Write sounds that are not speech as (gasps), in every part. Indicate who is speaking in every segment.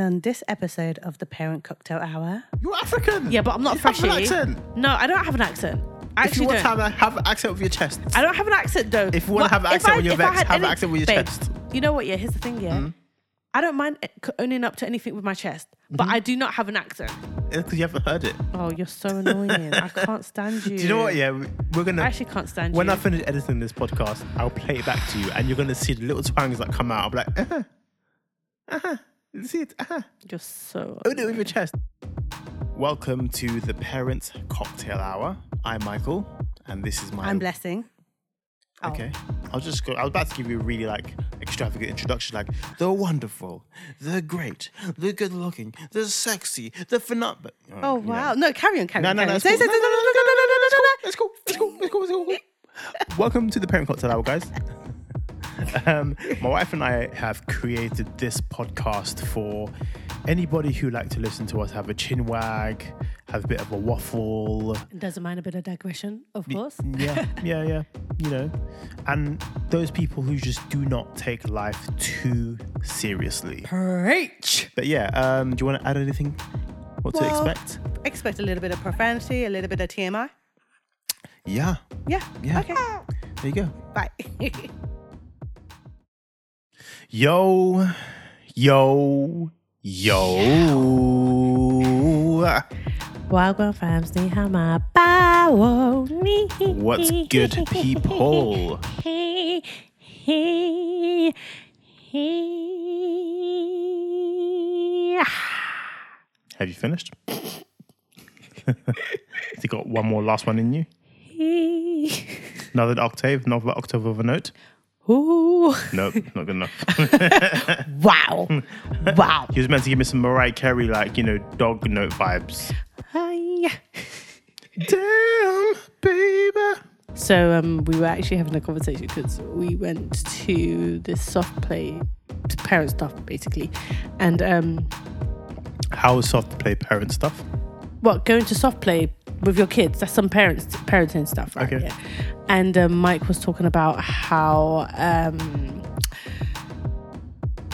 Speaker 1: on this episode of the Parent Cocktail Hour.
Speaker 2: You're African.
Speaker 3: Yeah, but I'm not
Speaker 2: You have
Speaker 3: freshie.
Speaker 2: an accent.
Speaker 3: No, I don't have an accent. I
Speaker 2: If you
Speaker 3: actually don't.
Speaker 2: want to have, a- have an accent with your chest,
Speaker 3: I don't have an accent though.
Speaker 2: If you wanna
Speaker 3: What-
Speaker 2: have an
Speaker 3: if
Speaker 2: accent
Speaker 3: I-
Speaker 2: when you're
Speaker 3: if I
Speaker 2: vexed,
Speaker 3: had
Speaker 2: have an
Speaker 3: any-
Speaker 2: accent with your
Speaker 3: Babe,
Speaker 2: chest. Mm.
Speaker 3: You know what? Yeah, here's the thing. Yeah, I don't mind c- owning up to anything with my chest,
Speaker 2: Mm-hmm.
Speaker 3: but I do not have an accent.
Speaker 2: it's because you haven't heard it.
Speaker 3: Oh, you're so annoying. I can't stand you.
Speaker 2: (laughs) Do you know what? Yeah, we- we're gonna.
Speaker 3: I actually can't stand
Speaker 2: when
Speaker 3: you.
Speaker 2: I finish editing this podcast, I'll play it back to you, and you're gonna see the little twangs that come out. I'll be like, uh huh, uh huh. You see it? Uh huh.
Speaker 3: you're so.
Speaker 2: Own it with your chest. Welcome to the Parents Cocktail Hour. I'm Michael, and this is my.
Speaker 1: I'm blessing. Oh.
Speaker 2: Okay. I'll just go. I was about to give you a really like extravagant introduction, like the wonderful, the great, the good looking, the sexy, the phenomenal.
Speaker 1: Oh wow! No, carry on, carry
Speaker 2: No,
Speaker 1: on.
Speaker 2: no,
Speaker 1: carry on.
Speaker 2: no. It's
Speaker 1: Say, say,
Speaker 2: cool. No,
Speaker 1: say,
Speaker 2: no,
Speaker 1: say,
Speaker 2: no,
Speaker 1: say, say, say, say, say,
Speaker 2: It's cool. It's cool. It's cool. It's cool.
Speaker 1: (laughs)
Speaker 2: Welcome to the Parent Cocktail Hour, guys. Um, my wife and I have created this podcast for anybody who like to listen to us have a chin wag, have a bit of a waffle,
Speaker 3: It Doesn't mind a bit of digression, of course.
Speaker 2: yeah, yeah, yeah. You know, and those people who just do not take life too seriously.
Speaker 3: Preach.
Speaker 2: But yeah, um, do you want to add anything? What
Speaker 1: Well-
Speaker 2: to expect?
Speaker 1: say. Expect a little bit of profanity, a little bit of TMI.
Speaker 2: Yeah,
Speaker 1: Yeah.
Speaker 2: Yeah.
Speaker 1: Okay. (laughs)
Speaker 2: there you go.
Speaker 1: Bye. (laughs)
Speaker 2: Yo, yo, yo.
Speaker 3: Welcome, fams. Ni hao ma bao ni.
Speaker 2: What's good, people?
Speaker 3: Hey, hey, hey.
Speaker 2: Have you finished? Has you got one more last one in you? Another octave, another octave of a note?
Speaker 3: (laughs) Ooh.
Speaker 2: Nope, not good enough. (laughs)
Speaker 3: Wow. wow.
Speaker 2: He was meant to give me some Mariah Carey, like, you know, dog note vibes.
Speaker 3: Hi.
Speaker 2: Damn, baby.
Speaker 3: So um, we were actually having a conversation because we went to this soft play, to parent stuff basically, and um,
Speaker 2: How is soft play parent stuff?
Speaker 3: what going to soft play with your kids? That's some parents parenting stuff, right?
Speaker 2: Okay.
Speaker 3: Yeah. And um, Mike was talking about how um,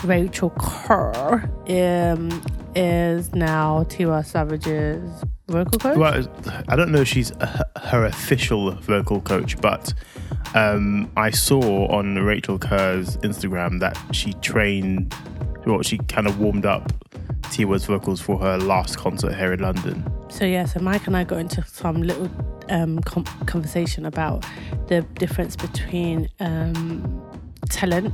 Speaker 3: Rachel Kerr um, is now Tiwa Savage's vocal coach.
Speaker 2: Well, I don't know if she's a, her official vocal coach, but um, I saw on Rachel Kerr's Instagram that she trained, well, she kind of warmed up Tiwa's vocals for her last concert here in London.
Speaker 3: So yeah, so Mike and I got into some little um, com- conversation about the difference between um, talent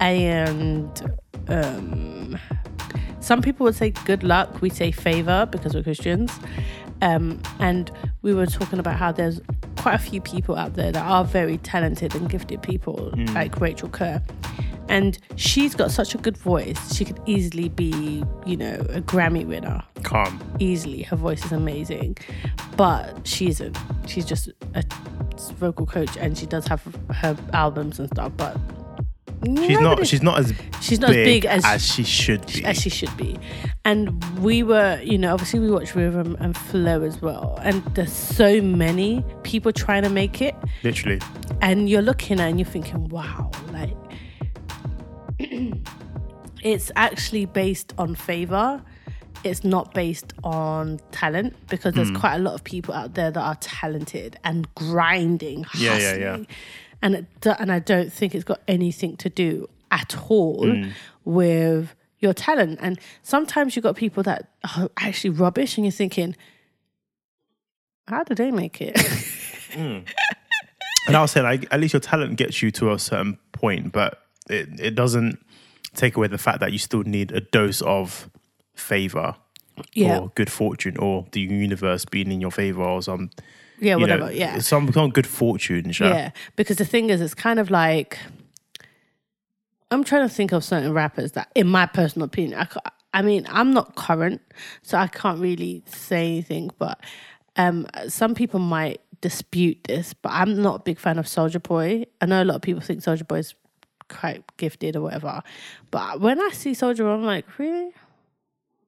Speaker 3: and um, some people would say good luck. We say favor because we're Christians, um, and we were talking about how there's quite a few people out there that are very talented and gifted people, like Rachel Kerr. And she's got such a good voice. She could easily be, you know, a Grammy winner
Speaker 2: Calm.
Speaker 3: easily. Her voice is amazing, but she isn't. She's just a vocal coach, and she does have her albums and stuff. But
Speaker 2: She's not. She's not as
Speaker 3: she's not as big as-
Speaker 2: she should be.
Speaker 3: as she should be. And we were, you know, obviously we watched Rhythm and Flow as well. And there's so many people trying to make it,
Speaker 2: Literally,
Speaker 3: and you're looking at it and you're thinking, wow, like (clears throat) it's actually based on favor. It's not based on talent because
Speaker 2: Hmm.
Speaker 3: there's quite a lot of people out there that are talented and grinding, hustling,
Speaker 2: Yeah, yeah, yeah.
Speaker 3: and it, do- and I don't think it's got anything to do at all
Speaker 2: Hmm.
Speaker 3: with your talent. And sometimes you got people that are actually rubbish, and you're thinking, how do they make it? (laughs)
Speaker 2: and I was saying, like, at least your talent gets you to a certain point, but it it doesn't take away the fact that you still need a dose of favor.
Speaker 3: yeah,
Speaker 2: or good fortune or the universe being in your favor or some
Speaker 3: yeah,
Speaker 2: you know,
Speaker 3: whatever. yeah,
Speaker 2: some some good fortune sure.
Speaker 3: Yeah, because the thing is, it's kind of like I'm trying to think of certain rappers that, in my personal opinion, I, ca- I mean, I'm not current, so I can't really say anything. But um, some people might dispute this, but I'm not a big fan of Soldier Boy. I know a lot of people think Soldier Boy is quite gifted or whatever, but when I see Soldier Boy, I'm like, really,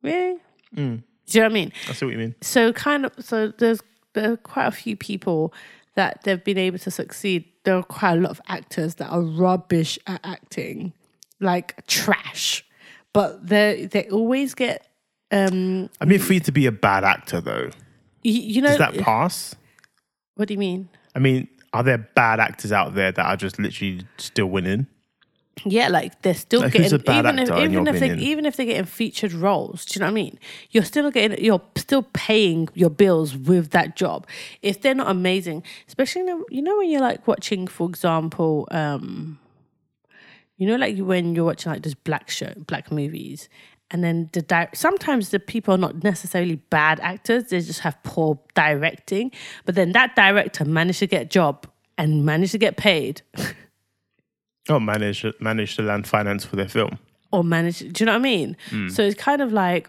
Speaker 3: really. Do you know what I mean?
Speaker 2: I see what you mean.
Speaker 3: so kind of so there's there are quite a few people that they've been able to succeed there are quite a lot of actors that are rubbish at acting like trash but they they always get um
Speaker 2: I mean, for you to be a bad actor, though,
Speaker 3: you, you know
Speaker 2: does that pass?
Speaker 3: what do you mean?
Speaker 2: I mean, are there bad actors out there that are just literally still winning?
Speaker 3: Yeah, like they're still
Speaker 2: Like,
Speaker 3: getting
Speaker 2: who's a bad
Speaker 3: even if
Speaker 2: actor, in
Speaker 3: even
Speaker 2: your
Speaker 3: if they
Speaker 2: opinion?
Speaker 3: even if they're getting featured roles. Do you know what I mean? You're still getting you're still paying your bills with that job. If they're not amazing, especially in a- you know when you're like watching, for example, um, you know, like when you're watching like those black show black movies. And then the di- sometimes the people are not necessarily bad actors; they just have poor directing. But then that director managed to get a job and managed to get paid.
Speaker 2: Or manage manage to land finance for their film?
Speaker 3: or manage. Do you know what I mean?
Speaker 2: Hmm.
Speaker 3: So it's kind of like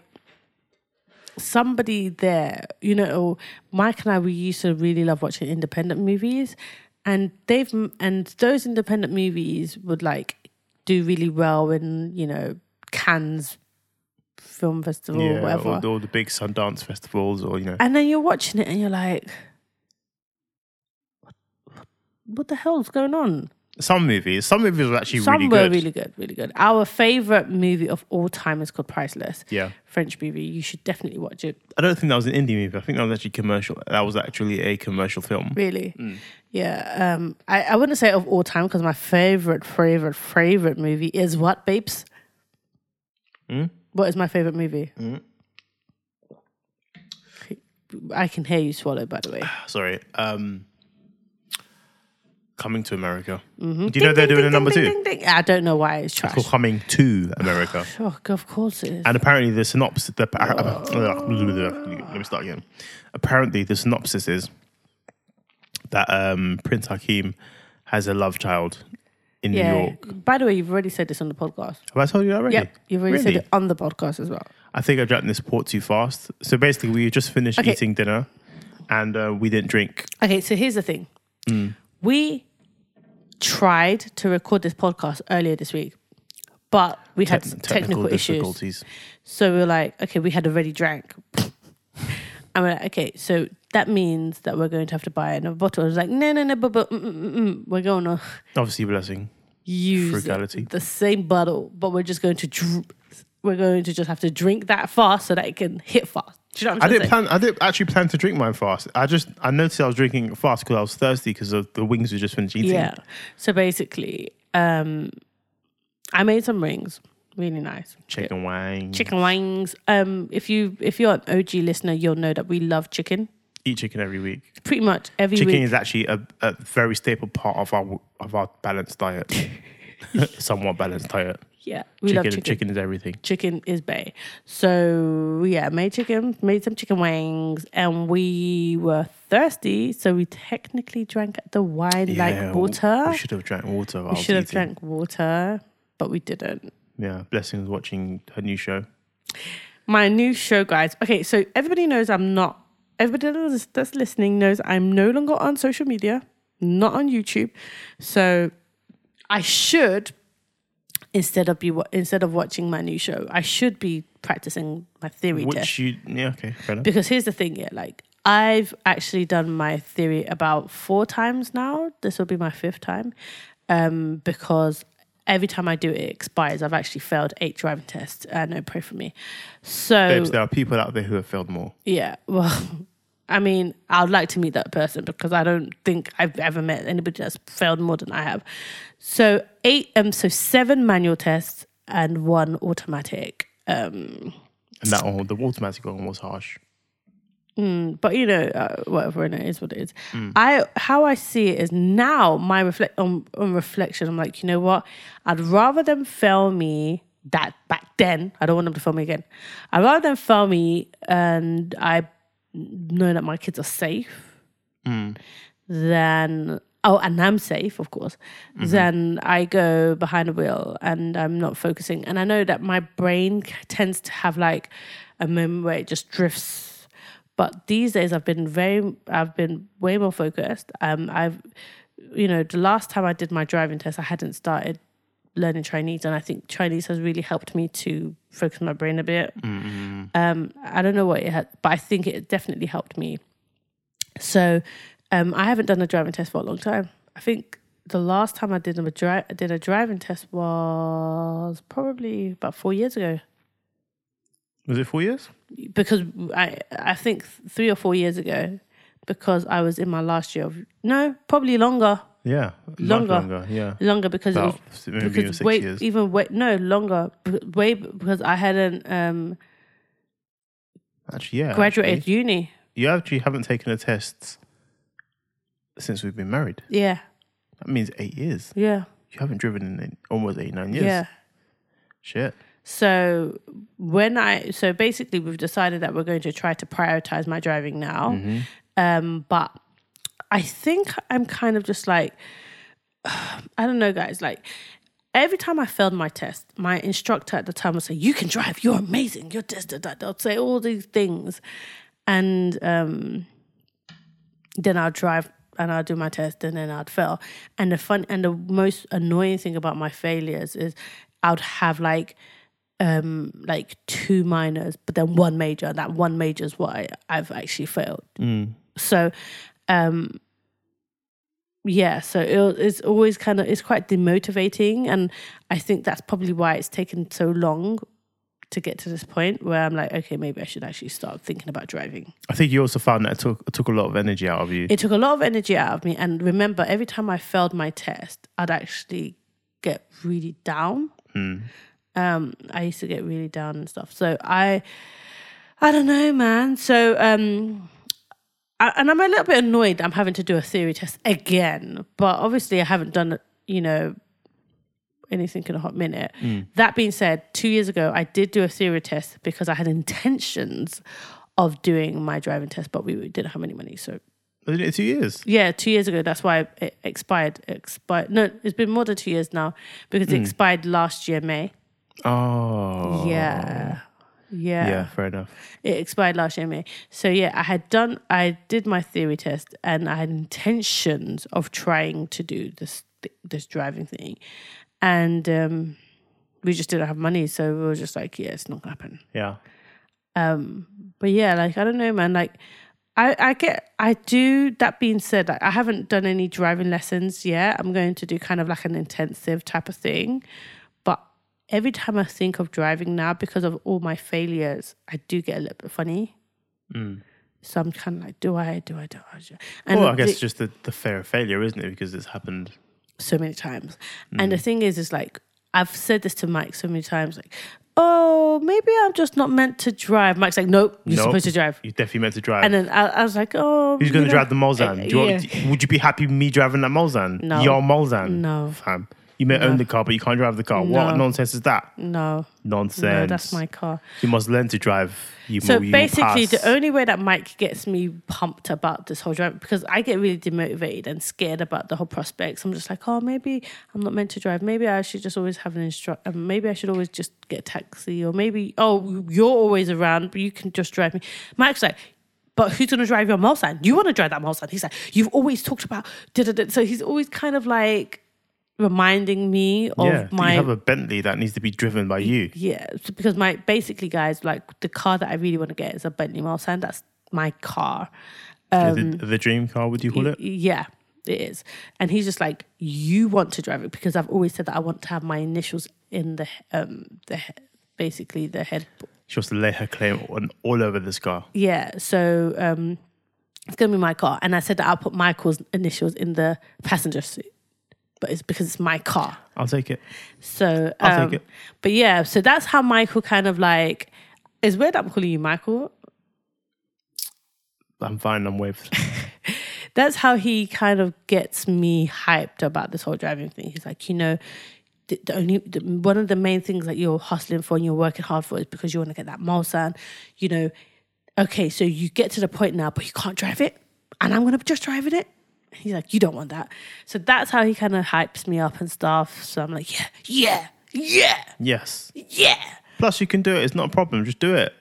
Speaker 3: somebody there, you know. Mike and I, we used to really love watching independent movies, and they've and those independent movies would like do really well in you know Cannes Film Festival or
Speaker 2: Yeah,
Speaker 3: whatever.
Speaker 2: or, or the big Sundance festivals, or you know,
Speaker 3: and then you're watching it and you're like, what, what the hell's going on?
Speaker 2: some movies. Some movies are actually
Speaker 3: Some
Speaker 2: really
Speaker 3: were
Speaker 2: good.
Speaker 3: really good, really good. Our favorite movie of all time is called Priceless.
Speaker 2: Yeah.
Speaker 3: French movie. You should definitely watch it.
Speaker 2: I don't think that was an indie movie. I think that was actually commercial. That was actually a commercial film.
Speaker 3: Really,
Speaker 2: Mm.
Speaker 3: yeah. Um, I, I wouldn't say of all time because my favorite, favorite, favorite movie is what, babes?
Speaker 2: Hmm?
Speaker 3: What is my favorite movie? I can hear you swallow. By the way,
Speaker 2: Sorry. Um, Coming to America. Do you know (sighs) they're doing a number two?
Speaker 3: Mm-hmm. Ding, ding, ding. I don't know why it's trash.
Speaker 2: Called Coming to America.
Speaker 3: Oh, of course it is.
Speaker 2: And apparently the synopsis. The, uh, let me start again. Apparently the synopsis is that um, Prince Hakim has a love child in New
Speaker 3: yeah.
Speaker 2: York.
Speaker 3: By the way, you've already said this on the podcast.
Speaker 2: Have I told you that already?
Speaker 3: Yep, you've already
Speaker 2: Really?
Speaker 3: said it on the podcast as well.
Speaker 2: I think I drank this port too fast. So basically, we just finished
Speaker 3: Okay.
Speaker 2: eating dinner, and uh, we didn't drink.
Speaker 3: Okay, so here's the thing. We tried to record this podcast earlier this week, but we had
Speaker 2: Technical,
Speaker 3: technical, issues.
Speaker 2: difficulties.
Speaker 3: So we were like, okay, we had already drank. (laughs) and we're like, okay, so that means that we're going to have to buy another bottle. I was like, no, no, no, but, but mm, mm, mm, mm. we're going to
Speaker 2: Obviously, blessing.
Speaker 3: use
Speaker 2: Frugality.
Speaker 3: the same bottle, but we're just going to dr- we're going to just have to drink that fast so that it can hit fast. Do you know what I'm
Speaker 2: I
Speaker 3: trying to
Speaker 2: didn't
Speaker 3: say?
Speaker 2: plan. I didn't actually plan to drink mine fast. I just I noticed I was drinking it fast because I was thirsty because of the wings we just finished eating.
Speaker 3: Yeah. So basically, um, I made some rings, really nice
Speaker 2: Chicken wang.
Speaker 3: chicken wings. Um, if you if you're an OG listener, you'll know that we love chicken.
Speaker 2: Eat chicken every week.
Speaker 3: Pretty much every
Speaker 2: Chicken
Speaker 3: week.
Speaker 2: is actually a, a very staple part of our of our
Speaker 3: (laughs)
Speaker 2: balanced diet. Somewhat balanced diet.
Speaker 3: Yeah, we
Speaker 2: Chicken,
Speaker 3: love chicken. chicken.
Speaker 2: chicken is everything.
Speaker 3: is bay. So yeah, made chicken, made some chicken wings, and we were thirsty, so we technically drank the wine
Speaker 2: Yeah,
Speaker 3: like water.
Speaker 2: We should have drank water.
Speaker 3: we should have drank water, but we didn't.
Speaker 2: Yeah, blessing was watching her new show.
Speaker 3: my new show, guys. Okay, so everybody knows I'm not. Everybody that's- that's listening knows I'm no longer on social media, not on YouTube. So I should, instead of be wa- instead of watching my new show, I should be practicing my theory
Speaker 2: Which
Speaker 3: test.
Speaker 2: you yeah okay fair enough.
Speaker 3: Because here's the thing, yeah, like I've actually done my theory about four times now. This will be my fifth time, um, because every time I do it, it expires. I've actually failed eight driving tests. Uh, no, pray for me. So
Speaker 2: Babes, there are people out there who have failed more.
Speaker 3: yeah, well, I mean, I'd like to meet that person because I don't think I've ever met anybody that's failed more than I have. So eight, um, so seven manual tests and one automatic. Um,
Speaker 2: And that one, the automatic one was harsh.
Speaker 3: but you know, uh, whatever, and it is what it is. I how I see it is now my reflect on, on reflection. I'm like, you know what? I'd rather them fail me that back then. I don't want them to fail me again. I'd rather them fail me, and I know that my kids are safe. Then oh, and I'm safe, of course. Then I go behind the wheel and I'm not focusing, and I know that my brain c- tends to have like a moment where it just drifts. But these days, I've been very, I've been way more focused. Um, I've, you know, the last time I did my driving test, I hadn't started learning Chinese, and I think Chinese has really helped me to focus my brain a bit. Um, I don't know what it had, but I think it definitely helped me. So, um, I haven't done a driving test for a long time. I think the last time I did a drive I did a driving test was probably about four years ago
Speaker 2: Was it four years?
Speaker 3: because I I think three or four years ago because I was in my last year of no probably longer
Speaker 2: Yeah. much
Speaker 3: Longer.
Speaker 2: longer. Yeah.
Speaker 3: longer because it was
Speaker 2: About s- maybe
Speaker 3: because
Speaker 2: six
Speaker 3: wait,
Speaker 2: years.
Speaker 3: even wait, no longer, b- way b- because I hadn't um,
Speaker 2: Actually, yeah.
Speaker 3: graduated
Speaker 2: actually.
Speaker 3: uni.
Speaker 2: You actually haven't taken a test since we've been married.
Speaker 3: Yeah,
Speaker 2: That means eight years.
Speaker 3: yeah,
Speaker 2: You haven't driven in almost eight, nine years.
Speaker 3: yeah.
Speaker 2: Shit.
Speaker 3: So when I so basically we've decided that we're going to try to prioritize my driving now, um, but I think I'm kind of just like (sighs) I don't know, guys. Like every time I failed my test, my instructor at the time would say, "You can drive. You're amazing. You're this, that, that." They'll say all these things, and um, then I'll drive and I'll do my test, and then I'd fail. And the fun and the most annoying thing about my failures is I'd have like um like two minors but then one major and that one major is what I, i've actually failed so um yeah so it, it's always kind of it's quite demotivating and i think that's probably why it's taken so long to get to this point where i'm like okay maybe i should actually start thinking about driving
Speaker 2: I think you also found that it took, it took a lot of energy out of you.
Speaker 3: it took a lot of energy out of me and remember every time i failed my test i'd actually get really down um i used to get really down and stuff so i i don't know man so um I, and i'm a little bit annoyed i'm having to do a theory test again but obviously i haven't done you know anything in a hot minute that being said two years ago i did do a theory test because i had intentions of doing my driving test but we didn't have any money so
Speaker 2: Wasn't it two years?
Speaker 3: yeah, two years ago. That's why it expired. Expired. No, it's been more than two years now because it expired last year May.
Speaker 2: Hmm. Oh.
Speaker 3: Yeah. yeah,
Speaker 2: Yeah, fair enough.
Speaker 3: It expired last year May. So yeah, I had done. I did my theory test, and I had intentions of trying to do this thi- this driving thing, and um, we just didn't have money, so we were just like, yeah, it's not gonna happen.
Speaker 2: Yeah.
Speaker 3: But yeah, like I don't know, man. Like I, I get, I do. That being said, like, I haven't done any driving lessons yet. I'm going to do kind of like an intensive type of thing. But every time I think of driving now, because of all my failures, I do get a little bit funny. So I'm kind of like, do I? Do I? Do I? Do I? And
Speaker 2: Mm. well, I guess
Speaker 3: the-
Speaker 2: it's just the, the fear of failure, isn't it? Because it's happened.
Speaker 3: so many times. And the
Speaker 2: Mm.
Speaker 3: thing is, is like I've said this to Mike so many times, like, oh, maybe I'm just not meant to drive. Mike's like, nope, you're
Speaker 2: Nope.
Speaker 3: supposed to drive.
Speaker 2: You're definitely meant to drive.
Speaker 3: And then I, I was like, oh,
Speaker 2: Who's
Speaker 3: you
Speaker 2: going to
Speaker 3: know-
Speaker 2: drive the Molzan?
Speaker 3: Uh,
Speaker 2: Do you
Speaker 3: yeah.
Speaker 2: want, would you be happy with me driving that Molzan?
Speaker 3: No.
Speaker 2: Your Molzan?
Speaker 3: No.
Speaker 2: Fam. You may own the car, but you can't drive the car. What
Speaker 3: No.
Speaker 2: nonsense is that?
Speaker 3: No,
Speaker 2: Nonsense.
Speaker 3: no, that's my car.
Speaker 2: You must learn to drive. You
Speaker 3: So
Speaker 2: will- you will
Speaker 3: basically,
Speaker 2: pass.
Speaker 3: the only way that Mike gets me pumped about this whole drive because I get really demotivated and scared about the whole prospects. I'm just like, oh, maybe I'm not meant to drive. Maybe I should just always have an instructor. Maybe I should always just get a taxi, or maybe oh, you're always around, but you can just drive me. Mike's like. But who's gonna drive your Mulsanne? You want to drive that Mulsanne? He's like, you've always talked about. da-da-da." So he's always kind of like reminding me of
Speaker 2: yeah, that
Speaker 3: my
Speaker 2: you have a Bentley that needs to be driven by you.
Speaker 3: yeah, so because my basically, guys, like the car that I really want to get is a Bentley Mulsanne. That's my car. Um,
Speaker 2: the, the dream car, would you call it?
Speaker 3: Yeah, it is. And he's just like, you want to drive it because I've always said that I want to have my initials in the um the he- basically the head.
Speaker 2: She wants to lay her claim on all over this car.
Speaker 3: Yeah, so um, it's gonna be my car, and I said that I'll put Michael's initials in the passenger seat, but it's because it's my car.
Speaker 2: I'll take it.
Speaker 3: So
Speaker 2: I'll
Speaker 3: um,
Speaker 2: take it.
Speaker 3: But yeah, so that's how Michael kind of like. It's weird that I'm calling you Michael.
Speaker 2: I'm fine. I'm waved.
Speaker 3: (laughs) that's how he kind of gets me hyped about this whole driving thing. He's like, you know, the, the only the, one of the main things that you're hustling for and you're working hard for is because you want to get that Mulsanne. You know, okay, so you get to the point now, but you can't drive it, and I'm gonna be just driving it. He's like, you don't want that. So that's how he kind of hypes me up and stuff. So I'm like, yeah, yeah, yeah,
Speaker 2: yes.
Speaker 3: yeah.
Speaker 2: Plus, you can do it. It's not a problem. Just do it.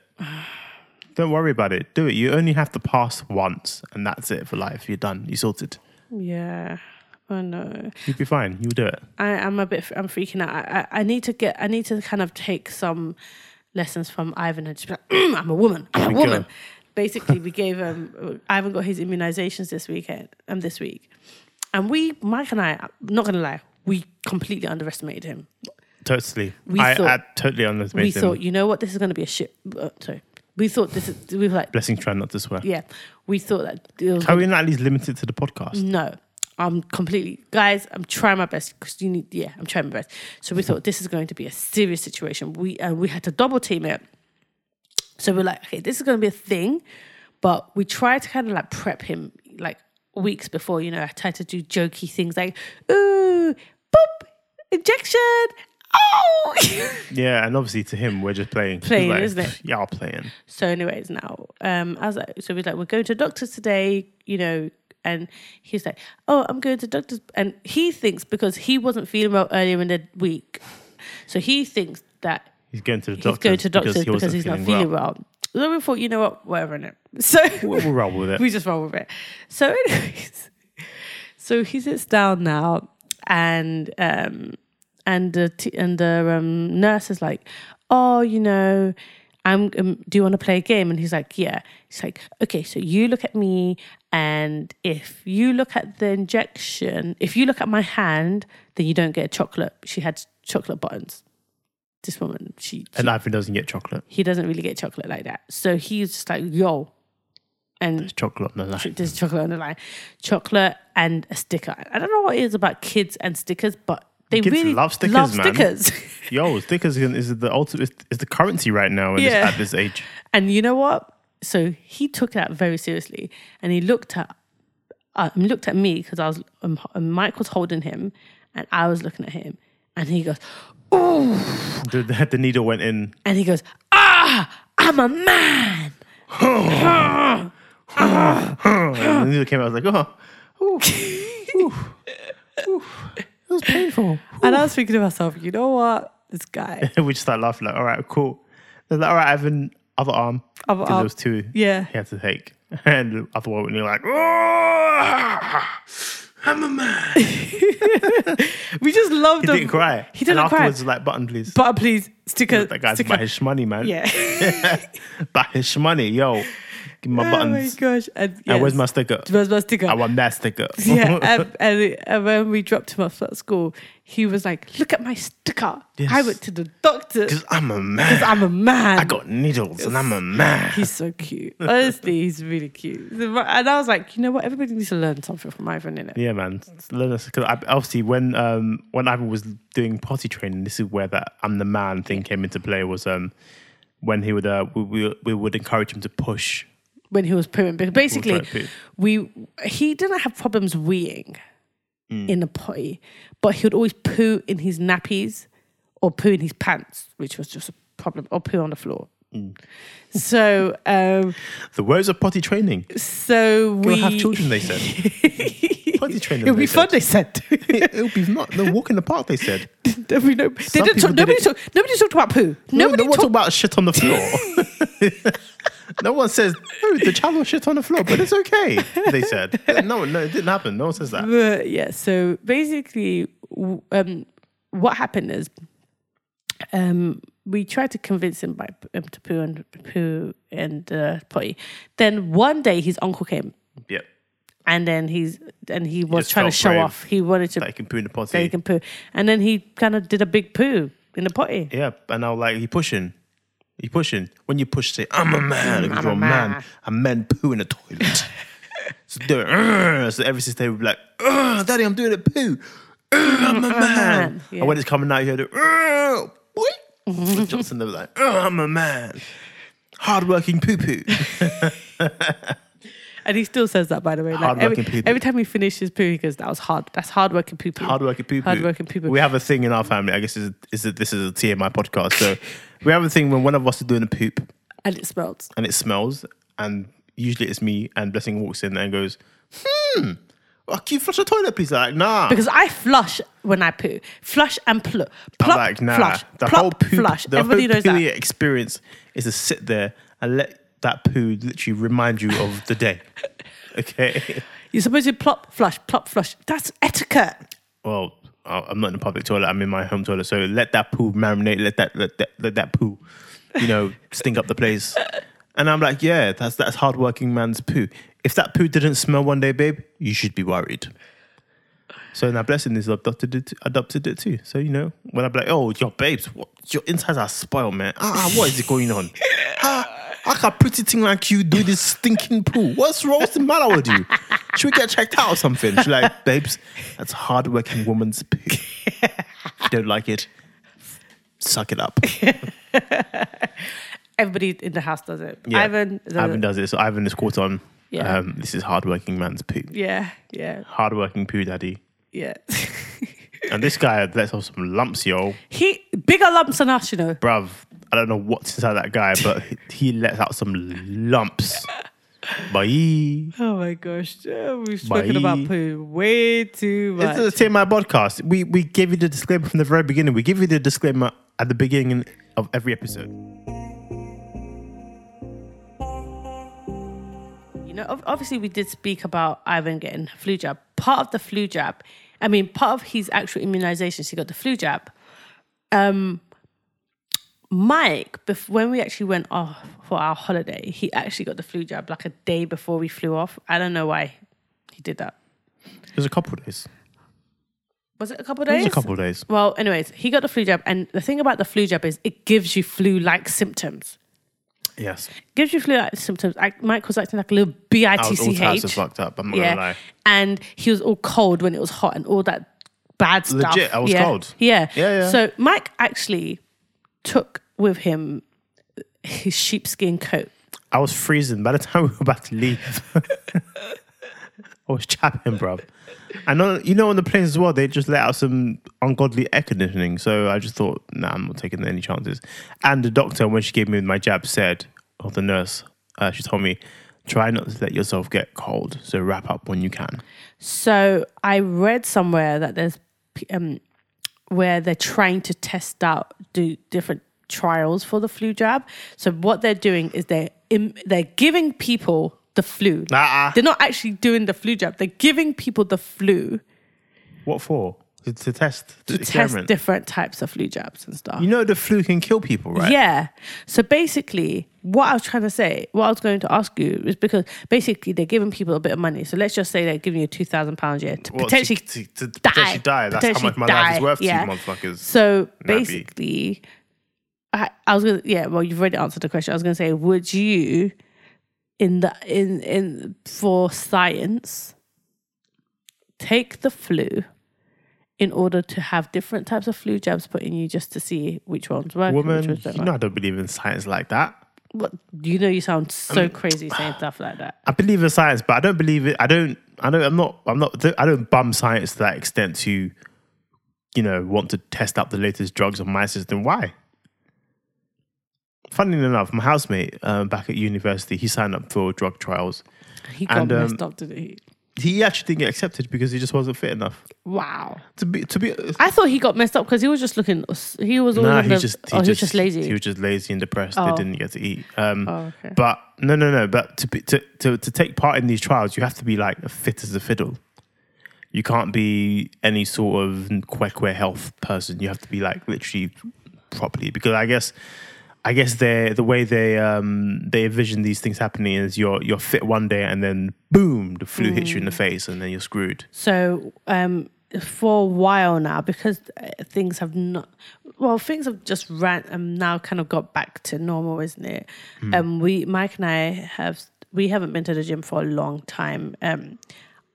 Speaker 2: Don't worry about it. Do it. You only have to pass once, and that's it for life. You're done. You sorted.
Speaker 3: Yeah, I know.
Speaker 2: You'll be fine. You'll do it.
Speaker 3: I am a bit. I'm freaking out. I, I, I need to get. I need to kind of take some lessons from Ivan and just be like, (clears throat) "Mm, I'm a woman. I'm a
Speaker 2: we
Speaker 3: woman.
Speaker 2: go. (laughs)
Speaker 3: Basically, we gave um Ivan got his immunizations this weekend. Um, this week, And we, Mike and I, I'm not gonna lie, we completely underestimated him.
Speaker 2: Totally.
Speaker 3: We
Speaker 2: I,
Speaker 3: thought-
Speaker 2: I totally underestimated
Speaker 3: we
Speaker 2: him.
Speaker 3: thought, you know what, this is gonna be a shit. Uh, sorry, we thought this is. We were like,
Speaker 2: Blessings try not to swear.
Speaker 3: yeah, we thought that. uh, It was
Speaker 2: Are we not at least limited to the podcast?
Speaker 3: No, I'm completely, guys. I'm trying my best because you need. Yeah, I'm trying my best. So we thought this is going to be a serious situation. We uh, we had to double team it. So we're like, okay, this is going to be a thing, but we tried to kind of like prep him like weeks before. You know, I tried to do jokey things like, ooh, boop, injection. Oh. (laughs)
Speaker 2: Yeah, and obviously to him, we're just playing. He's
Speaker 3: Playing,
Speaker 2: like,
Speaker 3: isn't it?
Speaker 2: Yeah, I'll playing.
Speaker 3: So, anyways, now um, I was like, so we're like, we're going to doctors today, you know, and he's like, oh, I'm going to doctors, and he thinks because he wasn't feeling well earlier in the week, so he thinks that
Speaker 2: He's going to the
Speaker 3: he's
Speaker 2: doctor.
Speaker 3: going to doctors because, he's not feeling well. So we thought, you know what, whatever, innit? (laughs) So
Speaker 2: We'll, we'll roll with
Speaker 3: (laughs)
Speaker 2: it.
Speaker 3: we just roll with it. So, anyways, (laughs) so he sits down now, and um, and the t- and the um, nurse is like, "Oh, you know, I'm. Um, do you want to play a game?" And he's like, "Yeah." He's like, "Okay, so you look at me, and if you look at the injection, if you look at my hand, then you don't get a chocolate." She had chocolate buttons. This woman, she, she
Speaker 2: and Ivan doesn't get chocolate.
Speaker 3: he doesn't really get chocolate like that. So he's just like, "Yo," and
Speaker 2: It's chocolate on the
Speaker 3: Ch-
Speaker 2: line.
Speaker 3: there's chocolate on the line, chocolate and a sticker. I don't know what it is about kids and stickers, but they
Speaker 2: Kids
Speaker 3: really
Speaker 2: love stickers, man.
Speaker 3: stickers. (laughs)
Speaker 2: Yo, stickers is- is the ultimate. Is the currency right now in this-
Speaker 3: Yeah.
Speaker 2: at this age.
Speaker 3: and you know what? So he took that very seriously, and he looked at, uh, um, looked at me because I was um, h- um, Mike was holding him, and I was looking at him, and he goes, "Ooh,"
Speaker 2: The, the, the needle went in.
Speaker 3: and he goes, "Ah, I'm a man." (laughs)
Speaker 2: and the needle came out. I was like, oh,
Speaker 3: It was painful, and I was thinking to myself, you know what? This
Speaker 2: (laughs)
Speaker 3: guy,
Speaker 2: we just start laughing. Like, all right, cool. They're like, all right, Ivan, other arm.
Speaker 3: Other
Speaker 2: 'Cause
Speaker 3: arm.
Speaker 2: There was two.
Speaker 3: yeah.
Speaker 2: He had to take, (laughs) and the other one, you're like, oh, I'm a man.
Speaker 3: We just loved
Speaker 2: He
Speaker 3: him.
Speaker 2: didn't cry.
Speaker 3: He didn't
Speaker 2: and
Speaker 3: cry.
Speaker 2: afterwards, like, button, please.
Speaker 3: But please, sticker.
Speaker 2: that guy's
Speaker 3: sticker.
Speaker 2: by his money, man. (laughs)
Speaker 3: Yeah.
Speaker 2: by his money, yo. Give me my
Speaker 3: oh my
Speaker 2: buttons.
Speaker 3: gosh. And, yes.
Speaker 2: And where's my sticker?
Speaker 3: Where's my sticker?
Speaker 2: I want that sticker.
Speaker 3: (laughs) yeah,
Speaker 2: (laughs)
Speaker 3: um, and, and, and when we dropped him off at school, he was like, "Look at my sticker.
Speaker 2: Yes.
Speaker 3: I went to the doctor because
Speaker 2: Because I'm a man.
Speaker 3: I'm a man."
Speaker 2: I got (laughs) needles and I'm a man.
Speaker 3: he's so cute. Honestly, he's really cute. So my- And I was like, you know what? Everybody needs to learn something from Ivan, innit?
Speaker 2: Yeah, man. Because obviously, when um when Ivan was doing potty training, this is where that "I'm the man" thing came into play. Was um when he would uh we we, we would encourage him to push.
Speaker 3: When he was pooing, because basically,
Speaker 2: We'll try to poo.
Speaker 3: we he didn't have problems weeing
Speaker 2: Mm.
Speaker 3: in the potty, but he would always poo in his nappies or poo in his pants, which was just a problem, or poo on the floor.
Speaker 2: Mm.
Speaker 3: So, um,
Speaker 2: The words of potty (laughs) training.
Speaker 3: so
Speaker 2: We'll
Speaker 3: we
Speaker 2: have children.
Speaker 3: (laughs)
Speaker 2: They said potty training.
Speaker 3: It'll
Speaker 2: they
Speaker 3: be
Speaker 2: said.
Speaker 3: fun, they said. (laughs)
Speaker 2: It'll be not. They'll walk in the park. They said.
Speaker 3: There'll be no- they
Speaker 2: Some
Speaker 3: didn't
Speaker 2: people
Speaker 3: talk,
Speaker 2: did
Speaker 3: nobody,
Speaker 2: it.
Speaker 3: talk, nobody talked about poo. Nobody
Speaker 2: no one
Speaker 3: talked.
Speaker 2: talk about shit on the floor. (laughs) no one says no, the child will shit on the floor, but it's okay. They (laughs) said no, no, it didn't happen. No one says that.
Speaker 3: But yeah, so basically, w- um, what happened is, um, we tried to convince him by um, to poo and poo and uh, potty. Then one day his uncle came,
Speaker 2: Yeah,
Speaker 3: and then he's and he was
Speaker 2: just
Speaker 3: trying to
Speaker 2: felt
Speaker 3: show
Speaker 2: brave
Speaker 3: off. He wanted to
Speaker 2: like you can poo in the
Speaker 3: that he
Speaker 2: potty.
Speaker 3: can poo, and then he kind of did a big poo in the potty.
Speaker 2: Yeah, and I was like, you pushing, you pushing. When you push, say I'm a man. because
Speaker 3: Mm, I'm
Speaker 2: you're
Speaker 3: a
Speaker 2: a man.
Speaker 3: man.
Speaker 2: And men poo in
Speaker 3: (laughs)
Speaker 2: the toilet. so, do it. "Urgh." so ever since they would be like, "Urgh, Daddy, I'm doing a poo. Urgh,
Speaker 3: (laughs)
Speaker 2: I'm a man.
Speaker 3: man. Yeah.
Speaker 2: And when it's coming out, you hear the "Urgh, boing." Johnson. They were like, "Urgh, I'm a man. Hardworking
Speaker 3: (laughs)
Speaker 2: poo poo.
Speaker 3: And he still says that, by the way. Like every,
Speaker 2: Hardworking poo-poo.
Speaker 3: every time he finishes poo, he goes, "That was hard. That's hard working poo poo.
Speaker 2: Hardworking poo poo.
Speaker 3: Hard working poo poo.
Speaker 2: We have a thing in our family. I guess is is that this is a TMI podcast.
Speaker 3: (laughs)
Speaker 2: So we have a thing when one of us is doing a poop
Speaker 3: and it smells.
Speaker 2: and it smells, and usually it's me. And Blessing walks in and goes, "Hmm, oh, can you flush the toilet, please?" I'm like, nah.
Speaker 3: Because I flush when I poo. Flush and plu-
Speaker 2: I'm
Speaker 3: plop,
Speaker 2: like, nah.
Speaker 3: flush,
Speaker 2: the
Speaker 3: plop,
Speaker 2: whole poop,
Speaker 3: flush.
Speaker 2: the
Speaker 3: Everybody
Speaker 2: whole
Speaker 3: knows that.
Speaker 2: poo experience is to sit there and let that poo literally remind you of
Speaker 3: (laughs)
Speaker 2: the day. Okay.
Speaker 3: You're supposed to plop, flush, plop, flush. That's etiquette.
Speaker 2: well, I- I'm not in a public toilet. I'm in my home toilet. So let that poo marinate. Let that let that let that poo, you know, stink up the place. And I'm like, yeah, that's that's hardworking man's poo. If that poo didn't smell one day, babe, you should be worried. So now Blessing is adopted it, adopted it too. So you know when I'm like, oh, your babes, what, your insides are spoiled, man. Ah, what is it going on? Ah, how can a pretty thing like you do this stinking poo? What's wrong? What's the matter with you? Should we get checked out or something? She's like, babes, that's hardworking woman's poo.
Speaker 3: (laughs)
Speaker 2: If you don't like it, suck
Speaker 3: (laughs)
Speaker 2: it up.
Speaker 3: Everybody in the house does it.
Speaker 2: Yeah.
Speaker 3: Ivan, does
Speaker 2: Ivan
Speaker 3: it.
Speaker 2: does this. Ivan is caught on.
Speaker 3: Yeah.
Speaker 2: Um, this is hardworking man's poo.
Speaker 3: yeah, yeah,
Speaker 2: Hardworking poo daddy.
Speaker 3: yeah. (laughs)
Speaker 2: And this guy lets off some lumps, yo.
Speaker 3: he bigger lumps than us, you know.
Speaker 2: bruv, I don't know what's inside that guy, but he- he lets out some
Speaker 3: (laughs)
Speaker 2: lumps. Bye.
Speaker 3: Oh my gosh, yeah, we've spoken
Speaker 2: Bye.
Speaker 3: about poo way too much.
Speaker 2: This is the TMI podcast. We we gave you the disclaimer from the very beginning. We give you the disclaimer at the beginning of every episode.
Speaker 3: You know, ob- obviously, we did speak about Ivan getting flu jab. Part of the flu jab, I mean, part of his actual immunizations, he got the flu jab. Um, Mike, bef- when we actually went off for our holiday, he actually got the flu jab like a day before we flew off. I don't know why he did that.
Speaker 2: It was a couple of days.
Speaker 3: Was it a couple of
Speaker 2: It was
Speaker 3: days?
Speaker 2: a couple of days.
Speaker 3: Well, anyways, he got the flu jab, and the thing about the flu jab is it gives you flu-like symptoms.
Speaker 2: Yes.
Speaker 3: Gives you flu-like symptoms. I, Mike was acting like a little bitch.
Speaker 2: I was all types of fucked up. I'm not
Speaker 3: yeah.
Speaker 2: gonna lie.
Speaker 3: And he was all cold when it was hot and all that bad stuff.
Speaker 2: Legit, I was
Speaker 3: yeah.
Speaker 2: cold.
Speaker 3: Yeah.
Speaker 2: Yeah, yeah.
Speaker 3: So Mike actually took with him his sheepskin coat.
Speaker 2: I was freezing by the (laughs) time we were about to leave. I was chapping, bruv. And on, you know, on the planes as well, they just let out some ungodly air conditioning. So I just thought, nah, I'm not taking any chances. And the doctor, when she gave me my jab, said, or the nurse, uh, she told me, try not to let yourself get cold. So wrap up when you can.
Speaker 3: So I read somewhere that there's um, where they're trying to test out do different trials for the flu jab. So what they're doing is they're im- they're giving people the flu.
Speaker 2: Nah.
Speaker 3: They're not actually doing the flu jab. They're giving people the flu
Speaker 2: What for? To, to test, to,
Speaker 3: to test
Speaker 2: experiment.
Speaker 3: different types of flu jabs and stuff.
Speaker 2: you know, the flu can kill people, right?
Speaker 3: Yeah. So basically, what I was trying to say, what I was going to ask you is because basically they're giving people a bit of money. So let's just say they're giving you two thousand pounds a year to
Speaker 2: Well, to-
Speaker 3: potentially
Speaker 2: to, to,
Speaker 3: die.
Speaker 2: potentially die. That's
Speaker 3: potentially
Speaker 2: how much my life
Speaker 3: die,
Speaker 2: is worth
Speaker 3: yeah.
Speaker 2: to you motherfuckers.
Speaker 3: So
Speaker 2: Maybe.
Speaker 3: basically, I, I was gonna yeah. Well, you've already answered the question. I was gonna say, would you in the in in for science take the flu? In order to have different types of flu jabs put in you, just to see which ones work, and which
Speaker 2: Woman,
Speaker 3: ones don't
Speaker 2: you
Speaker 3: work.
Speaker 2: know I don't believe in science like that.
Speaker 3: What you know? You sound so
Speaker 2: Um,
Speaker 3: crazy saying stuff like that.
Speaker 2: I believe in science, but I don't believe it. I don't. I don't. I'm not. I'm not. I don't bum science to that extent to, you know, want to test out the latest drugs on my system. Why? Funnily enough, my housemate um, back at university, he signed up for drug trials.
Speaker 3: He got
Speaker 2: And, um,
Speaker 3: messed up, didn't he?
Speaker 2: He actually didn't get accepted because he just wasn't fit enough.
Speaker 3: Wow.
Speaker 2: To be, to be,
Speaker 3: I thought he got messed up because he was just looking. He was all.
Speaker 2: nah,
Speaker 3: on
Speaker 2: he
Speaker 3: the,
Speaker 2: just,
Speaker 3: oh,
Speaker 2: he just,
Speaker 3: he was just lazy.
Speaker 2: He was just lazy and depressed.
Speaker 3: Oh.
Speaker 2: They didn't get to eat. Um,
Speaker 3: oh, okay.
Speaker 2: But no, no, no. But to, be, to to to take part in these trials, you have to be like fit as a fiddle. You can't be any sort of queque health person. You have to be like literally properly because I guess I guess they the way they um they envision these things happening is you're you're fit one day and then boom the flu hits you
Speaker 3: Mm.
Speaker 2: in the face and then you're screwed.
Speaker 3: So um, for a while now, because uh, things have not, well, things have just ran um, now kind of got back to normal, isn't it?
Speaker 2: Hmm.
Speaker 3: Um, we Mike and I have we haven't been to the gym for a long time. Um,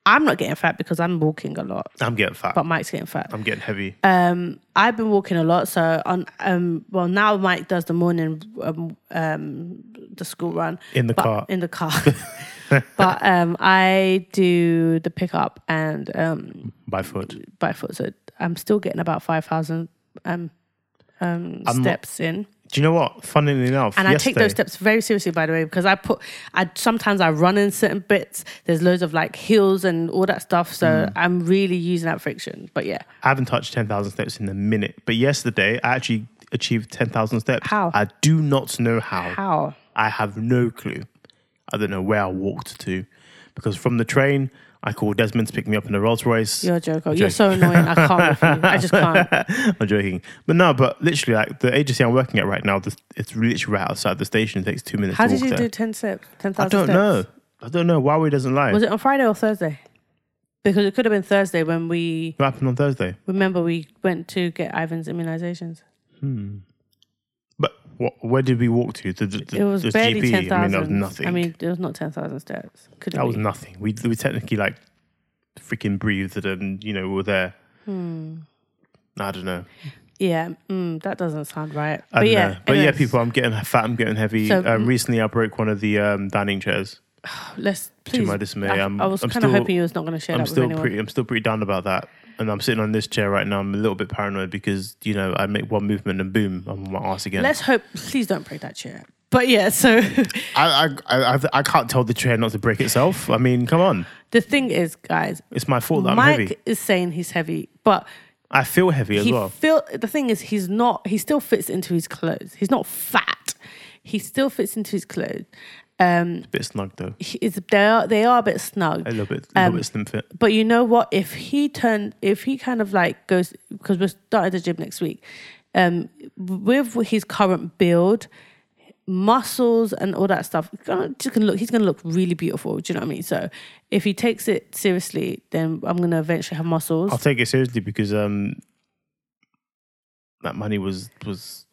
Speaker 3: I'm not getting fat because I'm walking a lot,
Speaker 2: I'm getting fat.
Speaker 3: but Mike's getting fat.
Speaker 2: I'm getting heavy.
Speaker 3: um i've been walking a lot so on um well now mike does the morning um, um the school run
Speaker 2: In the
Speaker 3: but-
Speaker 2: car.
Speaker 3: in the
Speaker 2: (laughs)
Speaker 3: car but um i do the pickup and um
Speaker 2: by foot.
Speaker 3: by foot so i'm still getting about 5000 um um steps in
Speaker 2: Do you know what? Funnily enough,
Speaker 3: and i take those
Speaker 2: yesterday-
Speaker 3: steps very seriously by the way because i put i sometimes i run in certain bits there's loads of like hills and all that stuff so
Speaker 2: Hmm.
Speaker 3: i'm really using that friction but yeah
Speaker 2: I haven't touched 10,000 steps in a minute, but yesterday I actually achieved 10,000 steps.
Speaker 3: How?
Speaker 2: I do not know how.
Speaker 3: how
Speaker 2: I have no clue. I don't know where I walked to because from the train, I called Desmond to pick me up in a Rolls Royce.
Speaker 3: You're a joker. You're so annoying. I can't with you. I just can't.
Speaker 2: (laughs) I'm joking. But no, but literally, like the agency I'm working at right now, this, it's literally right outside the station. It takes two minutes
Speaker 3: How
Speaker 2: to
Speaker 3: did
Speaker 2: walk
Speaker 3: you
Speaker 2: there.
Speaker 3: do 10 steps? 10,000
Speaker 2: I don't
Speaker 3: steps?
Speaker 2: know. I don't know. Huawei doesn't lie.
Speaker 3: Was it on Friday or Thursday? because it could have been Thursday when we
Speaker 2: What happened on Thursday?
Speaker 3: remember we went to get Ivan's immunizations.
Speaker 2: But what, where did we walk to? The, the, the,
Speaker 3: It was
Speaker 2: the
Speaker 3: barely ten
Speaker 2: GP.
Speaker 3: thousand.
Speaker 2: I mean, that was nothing.
Speaker 3: I mean, it was not ten thousand steps. Could
Speaker 2: that was nothing. We we technically like freaking breathed and you know we were there.
Speaker 3: Hmm.
Speaker 2: I don't know.
Speaker 3: Yeah, mm, that doesn't sound right. but
Speaker 2: I don't
Speaker 3: yeah,
Speaker 2: know. But yeah,
Speaker 3: anyways,
Speaker 2: people, I'm getting fat. I'm getting heavy.
Speaker 3: So-
Speaker 2: um, recently, I broke one of the um, dining chairs.
Speaker 3: Let's please.
Speaker 2: my dismay,
Speaker 3: I,
Speaker 2: I'm-
Speaker 3: I was
Speaker 2: I'm
Speaker 3: kind of
Speaker 2: still-
Speaker 3: hoping you was not going to share
Speaker 2: I'm
Speaker 3: that
Speaker 2: still
Speaker 3: with anyone.
Speaker 2: pretty. I'm still pretty down about that. And I'm sitting on this chair right now. I'm a little bit paranoid because you know I make one movement and boom, I'm on my ass again.
Speaker 3: Let's hope. Please don't break that chair. But yeah, so (laughs)
Speaker 2: I, I I I've- I can't tell the chair not to break itself. I mean, come on,
Speaker 3: the thing is, guys,
Speaker 2: it's my fault that
Speaker 3: Mike
Speaker 2: I'm heavy.
Speaker 3: is saying he's heavy, but
Speaker 2: I feel heavy as
Speaker 3: he
Speaker 2: well.
Speaker 3: feel the thing is he's not. He still fits into his clothes. He's not fat. He still fits into his clothes. Um,
Speaker 2: bit snug though,
Speaker 3: he is they are they are a bit snug.
Speaker 2: a little bit, a
Speaker 3: Um,
Speaker 2: little bit slim fit.
Speaker 3: But you know what? If he turned, if he kind of like goes, because we're starting the gym next week, um, with his current build, muscles and all that stuff, gonna, just gonna look, he's gonna look really beautiful. Do you know what I mean? So if he takes it seriously, then I'm gonna eventually have muscles.
Speaker 2: I'll take it seriously because um, that money was was,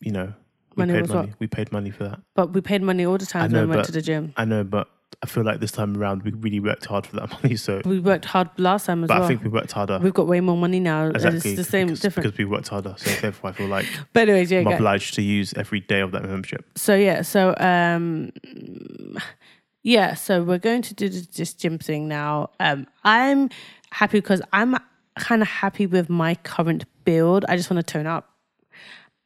Speaker 2: you know, we
Speaker 3: Money
Speaker 2: paid
Speaker 3: was what?
Speaker 2: money. We paid money for that.
Speaker 3: but we paid money all the
Speaker 2: I
Speaker 3: time
Speaker 2: know,
Speaker 3: when we went
Speaker 2: but-
Speaker 3: to the gym.
Speaker 2: I know, but I feel like this time around we really worked hard for that (laughs) money. So,
Speaker 3: We worked hard last time as
Speaker 2: but
Speaker 3: well.
Speaker 2: I think we worked harder.
Speaker 3: We've got way more money now. and
Speaker 2: exactly.
Speaker 3: It's the same,
Speaker 2: because,
Speaker 3: different.
Speaker 2: because we worked harder. So therefore, I feel
Speaker 3: (laughs)
Speaker 2: like
Speaker 3: but anyways, yeah,
Speaker 2: I'm
Speaker 3: guys.
Speaker 2: obliged to use every day of that membership.
Speaker 3: so yeah so um yeah so we're going to do th- this gym thing now um i'm happy because i'm kind of happy with my current build i just want to tone up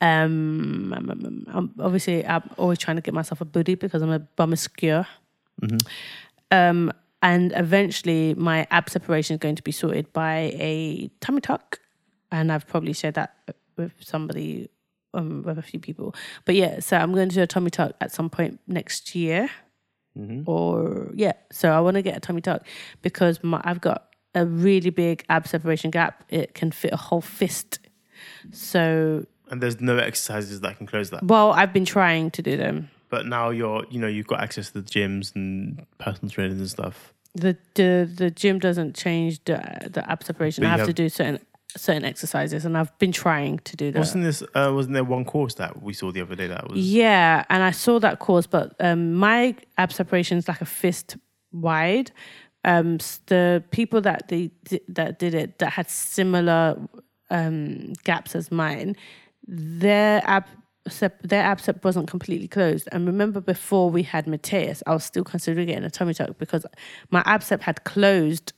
Speaker 3: um I'm, I'm- I'm- obviously i'm always trying to get myself a booty because i'm a bum obscure um and eventually my ab separation is going to be sorted by a tummy tuck and i've probably shared that with somebody um, with a few people. But yeah, so I'm going to do a tummy tuck at some point next year,
Speaker 2: Mm-hmm.
Speaker 3: or yeah. So I want to get a tummy tuck because my I've got a really big ab separation gap. It can fit a whole fist. So
Speaker 2: And there's no exercises that can close that.
Speaker 3: well, I've been trying to do them.
Speaker 2: But now you're, you know, you've got access to the gyms and personal trainers and stuff.
Speaker 3: The the the gym doesn't change the the ab separation.
Speaker 2: But
Speaker 3: I
Speaker 2: you
Speaker 3: have, to
Speaker 2: have-
Speaker 3: do certain certain exercises, and I've been trying to do that.
Speaker 2: Wasn't this? Uh, wasn't there one course that we saw the other day that was?
Speaker 3: Yeah, and I saw that course, but um, my ab separation is like a fist wide. Um, s- the people that they di- that did it that had similar um, gaps as mine, their ab sep- their ab sep wasn't completely closed. And remember, before we had Mateus, I was still considering getting a tummy tuck because my ab sep had closed,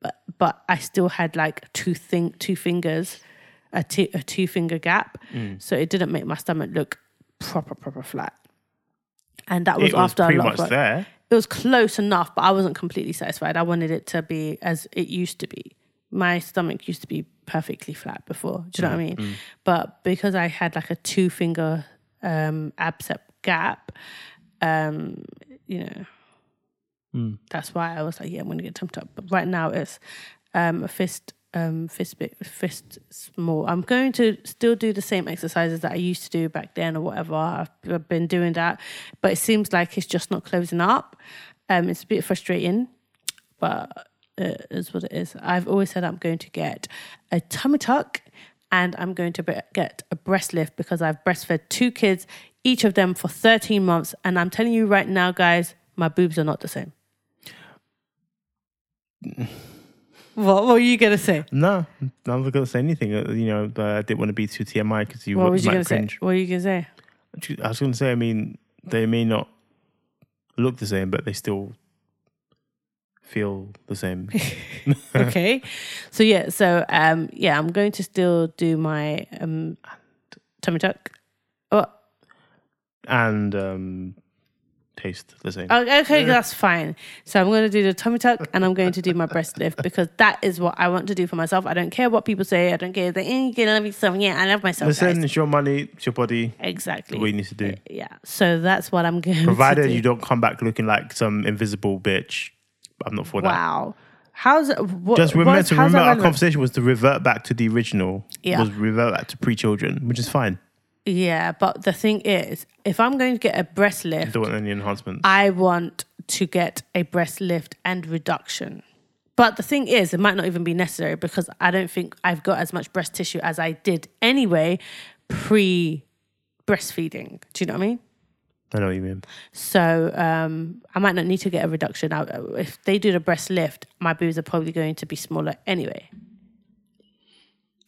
Speaker 3: but but I still had like two thing two fingers, a ti- a two finger gap,
Speaker 2: Mm.
Speaker 3: so it didn't make my stomach look proper proper flat. And that was
Speaker 2: it was
Speaker 3: after
Speaker 2: pretty
Speaker 3: a lot
Speaker 2: much
Speaker 3: of work
Speaker 2: there.
Speaker 3: it was close enough, but I wasn't completely satisfied. I wanted it to be as it used to be. My stomach used to be perfectly flat before. Do you know what I mean? But because I had like a two finger um, absep gap, um, you know, that's why I was like, yeah, I'm going to get tumped up. But right now it's um, a fist, um, fist bit, fist small. I'm going to still do the same exercises that I used to do back then or whatever. I've, I've been doing that, but it seems like it's just not closing up. Um, it's a bit frustrating, but it is what it is. I've always said I'm going to get a tummy tuck and I'm going to be- get a breast lift because I've breastfed two kids, each of them for 13 months. And I'm telling you right now, guys, my boobs are not the same. What, what were you going to say?
Speaker 2: No, I'm not going to say anything. uh, You know, but I didn't want to be too TMI because you
Speaker 3: What
Speaker 2: w-
Speaker 3: was you
Speaker 2: might
Speaker 3: going to say?
Speaker 2: cringe.
Speaker 3: What were you going to
Speaker 2: (laughs)
Speaker 3: say?
Speaker 2: I was going to say, I mean, they may not look the same, but they still feel
Speaker 3: (laughs)
Speaker 2: the same.
Speaker 3: okay. So yeah, so um yeah, I'm going to still do my um tummy tuck. Oh,
Speaker 2: and um, taste the same.
Speaker 3: Okay, oh, okay, that's fine. So I'm going to do the tummy tuck and I'm going to do my breast lift because that is what I want to do for myself. I don't care what people say. I don't care. They ain't gonna love yourself. Yeah, I love myself.
Speaker 2: Listen,
Speaker 3: guys.
Speaker 2: it's your money, it's your body.
Speaker 3: Exactly.
Speaker 2: What you need to do,
Speaker 3: yeah. So that's what I'm going to
Speaker 2: provided
Speaker 3: do.
Speaker 2: you don't come back looking like some invisible bitch. I'm not for that.
Speaker 3: Wow. How's what?
Speaker 2: Just
Speaker 3: what-
Speaker 2: remember, to
Speaker 3: how's
Speaker 2: remember
Speaker 3: that
Speaker 2: our
Speaker 3: relevant?
Speaker 2: conversation was to revert back to the original.
Speaker 3: Yeah.
Speaker 2: Was revert back to pre-children, which is fine.
Speaker 3: Yeah, but the thing is, if I'm going to get a breast lift,
Speaker 2: Don't want any enhancements.
Speaker 3: I want to get a breast lift and reduction. But the thing is, it might not even be necessary because I don't think I've got as much breast tissue as I did anyway pre breastfeeding. Do you know what I mean?
Speaker 2: I know what you mean.
Speaker 3: So um, I might not need to get a reduction. I, if they do the breast lift, my boobs are probably going to be smaller anyway.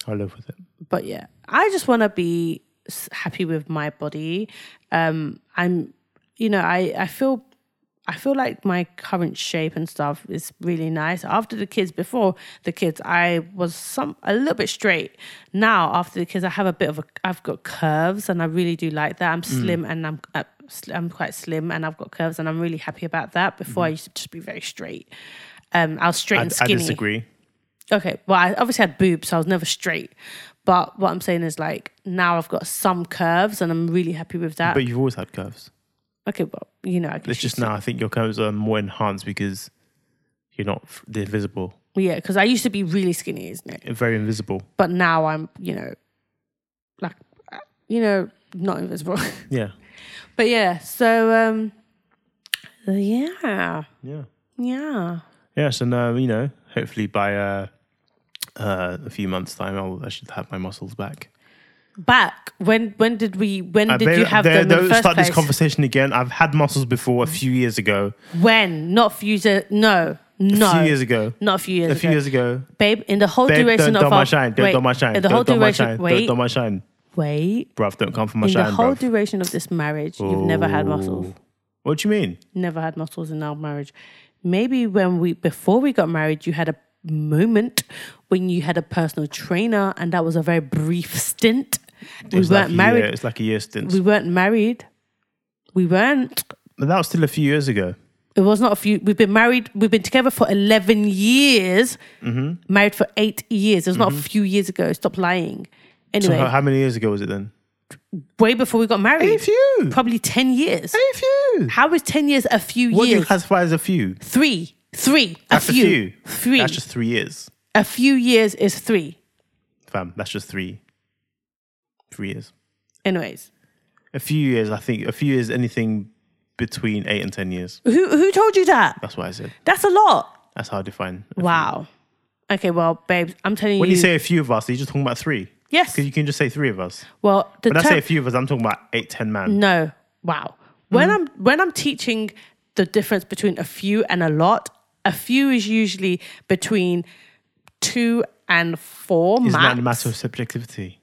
Speaker 2: I live with it.
Speaker 3: But yeah, I just want to be s- happy with my body. Um, I'm, you know, I, I feel. I feel like my current shape and stuff is really nice. After the kids, before the kids, I was some a little bit straight. Now after the kids, I have a bit of a. I've got curves, and I really do like that.
Speaker 2: Mm.
Speaker 3: I'm slim, and I'm uh, sl- I'm quite slim, and I've got curves, and I'm really happy about that. Before I used to just be very straight. Um, I was straight
Speaker 2: Mm-hmm. I,
Speaker 3: and
Speaker 2: I
Speaker 3: skinny.
Speaker 2: disagree.
Speaker 3: Okay, well, I obviously had boobs, so I was never straight. But what I'm saying is, like, now I've got some curves, and I'm really happy with that.
Speaker 2: But you've always had curves.
Speaker 3: okay, well, you know, I can
Speaker 2: It's just
Speaker 3: not.
Speaker 2: now I think your curves are more enhanced because you're not f- they're visible,
Speaker 3: Yeah, because I used to be really skinny, isn't it?
Speaker 2: very invisible.
Speaker 3: But now I'm, you know, like, uh, you know, not invisible.
Speaker 2: Yeah,
Speaker 3: (laughs) but yeah, so um, yeah,
Speaker 2: yeah,
Speaker 3: yeah.
Speaker 2: yes. And um, you know, hopefully by uh, uh, a few months time, I'll, I should have my muscles back.
Speaker 3: Back when? When did we? When
Speaker 2: Uh,
Speaker 3: did
Speaker 2: they-
Speaker 3: you have
Speaker 2: they-
Speaker 3: them in
Speaker 2: don't
Speaker 3: the first
Speaker 2: start
Speaker 3: place?
Speaker 2: this conversation again. I've had muscles before a few years ago.
Speaker 3: when? Not a few years. No, no.
Speaker 2: A few years ago.
Speaker 3: Not a few years
Speaker 2: A few
Speaker 3: ago.
Speaker 2: years ago.
Speaker 3: babe, in the whole
Speaker 2: Babe,
Speaker 3: duration
Speaker 2: don't
Speaker 3: of
Speaker 2: don't
Speaker 3: our
Speaker 2: my shine. Don't
Speaker 3: wait,
Speaker 2: do my shine.
Speaker 3: in the
Speaker 2: don't
Speaker 3: whole
Speaker 2: do my
Speaker 3: duration,
Speaker 2: shine.
Speaker 3: wait,
Speaker 2: Don't do my shine.
Speaker 3: wait,
Speaker 2: Bruv, don't come for my
Speaker 3: in
Speaker 2: shine,
Speaker 3: the whole
Speaker 2: bruv.
Speaker 3: duration of this marriage, you've never had muscles,
Speaker 2: What do you mean?
Speaker 3: never had muscles in our marriage. Maybe when we before we got married, you had a moment when you had a personal trainer, and that was a very brief stint. We
Speaker 2: It's
Speaker 3: weren't
Speaker 2: like a
Speaker 3: married.
Speaker 2: year- it's like a year stint.
Speaker 3: We weren't married. We weren't.
Speaker 2: but that was still a few years ago.
Speaker 3: It was not a few. We've been married. We've been together for eleven years.
Speaker 2: Mm-hmm.
Speaker 3: Married for eight years. It was not a few years ago. Stop lying.
Speaker 2: So
Speaker 3: Anyway,
Speaker 2: how, how many years ago was it then?
Speaker 3: way before we got
Speaker 2: A
Speaker 3: married.
Speaker 2: few.
Speaker 3: Probably 10 years.
Speaker 2: A few.
Speaker 3: How is 10 years a few
Speaker 2: What do you
Speaker 3: years?
Speaker 2: classify as a few?
Speaker 3: three. Three. A
Speaker 2: That's
Speaker 3: few. Three.
Speaker 2: That's just three years,
Speaker 3: a few years is three.
Speaker 2: fam. That's just three. Three years.
Speaker 3: Anyways.
Speaker 2: A few years, I think. A few years, anything between eight and ten years.
Speaker 3: Who, who told you that?
Speaker 2: That's what I said.
Speaker 3: That's a lot.
Speaker 2: That's how I define. a few.
Speaker 3: Wow. Okay, well, babes, I'm telling
Speaker 2: When
Speaker 3: you.
Speaker 2: you say a few of us, are you just talking about three?
Speaker 3: yes.
Speaker 2: Because you can just say three of us.
Speaker 3: well, the
Speaker 2: When I
Speaker 3: term-
Speaker 2: say a few of us, I'm talking about eight, ten man.
Speaker 3: No. Wow. When
Speaker 2: Mm-hmm.
Speaker 3: I'm when I'm teaching the difference between a few and a lot, a few is usually between two and four
Speaker 2: Isn't that
Speaker 3: max. Mm-hmm.
Speaker 2: a matter of subjectivity?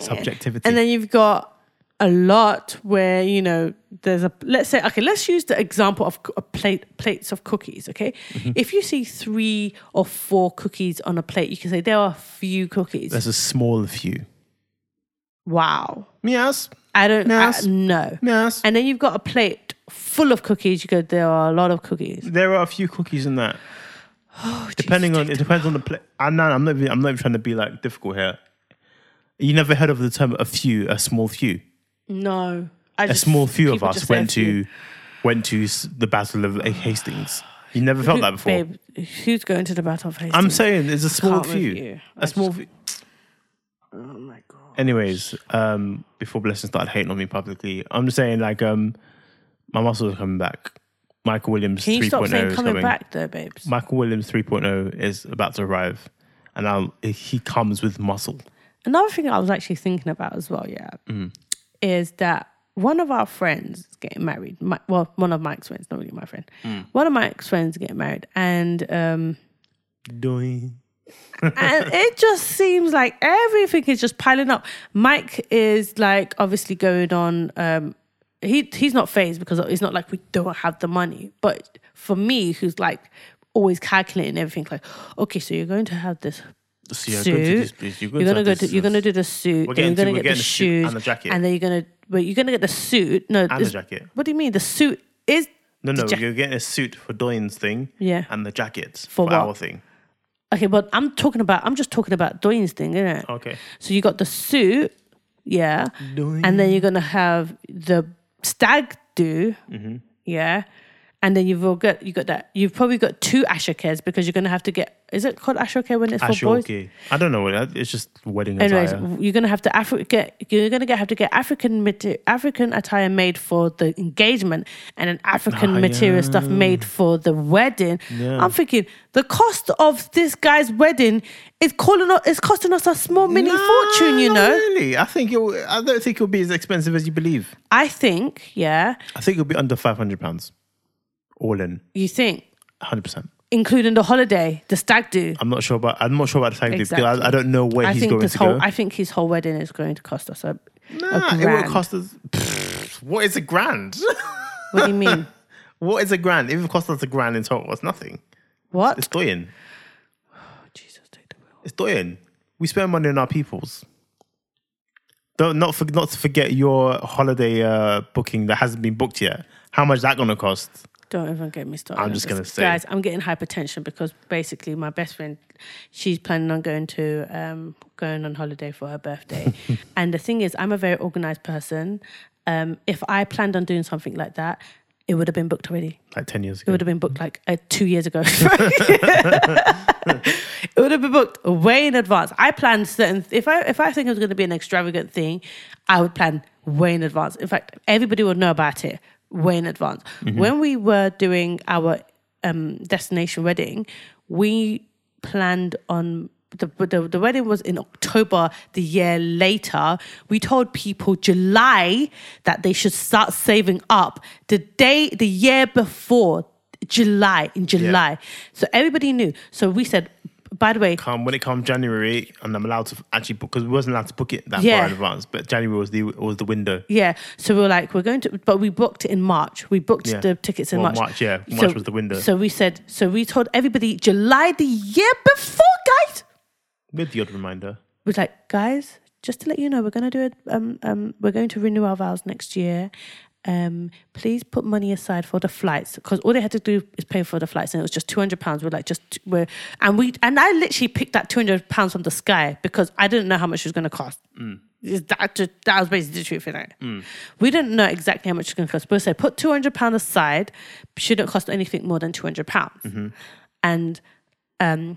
Speaker 2: Subjectivity.
Speaker 3: And then you've got a lot where you know there's a let's say okay let's use the example of c- a plate plates of cookies okay
Speaker 2: Mm-hmm.
Speaker 3: if you see three or four cookies on a plate you can say there are few cookies
Speaker 2: That's a small few.
Speaker 3: wow
Speaker 2: Yes.
Speaker 3: i don't I-
Speaker 2: Yes.
Speaker 3: no
Speaker 2: Yes.
Speaker 3: and then you've got a plate full of cookies you go there are a lot of cookies
Speaker 2: There are a few cookies in that.
Speaker 3: Oh,
Speaker 2: Depending on it depends on the play. I know I'm not even, I'm not even trying to be like difficult here. You never heard of the term a few, a small few.
Speaker 3: no I
Speaker 2: A small few of
Speaker 3: people
Speaker 2: us
Speaker 3: just say a
Speaker 2: went
Speaker 3: few.
Speaker 2: to went to s- the Battle of Hastings. You never felt
Speaker 3: Who-
Speaker 2: that before.
Speaker 3: babe who's going to the battle of
Speaker 2: I'm
Speaker 3: Hastings?
Speaker 2: saying it's a small
Speaker 3: can't with
Speaker 2: few.
Speaker 3: you.
Speaker 2: A small few.
Speaker 3: oh my god
Speaker 2: Anyways, um, before Blessing started hating on me publicly, I'm just saying like um, my muscles are coming back. Michael Williams
Speaker 3: can you
Speaker 2: 3.0
Speaker 3: stop saying
Speaker 2: is
Speaker 3: coming
Speaker 2: coming
Speaker 3: back though babes
Speaker 2: Michael Williams 3.0 is about to arrive, and I'll, he comes with muscle.
Speaker 3: Another thing I was actually thinking about as well, yeah, is that one of our friends is getting married. My, well, one of Mike's friends, not really my friend. One of Mike's friends is getting married, and um, (laughs)
Speaker 2: Doing
Speaker 3: and it just seems like everything is just piling up. Mike is like obviously going on. Um, he he's not phased because it's not like we don't have the money. But for me, who's like always calculating everything, like okay, so you're going to have this
Speaker 2: so you're going to this
Speaker 3: suit.
Speaker 2: place, you're
Speaker 3: You're gonna
Speaker 2: going to
Speaker 3: go
Speaker 2: this
Speaker 3: to you're
Speaker 2: place.
Speaker 3: gonna do the suit.
Speaker 2: We're
Speaker 3: Then you're
Speaker 2: getting to-
Speaker 3: gonna get
Speaker 2: we're getting
Speaker 3: the
Speaker 2: the suit
Speaker 3: shoes
Speaker 2: and the jacket.
Speaker 3: and then you're gonna. But you're gonna get the suit. No,
Speaker 2: and the
Speaker 3: this-
Speaker 2: jacket.
Speaker 3: What do you mean? The suit is
Speaker 2: No, no,
Speaker 3: jack-
Speaker 2: you're getting a suit for Doyne's thing,
Speaker 3: Yeah.
Speaker 2: and the jackets
Speaker 3: For
Speaker 2: for,
Speaker 3: what?
Speaker 2: our thing.
Speaker 3: okay. But I'm talking about. I'm just talking about Doyne's thing, isn't it?
Speaker 2: Okay,
Speaker 3: So you got the suit, yeah,
Speaker 2: Doing-
Speaker 3: and then you're gonna have the stag do,
Speaker 2: Mm-hmm.
Speaker 3: yeah, and then you've all got you got that. You've probably got two ashakes because you're gonna have to get Is it called ashoke when it's for boys?
Speaker 2: Ashoke. I don't know. what it- It's just wedding
Speaker 3: Anyways,
Speaker 2: attire.
Speaker 3: you're gonna have to Afri- get you're gonna get, have to get African mate- African attire made for the engagement and an African
Speaker 2: Ah,
Speaker 3: material stuff made for the wedding.
Speaker 2: Yeah.
Speaker 3: I'm thinking the cost of this guy's wedding is calling us, is costing us a small mini
Speaker 2: No,
Speaker 3: fortune. You
Speaker 2: not
Speaker 3: know,
Speaker 2: Really, I think it. will- I don't think it'll be as expensive as you believe.
Speaker 3: I think yeah,
Speaker 2: I think it'll be under five hundred pounds, all in,
Speaker 3: you think
Speaker 2: hundred percent.
Speaker 3: including the holiday, the stag do.
Speaker 2: I'm not sure about. I'm not sure about the tag because
Speaker 3: Exactly.
Speaker 2: I, I don't know where
Speaker 3: I
Speaker 2: he's
Speaker 3: think
Speaker 2: going
Speaker 3: this
Speaker 2: to
Speaker 3: whole
Speaker 2: go.
Speaker 3: I think his whole wedding is going to cost us a.
Speaker 2: nah,
Speaker 3: a
Speaker 2: it will
Speaker 3: grand.
Speaker 2: cost us. Pfft, what is a grand? (laughs)
Speaker 3: What do you mean?
Speaker 2: what is a grand? If it costs us a grand in total, it's nothing. (laughs) It's
Speaker 3: what?
Speaker 2: doyen.
Speaker 3: Jesus, take the wheel.
Speaker 2: It's doyen. We spend money on our peoples. Don't not for, not to forget your holiday uh, booking that hasn't been booked yet. How much is that gonna cost?
Speaker 3: Don't even get me started.
Speaker 2: I'm
Speaker 3: on
Speaker 2: just
Speaker 3: this.
Speaker 2: gonna say-
Speaker 3: guys, I'm getting hypertension because basically my best friend, she's planning on going to um, going on holiday for her
Speaker 2: (laughs)
Speaker 3: birthday, and the thing is, I'm a very organized person. Um, if I planned on doing something like that, it would have been booked already.
Speaker 2: Like ten years
Speaker 3: It
Speaker 2: ago.
Speaker 3: would have been booked like uh, two years ago. (laughs) it would have been booked way in advance. I planned certain. If I if I think it was going to be an extravagant thing, I would plan way in advance. In fact, everybody would know about it way in advance. When we were doing our um, destination wedding, we planned on. The, the, the wedding was in October the year later. We told people July that they should start saving up the day, the year before July, in July. So everybody knew. So we said, by the way,
Speaker 2: Come when it comes January, and I'm allowed to actually book because we wasn't allowed to book it that
Speaker 3: Yeah.
Speaker 2: far in advance. But January was the was the window.
Speaker 3: yeah. So we were like, we're going to, but we booked it in March. We booked
Speaker 2: Yeah.
Speaker 3: the tickets in
Speaker 2: Well,
Speaker 3: March.
Speaker 2: March, yeah.
Speaker 3: So-
Speaker 2: March was the window.
Speaker 3: So we said, so we told everybody July the year before, guys.
Speaker 2: With the odd reminder,
Speaker 3: We're like, guys, just to let you know, we're going to do it. Um, um, we're going to renew our vows next year. Um, please put money aside for the flights because all they had to do is pay for the flights, and it was just two hundred pounds. We're like, just we're and we and I literally picked that two hundred pounds from the sky because I didn't know how much it was going to cost. Is That, ju- that was basically the truth, innit? We didn't know exactly how much it was going to cost. But we said, put £200 aside, shouldn't cost anything more than £200. pounds And um,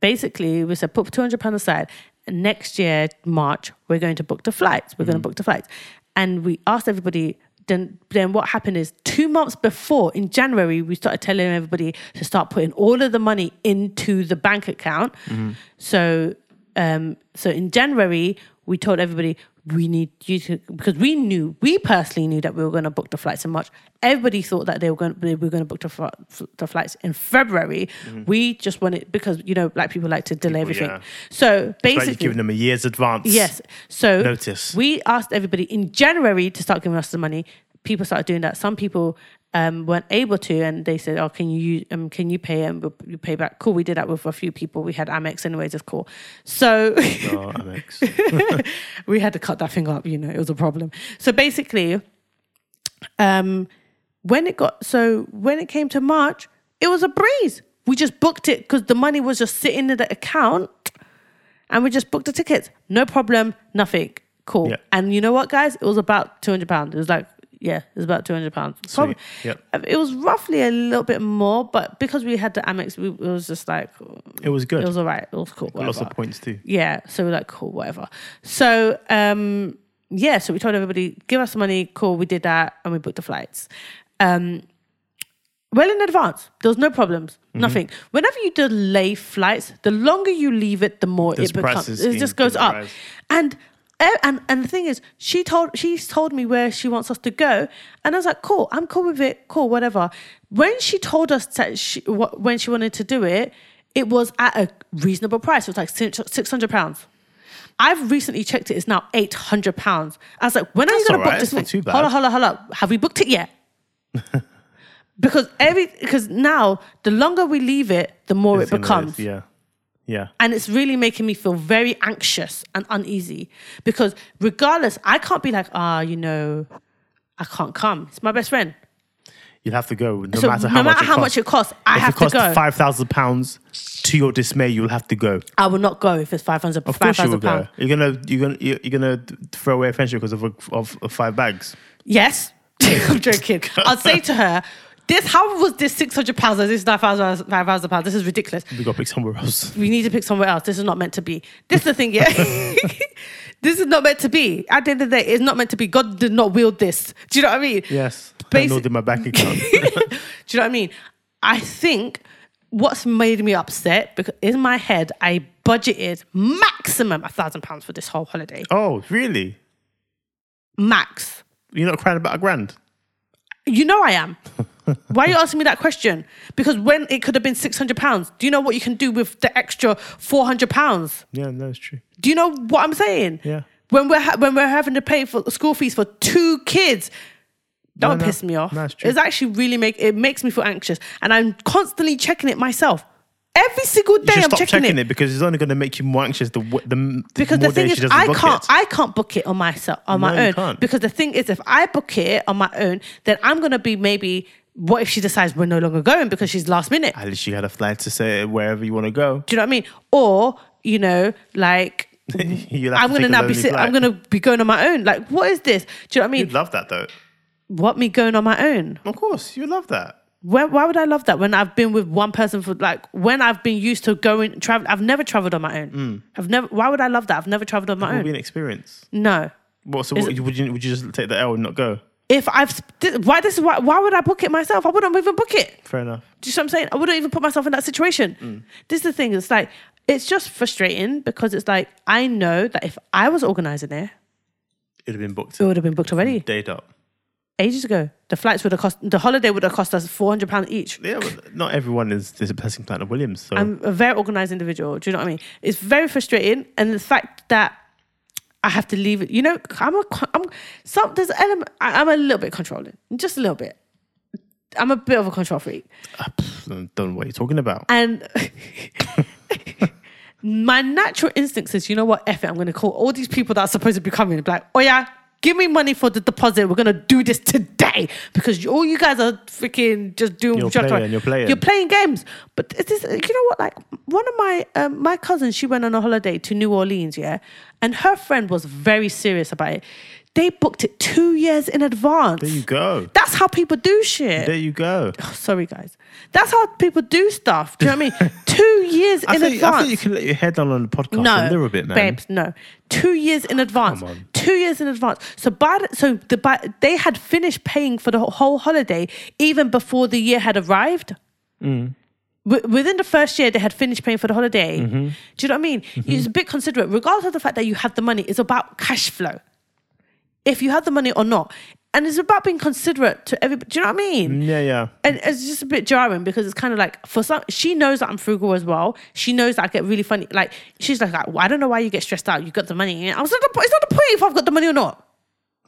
Speaker 3: basically, we said, put £200 aside. Next year, March, we're going to book the flights. We're going to book the flights. And we asked everybody, then, then what happened is two months before, in January, we started telling everybody to start putting all of the money into the bank account. So um, so in January, we told everybody we need you to because we knew we personally knew that we were going to book the flights in March. Everybody thought that they were going they were going to book the, fl- fl- the flights in February. We just wanted because you know black people like to delay
Speaker 2: Mm-hmm. People,
Speaker 3: everything.
Speaker 2: yeah.
Speaker 3: So
Speaker 2: it's like
Speaker 3: basically,
Speaker 2: you're giving them a year's advance.
Speaker 3: Yes. So
Speaker 2: Notice.
Speaker 3: We asked everybody in January to start giving us the money. People started doing that. Some people um, weren't able to, and they said, "Oh, can you um, can you pay and we'll, you pay back?" Cool. We did that with a few people. We had Amex, anyways. It's cool. So (laughs)
Speaker 2: Oh, Amex.
Speaker 3: we had to cut that thing up. You know, it was a problem. So basically, um, when it got so when it came to March, it was a breeze. We just booked it because the money was just sitting in the account, and we just booked the tickets. No problem, nothing. Cool.
Speaker 2: Yeah.
Speaker 3: And you know what, guys? It was about two hundred pounds. It was like. Yeah, it was about two hundred pounds. Probably,
Speaker 2: Yep.
Speaker 3: it was roughly a little bit more, but because we had the Amex, we, it was just like
Speaker 2: It was good.
Speaker 3: it was alright. It was cool.
Speaker 2: Lots of
Speaker 3: whatever.
Speaker 2: points too.
Speaker 3: Yeah. So we're like, cool, whatever. So um, yeah, so we told everybody, give us the money, cool, we did that, and we booked the flights. Um well in advance. There was no problems. Nothing. Whenever you delay flights, the longer you leave it, the more
Speaker 2: This
Speaker 3: it
Speaker 2: price
Speaker 3: becomes
Speaker 2: is
Speaker 3: it just
Speaker 2: in-
Speaker 3: goes
Speaker 2: in
Speaker 3: up.
Speaker 2: rise.
Speaker 3: And eh, and and the thing is, she told she's told me where she wants us to go, and I was like, cool, I'm cool with it, cool, whatever. When she told us that she what, when she wanted to do it, it was at a reasonable price. It was like six hundred pounds. I've recently checked it. It's now eight hundred pounds. I was like, when are you
Speaker 2: That's
Speaker 3: going to
Speaker 2: all right.
Speaker 3: book this?
Speaker 2: It's not
Speaker 3: thing?
Speaker 2: too
Speaker 3: Hold
Speaker 2: bad.
Speaker 3: on, hold on, hold on. Have we booked it
Speaker 2: (laughs)
Speaker 3: yet? because every because now the longer we leave it, the more
Speaker 2: It's
Speaker 3: it
Speaker 2: in the list,
Speaker 3: becomes
Speaker 2: Yeah. Yeah.
Speaker 3: and it's really making me feel very anxious and uneasy because regardless i can't be like ah you know i can't come it's my best friend
Speaker 2: You'll have to go no
Speaker 3: so
Speaker 2: matter how, much, it
Speaker 3: costs
Speaker 2: costs.
Speaker 3: i
Speaker 2: if
Speaker 3: have
Speaker 2: it costs
Speaker 3: to go
Speaker 2: five thousand pounds, to your dismay, you'll have to go.
Speaker 3: i will not go if it's 500
Speaker 2: Of course, you will
Speaker 3: 5000
Speaker 2: go.
Speaker 3: pounds
Speaker 2: You're gonna you're gonna you're you're gonna throw away
Speaker 3: (laughs)
Speaker 2: a friendship because of, a, of of five bags.
Speaker 3: yes i'm joking i'll say to her This how was this six hundred pounds? This is nine thousand five thousand pounds. This is ridiculous.
Speaker 2: We got to pick somewhere
Speaker 3: (laughs)
Speaker 2: else.
Speaker 3: We need to pick somewhere else. This is not meant to be. This is the thing, yeah. (laughs) this is not meant to be. At the end of the day, it's not meant to be. God did not wield this. Do you know what I mean?
Speaker 2: (laughs) Yes.
Speaker 3: Basi-
Speaker 2: Handled in my bank account.
Speaker 3: (laughs) Do you know what I mean? I think what's made me upset because in my head I budgeted maximum a thousand pounds for this whole holiday.
Speaker 2: oh, really?
Speaker 3: Max.
Speaker 2: You're not crying about a grand?
Speaker 3: You know I am. Why are you asking me that question? Because when it could have been six hundred pounds, do you know what you can do with the extra four hundred pounds?
Speaker 2: Yeah, no, it's true.
Speaker 3: Do you know what I'm saying?
Speaker 2: Yeah.
Speaker 3: When we're ha- when we're having to pay for school fees for two kids, don't
Speaker 2: no.
Speaker 3: piss me off.
Speaker 2: No, it's true.
Speaker 3: it's actually really make it makes me feel anxious, and I'm constantly checking it myself. Every single day,
Speaker 2: You should
Speaker 3: I'm
Speaker 2: stop
Speaker 3: checking,
Speaker 2: checking
Speaker 3: it.
Speaker 2: it. because it's only going to make you more anxious the, w- the, m- the
Speaker 3: Because
Speaker 2: more
Speaker 3: the thing
Speaker 2: days
Speaker 3: is,
Speaker 2: she doesn't
Speaker 3: I
Speaker 2: book
Speaker 3: can't,
Speaker 2: it.
Speaker 3: I can't book it on myself on
Speaker 2: No, you
Speaker 3: my own.
Speaker 2: can't.
Speaker 3: Because the thing is, if I book it on my own, then I'm gonna be maybe. What if she decides we're no longer going because she's last minute?
Speaker 2: At least you had a flight to say wherever you want to go. (laughs)
Speaker 3: Do you know what I mean? Or you know, like
Speaker 2: You'll have
Speaker 3: I'm
Speaker 2: to
Speaker 3: gonna
Speaker 2: take a
Speaker 3: now be
Speaker 2: lonely
Speaker 3: sit, I'm
Speaker 2: flight.
Speaker 3: gonna be going on my own. Like, what is this? Do you know what I mean?
Speaker 2: You'd love that though.
Speaker 3: what me going on my own?
Speaker 2: Of course, you'd love that.
Speaker 3: Why, why would I love that when I've been with one person for like when I've been used to going travel? I've never traveled on my own. I've never. Why would I love that? I've never traveled on
Speaker 2: It
Speaker 3: my
Speaker 2: Mm. would be
Speaker 3: own.
Speaker 2: an experience.
Speaker 3: No.
Speaker 2: What, so what, would, you, would you just take the L and not go?
Speaker 3: If I've sp- thi- why this is why why would I book it myself? I wouldn't even book it.
Speaker 2: Fair enough.
Speaker 3: Do you see what I'm saying? I wouldn't even put myself in that situation.
Speaker 2: Mm.
Speaker 3: This is the thing. It's like it's just frustrating because it's like I know that if I was organising it,
Speaker 2: It'd have been booked
Speaker 3: it would have been booked already
Speaker 2: date up.
Speaker 3: ages ago. The flights would have cost the holiday would have cost us four hundred pounds each.
Speaker 2: Yeah, but not everyone is is a passing plant of Williams. So
Speaker 3: I'm a very organized individual. Do you know what I mean? It's very frustrating, and the fact that I have to leave it. You know, I'm a, con- I'm some there's an element. I, I'm a little bit controlling, just a little bit. I'm a bit of a control freak,
Speaker 2: I don't know what you're talking about.
Speaker 3: and (laughs) my natural instincts is, you know what, F it, I'm going to call all these people that are supposed to be coming and be like, oh yeah, give me money for the deposit. We're going to do this today because you, all you guys are freaking just doing.
Speaker 2: You're
Speaker 3: what trying to-
Speaker 2: playing, you're playing.
Speaker 3: You're playing games. But it is, you know what, like one of my, um, my cousins, she went on a holiday to New Orleans, yeah? And her friend was very serious about it. They booked it two years in advance.
Speaker 2: There you go.
Speaker 3: That's how people do shit.
Speaker 2: There you go.
Speaker 3: Sorry, guys. That's how people do stuff. Do you know what
Speaker 2: (laughs)
Speaker 3: I mean? Two years
Speaker 2: I
Speaker 3: in
Speaker 2: think, I
Speaker 3: advance.
Speaker 2: think you can let your head down on the podcast
Speaker 3: no,
Speaker 2: a little bit, man.
Speaker 3: babes. No, two years in advance.
Speaker 2: on.
Speaker 3: Two years in advance. So by the, so the by, they had finished paying for the wh- whole holiday even before the year had arrived.
Speaker 2: Mm.
Speaker 3: Wi- Within the first year, they had finished paying for the holiday.
Speaker 2: Mm-hmm.
Speaker 3: Do you know what I mean? It's a bit considerate, regardless of the fact that you have the money. It's about cash flow, if you have the money or not, and it's about being considerate to everybody. Do you know what I mean?
Speaker 2: Yeah, yeah.
Speaker 3: and it's just a bit jarring because it's kind of like for some she knows that I'm frugal as well. She knows that I get really funny. Like she's like, well, I don't know why you get stressed out. You got the money. I was like, it's not the point if I've got the money or not.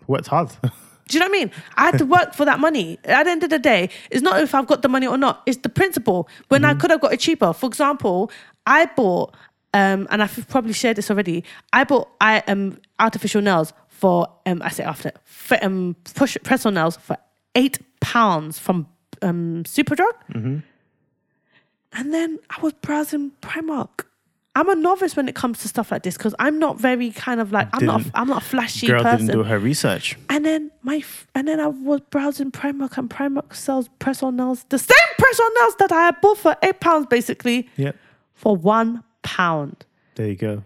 Speaker 2: Worked hard.
Speaker 3: Do you know what I mean? I had to work for that money. At the end of the day, it's not if I've got the money or not. It's the principle. When
Speaker 2: Mm-hmm.
Speaker 3: I could have got it cheaper. For example, I bought, um, and I've probably shared this already. I bought I um artificial nails for um I say after for, um push press on nails for eight pounds from um Superdrug.
Speaker 2: Mm-hmm.
Speaker 3: And then I was browsing Primark. I'm a novice when it comes to stuff like this because I'm not very kind of like I'm not
Speaker 2: Didn't-
Speaker 3: I'm not a flashy
Speaker 2: Girl
Speaker 3: person.
Speaker 2: didn't do her research.
Speaker 3: And then my f- and then I was browsing Primark and Primark sells press on nails, the same press on nails that I had bought for eight pounds basically
Speaker 2: Yep.
Speaker 3: for one pound.
Speaker 2: There you go.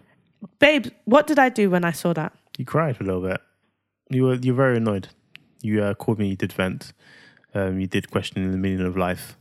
Speaker 3: Babe, what did I do when I saw that?
Speaker 2: You cried a little bit. You were you're very annoyed. You uh, called me. You did vent. Um, you did question the meaning
Speaker 3: (laughs)
Speaker 2: of life,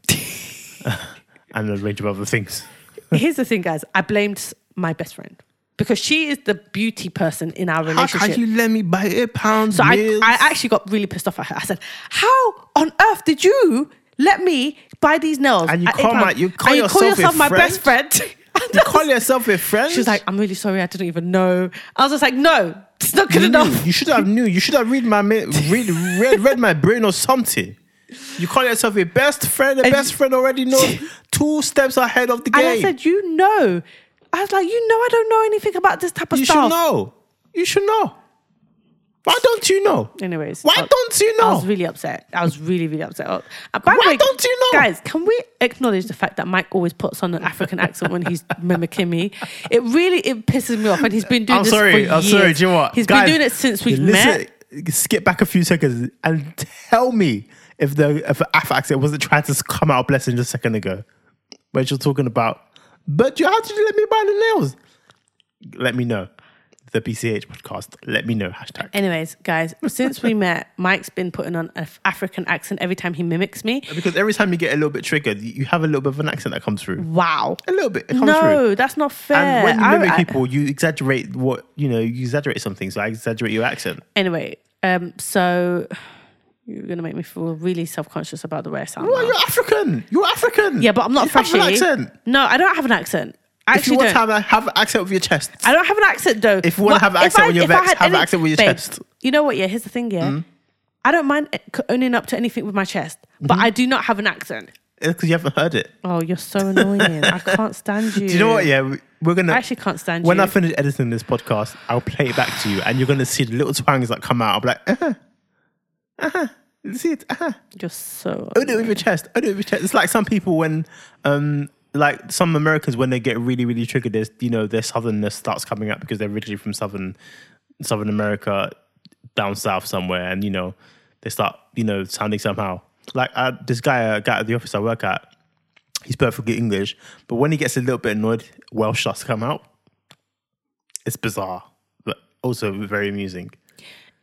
Speaker 2: and a range of other things.
Speaker 3: Here's the thing, guys. I blamed s- my best friend because she is the beauty person in our relationship.
Speaker 2: let me buy eight pounds?
Speaker 3: So I, I actually got really pissed off at her. I said, "How on earth did you let me buy these nails?"
Speaker 2: And you
Speaker 3: at
Speaker 2: call
Speaker 3: £8?
Speaker 2: my- you call
Speaker 3: And
Speaker 2: yourself a
Speaker 3: my
Speaker 2: friend?
Speaker 3: best friend. (laughs)
Speaker 2: you call yourself a friend?
Speaker 3: She was like, "I'm really sorry. I didn't even know." I was just like, "No, it's not good enough."
Speaker 2: (laughs) You should have knew. You should have read my ma- read read read my brain or something. You call yourself a best friend. A
Speaker 3: And-
Speaker 2: best friend already
Speaker 3: (laughs)
Speaker 2: knows two steps ahead of the
Speaker 3: And
Speaker 2: game.
Speaker 3: I said, "You know." I was like, "You know, I don't know anything about this type of
Speaker 2: you should
Speaker 3: stuff."
Speaker 2: know. You should know. Why don't you know?
Speaker 3: Anyways,
Speaker 2: Why
Speaker 3: I-
Speaker 2: don't you
Speaker 3: I
Speaker 2: know?
Speaker 3: was really upset. I was really, really upset. Oh, and by
Speaker 2: Why
Speaker 3: the way,
Speaker 2: don't you know?
Speaker 3: guys? Can we acknowledge the fact that Mike always puts on an African accent when
Speaker 2: (laughs)
Speaker 3: he's mimicking me? It really it pisses me off, and he's been doing.
Speaker 2: I'm
Speaker 3: this
Speaker 2: sorry.
Speaker 3: For
Speaker 2: I'm
Speaker 3: years.
Speaker 2: sorry. Do you know what?
Speaker 3: He's
Speaker 2: Guys,
Speaker 3: been doing it since we
Speaker 2: listen-
Speaker 3: met.
Speaker 2: Skip back a few seconds and tell me if the if Afax it wasn't trying to come out blessing just a second ago. When she was talking about, but you have to let me buy the nails. Let me know. The BCH podcast. Let me know. Hashtag.
Speaker 3: Anyways, guys, since we met, Mike's been putting on an Af- African accent every time he mimics me.
Speaker 2: Because every time you get a little bit triggered, you you have a little bit of an accent that comes through.
Speaker 3: Wow.
Speaker 2: A little bit. It comes
Speaker 3: No,
Speaker 2: through.
Speaker 3: that's not fair.
Speaker 2: And when you
Speaker 3: I-
Speaker 2: mimic
Speaker 3: I-
Speaker 2: people, you exaggerate what you know. You exaggerate something, so I exaggerate your accent.
Speaker 3: anyway, um, so you're gonna make me feel really self conscious about the way I sound.
Speaker 2: Well,
Speaker 3: now.
Speaker 2: you're African. You're African.
Speaker 3: Yeah, but I'm not
Speaker 2: you have
Speaker 3: freshy.
Speaker 2: an accent.
Speaker 3: No, I don't have an accent. I
Speaker 2: If you
Speaker 3: actually don't.
Speaker 2: want to have, a, have an accent with your chest,
Speaker 3: I don't have an accent though.
Speaker 2: If you wanna
Speaker 3: What-
Speaker 2: have an
Speaker 3: if
Speaker 2: accent
Speaker 3: I-
Speaker 2: when you're
Speaker 3: if I
Speaker 2: vexed,
Speaker 3: had
Speaker 2: have an
Speaker 3: any-
Speaker 2: accent with your
Speaker 3: babe,
Speaker 2: chest. Mm.
Speaker 3: You know what? Yeah, here's the thing. Yeah, I don't mind uh, c- owning up to anything with my chest,
Speaker 2: Mm-hmm.
Speaker 3: but I do not have an accent.
Speaker 2: it's because you haven't heard it.
Speaker 3: Oh, you're so annoying. I can't stand you.
Speaker 2: (laughs) Do you know what? Yeah, we- we're gonna.
Speaker 3: I actually can't stand
Speaker 2: when
Speaker 3: you.
Speaker 2: I finish editing this podcast, I'll play it back to you, and you're gonna see the little twangs that come out. I'll be like, uh huh, uh huh. See it? Uh huh.
Speaker 3: You're so.
Speaker 2: Oh, do it with your chest. Oh, do it with your chest. It's like some people when, um, like some Americans when they get really, really triggered, there's you know their southernness starts coming up because they're originally from southern, southern America, down south somewhere, and you know they start you know sounding somehow. Like uh, this guy, a guy at the office I work at, he's perfectly English, but when he gets a little bit annoyed, Welsh starts to come out. It's bizarre, but also very amusing.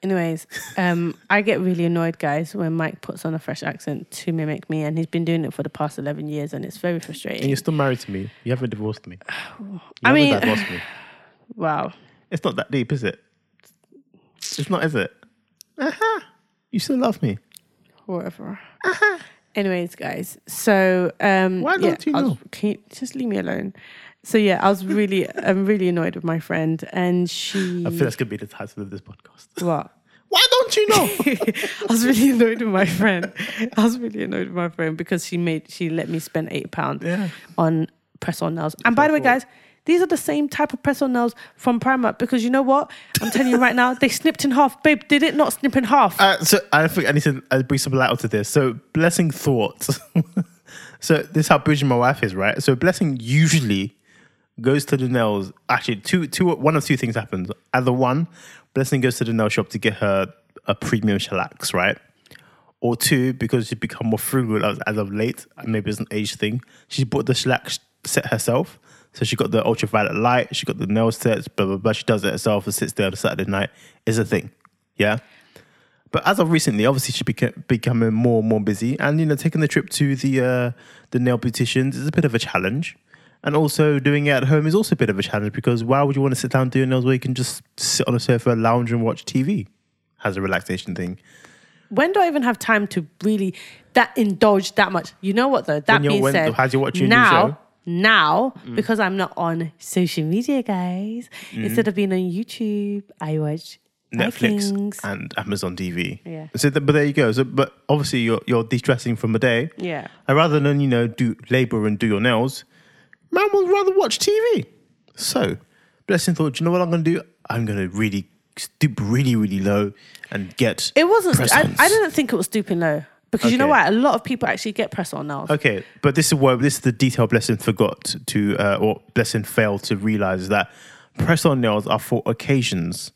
Speaker 3: Anyways, um, I get really annoyed, guys, when Mike puts on a fresh accent to mimic me, and he's been doing it for the past eleven years, and it's very
Speaker 2: And
Speaker 3: frustrating.
Speaker 2: you're still married to me. You haven't divorced me. You
Speaker 3: (sighs) I
Speaker 2: haven't
Speaker 3: mean- (sighs)
Speaker 2: divorced me. (laughs)
Speaker 3: Wow.
Speaker 2: It's not that deep, is it? It's not, is it? Uh-huh. You still love me.
Speaker 3: whatever. Uh-huh. Anyways, guys, so um,
Speaker 2: Why
Speaker 3: yeah,
Speaker 2: don't you
Speaker 3: I was-
Speaker 2: know?
Speaker 3: Can you just leave me alone? So yeah, I was really, I'm really annoyed with my friend, and she
Speaker 2: I feel that's gonna be the title of this podcast.
Speaker 3: what? (laughs)
Speaker 2: Why don't you know?
Speaker 3: I was really annoyed with my friend. I was really annoyed with my friend because she made she let me spend eight pound
Speaker 2: Yeah.
Speaker 3: on press on nails. And by the way, guys, these are the same type of press on nails from Primark because you know what? I'm telling you right now, they snipped in half. Babe, did it not snip in half?
Speaker 2: uh, so I think I need to uh, bring some light onto this. So blessing thoughts. (laughs) so this is how bougie my wife is, right? So blessing usually goes to the nails. Actually, two two one of two things happens. Either one, blessing goes to the nail shop to get her a premium shellacs, right? Or two, because she's become more frugal as, as of late, and maybe it's an age thing. She bought the shellac set herself. So she got the ultraviolet light, she got the nail sets, blah, blah, blah. She does it herself and sits there on a Saturday night. It's a thing. Yeah. But as of recently, obviously she's beca- becoming more and more busy, and you know, taking the trip to the uh, the nail beauticians is a bit of a challenge, and also doing it at home is also a bit of a challenge because why would you want to sit down and do your nails where you can just sit on a sofa, lounge, and watch TV? Has a relaxation thing.
Speaker 3: when do I even have time to really that indulge that much? You know what though? That
Speaker 2: you're-
Speaker 3: being
Speaker 2: when-
Speaker 3: said,
Speaker 2: how's your- what's your new
Speaker 3: now,
Speaker 2: show?
Speaker 3: now
Speaker 2: Mm.
Speaker 3: because I'm not on social media, guys. Instead of being on YouTube, I watch
Speaker 2: Netflix
Speaker 3: Vikings.
Speaker 2: and Amazon TV.
Speaker 3: Yeah.
Speaker 2: So, th- but there you go. So, but obviously you're you're de-stressing from a day.
Speaker 3: Yeah.
Speaker 2: And rather than you know do labor and do your nails, man would rather watch TV. So, blessing thought, do you know what I'm going to do? I'm going to really stoop really really low and get.
Speaker 3: It wasn't. I,
Speaker 2: press-ons.
Speaker 3: I didn't think it was stooping low because you know
Speaker 2: Okay.
Speaker 3: what? A lot of people actually get press on nails.
Speaker 2: Okay, but this is where this is the detail blessing forgot to uh, or blessing failed to realize that press-on nails are for occasions.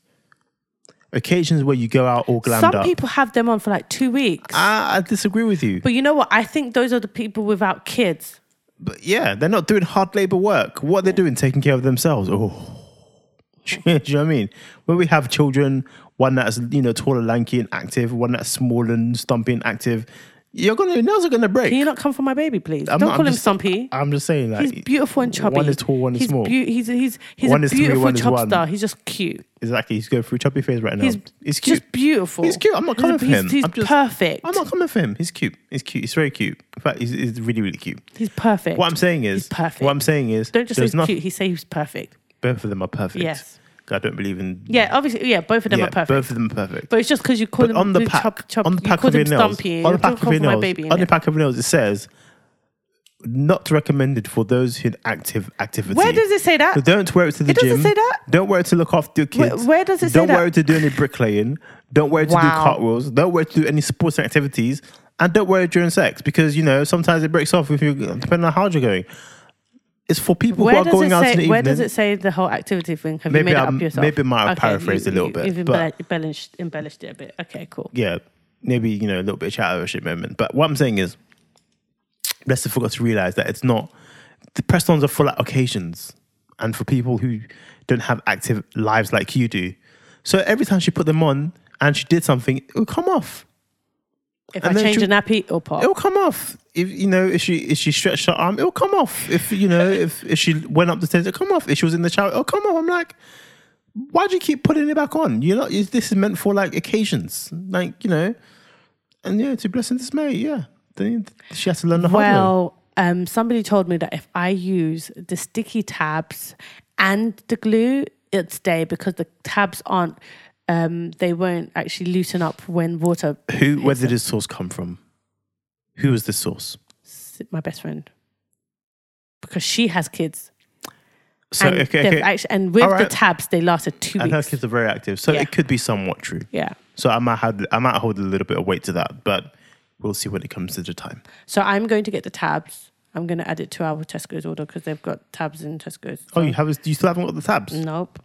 Speaker 2: Occasions where you go out all glammed
Speaker 3: Some
Speaker 2: up.
Speaker 3: people have them on for like two weeks.
Speaker 2: I, I disagree with you.
Speaker 3: but you know what? I think those are the people without kids.
Speaker 2: But yeah, they're not doing hard labor work. What they're doing, taking care of themselves. Oh, (laughs) do you know what I mean? When we have children, one that's you know tall and lanky and active, one that's small and stumpy and active, you're gonna your nails are gonna break.
Speaker 3: Can you not come for my baby, please?
Speaker 2: I'm
Speaker 3: Don't
Speaker 2: not-
Speaker 3: call
Speaker 2: I'm
Speaker 3: him
Speaker 2: just-
Speaker 3: Stumpy.
Speaker 2: I'm just saying that
Speaker 3: He's beautiful and chubby.
Speaker 2: One is tall, one is
Speaker 3: he's
Speaker 2: small.
Speaker 3: beau- he's he's he's
Speaker 2: One
Speaker 3: a
Speaker 2: is three,
Speaker 3: beautiful
Speaker 2: one is
Speaker 3: chub
Speaker 2: one.
Speaker 3: star. He's just cute.
Speaker 2: exactly. He's going through chubby phase right now.
Speaker 3: He's,
Speaker 2: He's, cute.
Speaker 3: just beautiful.
Speaker 2: He's cute. I'm not
Speaker 3: He's a-
Speaker 2: coming for
Speaker 3: he's,
Speaker 2: him.
Speaker 3: He's
Speaker 2: I'm just-
Speaker 3: perfect.
Speaker 2: I'm not coming for him. He's cute. He's cute. He's very cute. In fact, he's, he's really really cute.
Speaker 3: He's perfect.
Speaker 2: What I'm saying is,
Speaker 3: He's perfect.
Speaker 2: what I'm saying is,
Speaker 3: Don't just say
Speaker 2: there's
Speaker 3: he's cute. He say he's perfect.
Speaker 2: Both of them are perfect.
Speaker 3: Yes.
Speaker 2: I don't believe in.
Speaker 3: Yeah, obviously. Yeah, both of them
Speaker 2: yeah,
Speaker 3: are perfect.
Speaker 2: both of them are perfect.
Speaker 3: but it's just because you call him
Speaker 2: on the
Speaker 3: blue
Speaker 2: pack,
Speaker 3: chub, chub,
Speaker 2: on the
Speaker 3: you
Speaker 2: pack
Speaker 3: call
Speaker 2: of your
Speaker 3: him
Speaker 2: nails,
Speaker 3: Stumpy.
Speaker 2: on the
Speaker 3: you
Speaker 2: pack
Speaker 3: call
Speaker 2: of your
Speaker 3: him my
Speaker 2: nails,
Speaker 3: baby.
Speaker 2: on the
Speaker 3: innit?
Speaker 2: pack of your nails, it says not recommended for those in active activity.
Speaker 3: Where does it say that?
Speaker 2: So don't wear it to the
Speaker 3: It
Speaker 2: gym.
Speaker 3: doesn't say that.
Speaker 2: Don't wear it to look after your
Speaker 3: Where-
Speaker 2: kids.
Speaker 3: where does it say
Speaker 2: Don't
Speaker 3: that?
Speaker 2: wear it to do any bricklaying. Don't wear it to do
Speaker 3: Wow.
Speaker 2: cartwheels. Don't wear it to do any sports activities. And don't wear it during sex because you know sometimes it breaks off if you depending on how hard you're going. It's for people
Speaker 3: Where
Speaker 2: who are
Speaker 3: does
Speaker 2: going
Speaker 3: it
Speaker 2: out in the
Speaker 3: say?
Speaker 2: evening.
Speaker 3: Where does it say the whole activity thing? Have
Speaker 2: Maybe
Speaker 3: you made
Speaker 2: I'm-
Speaker 3: it up yourself?
Speaker 2: maybe I might have
Speaker 3: Okay,
Speaker 2: paraphrased
Speaker 3: you-
Speaker 2: a little
Speaker 3: you-
Speaker 2: bit,
Speaker 3: You've
Speaker 2: but-
Speaker 3: embellished, embellished it a bit. Okay, cool.
Speaker 2: yeah, maybe you know a little bit of shadow shit moment. But what I'm saying is, Leicester forgot to realise that it's not the press ons are for like occasions and for people who don't have active lives like you do. So every time she put them on and she did something, it would come off.
Speaker 3: If
Speaker 2: And
Speaker 3: I
Speaker 2: then
Speaker 3: change
Speaker 2: she-
Speaker 3: a nappy, it'll pop.
Speaker 2: It'll come off. If you know, if she if she stretched her arm, it'll come off. If you know, if if she went up the stairs, it'll come off. If she was in the shower, it'll come off. I'm like, why do you keep putting it back on? You're not. is- This is meant for like occasions, like you know, and yeah, to bless and dismay. Yeah, then she has to learn the hard way.
Speaker 3: Well, um, somebody told me that if I use the sticky tabs and the glue, it'd stay because the tabs aren't, um, they won't actually loosen up when water.
Speaker 2: Who? Where did this source come from? Who was this source?
Speaker 3: My best friend, because she has kids.
Speaker 2: So
Speaker 3: and
Speaker 2: okay,
Speaker 3: they've
Speaker 2: okay.
Speaker 3: Actually, and with
Speaker 2: All
Speaker 3: the
Speaker 2: right.
Speaker 3: tabs, they lasted two
Speaker 2: and her
Speaker 3: weeks.
Speaker 2: kids are very active, so
Speaker 3: Yeah.
Speaker 2: it could be somewhat true.
Speaker 3: Yeah.
Speaker 2: So I might have, I might hold a little bit of weight to that, but we'll see when it comes to the time.
Speaker 3: So I'm going to get the tabs. I'm going to add it to our Tesco's order because they've got tabs in Tesco's.
Speaker 2: Oh, you have? You still haven't got the tabs?
Speaker 3: Nope.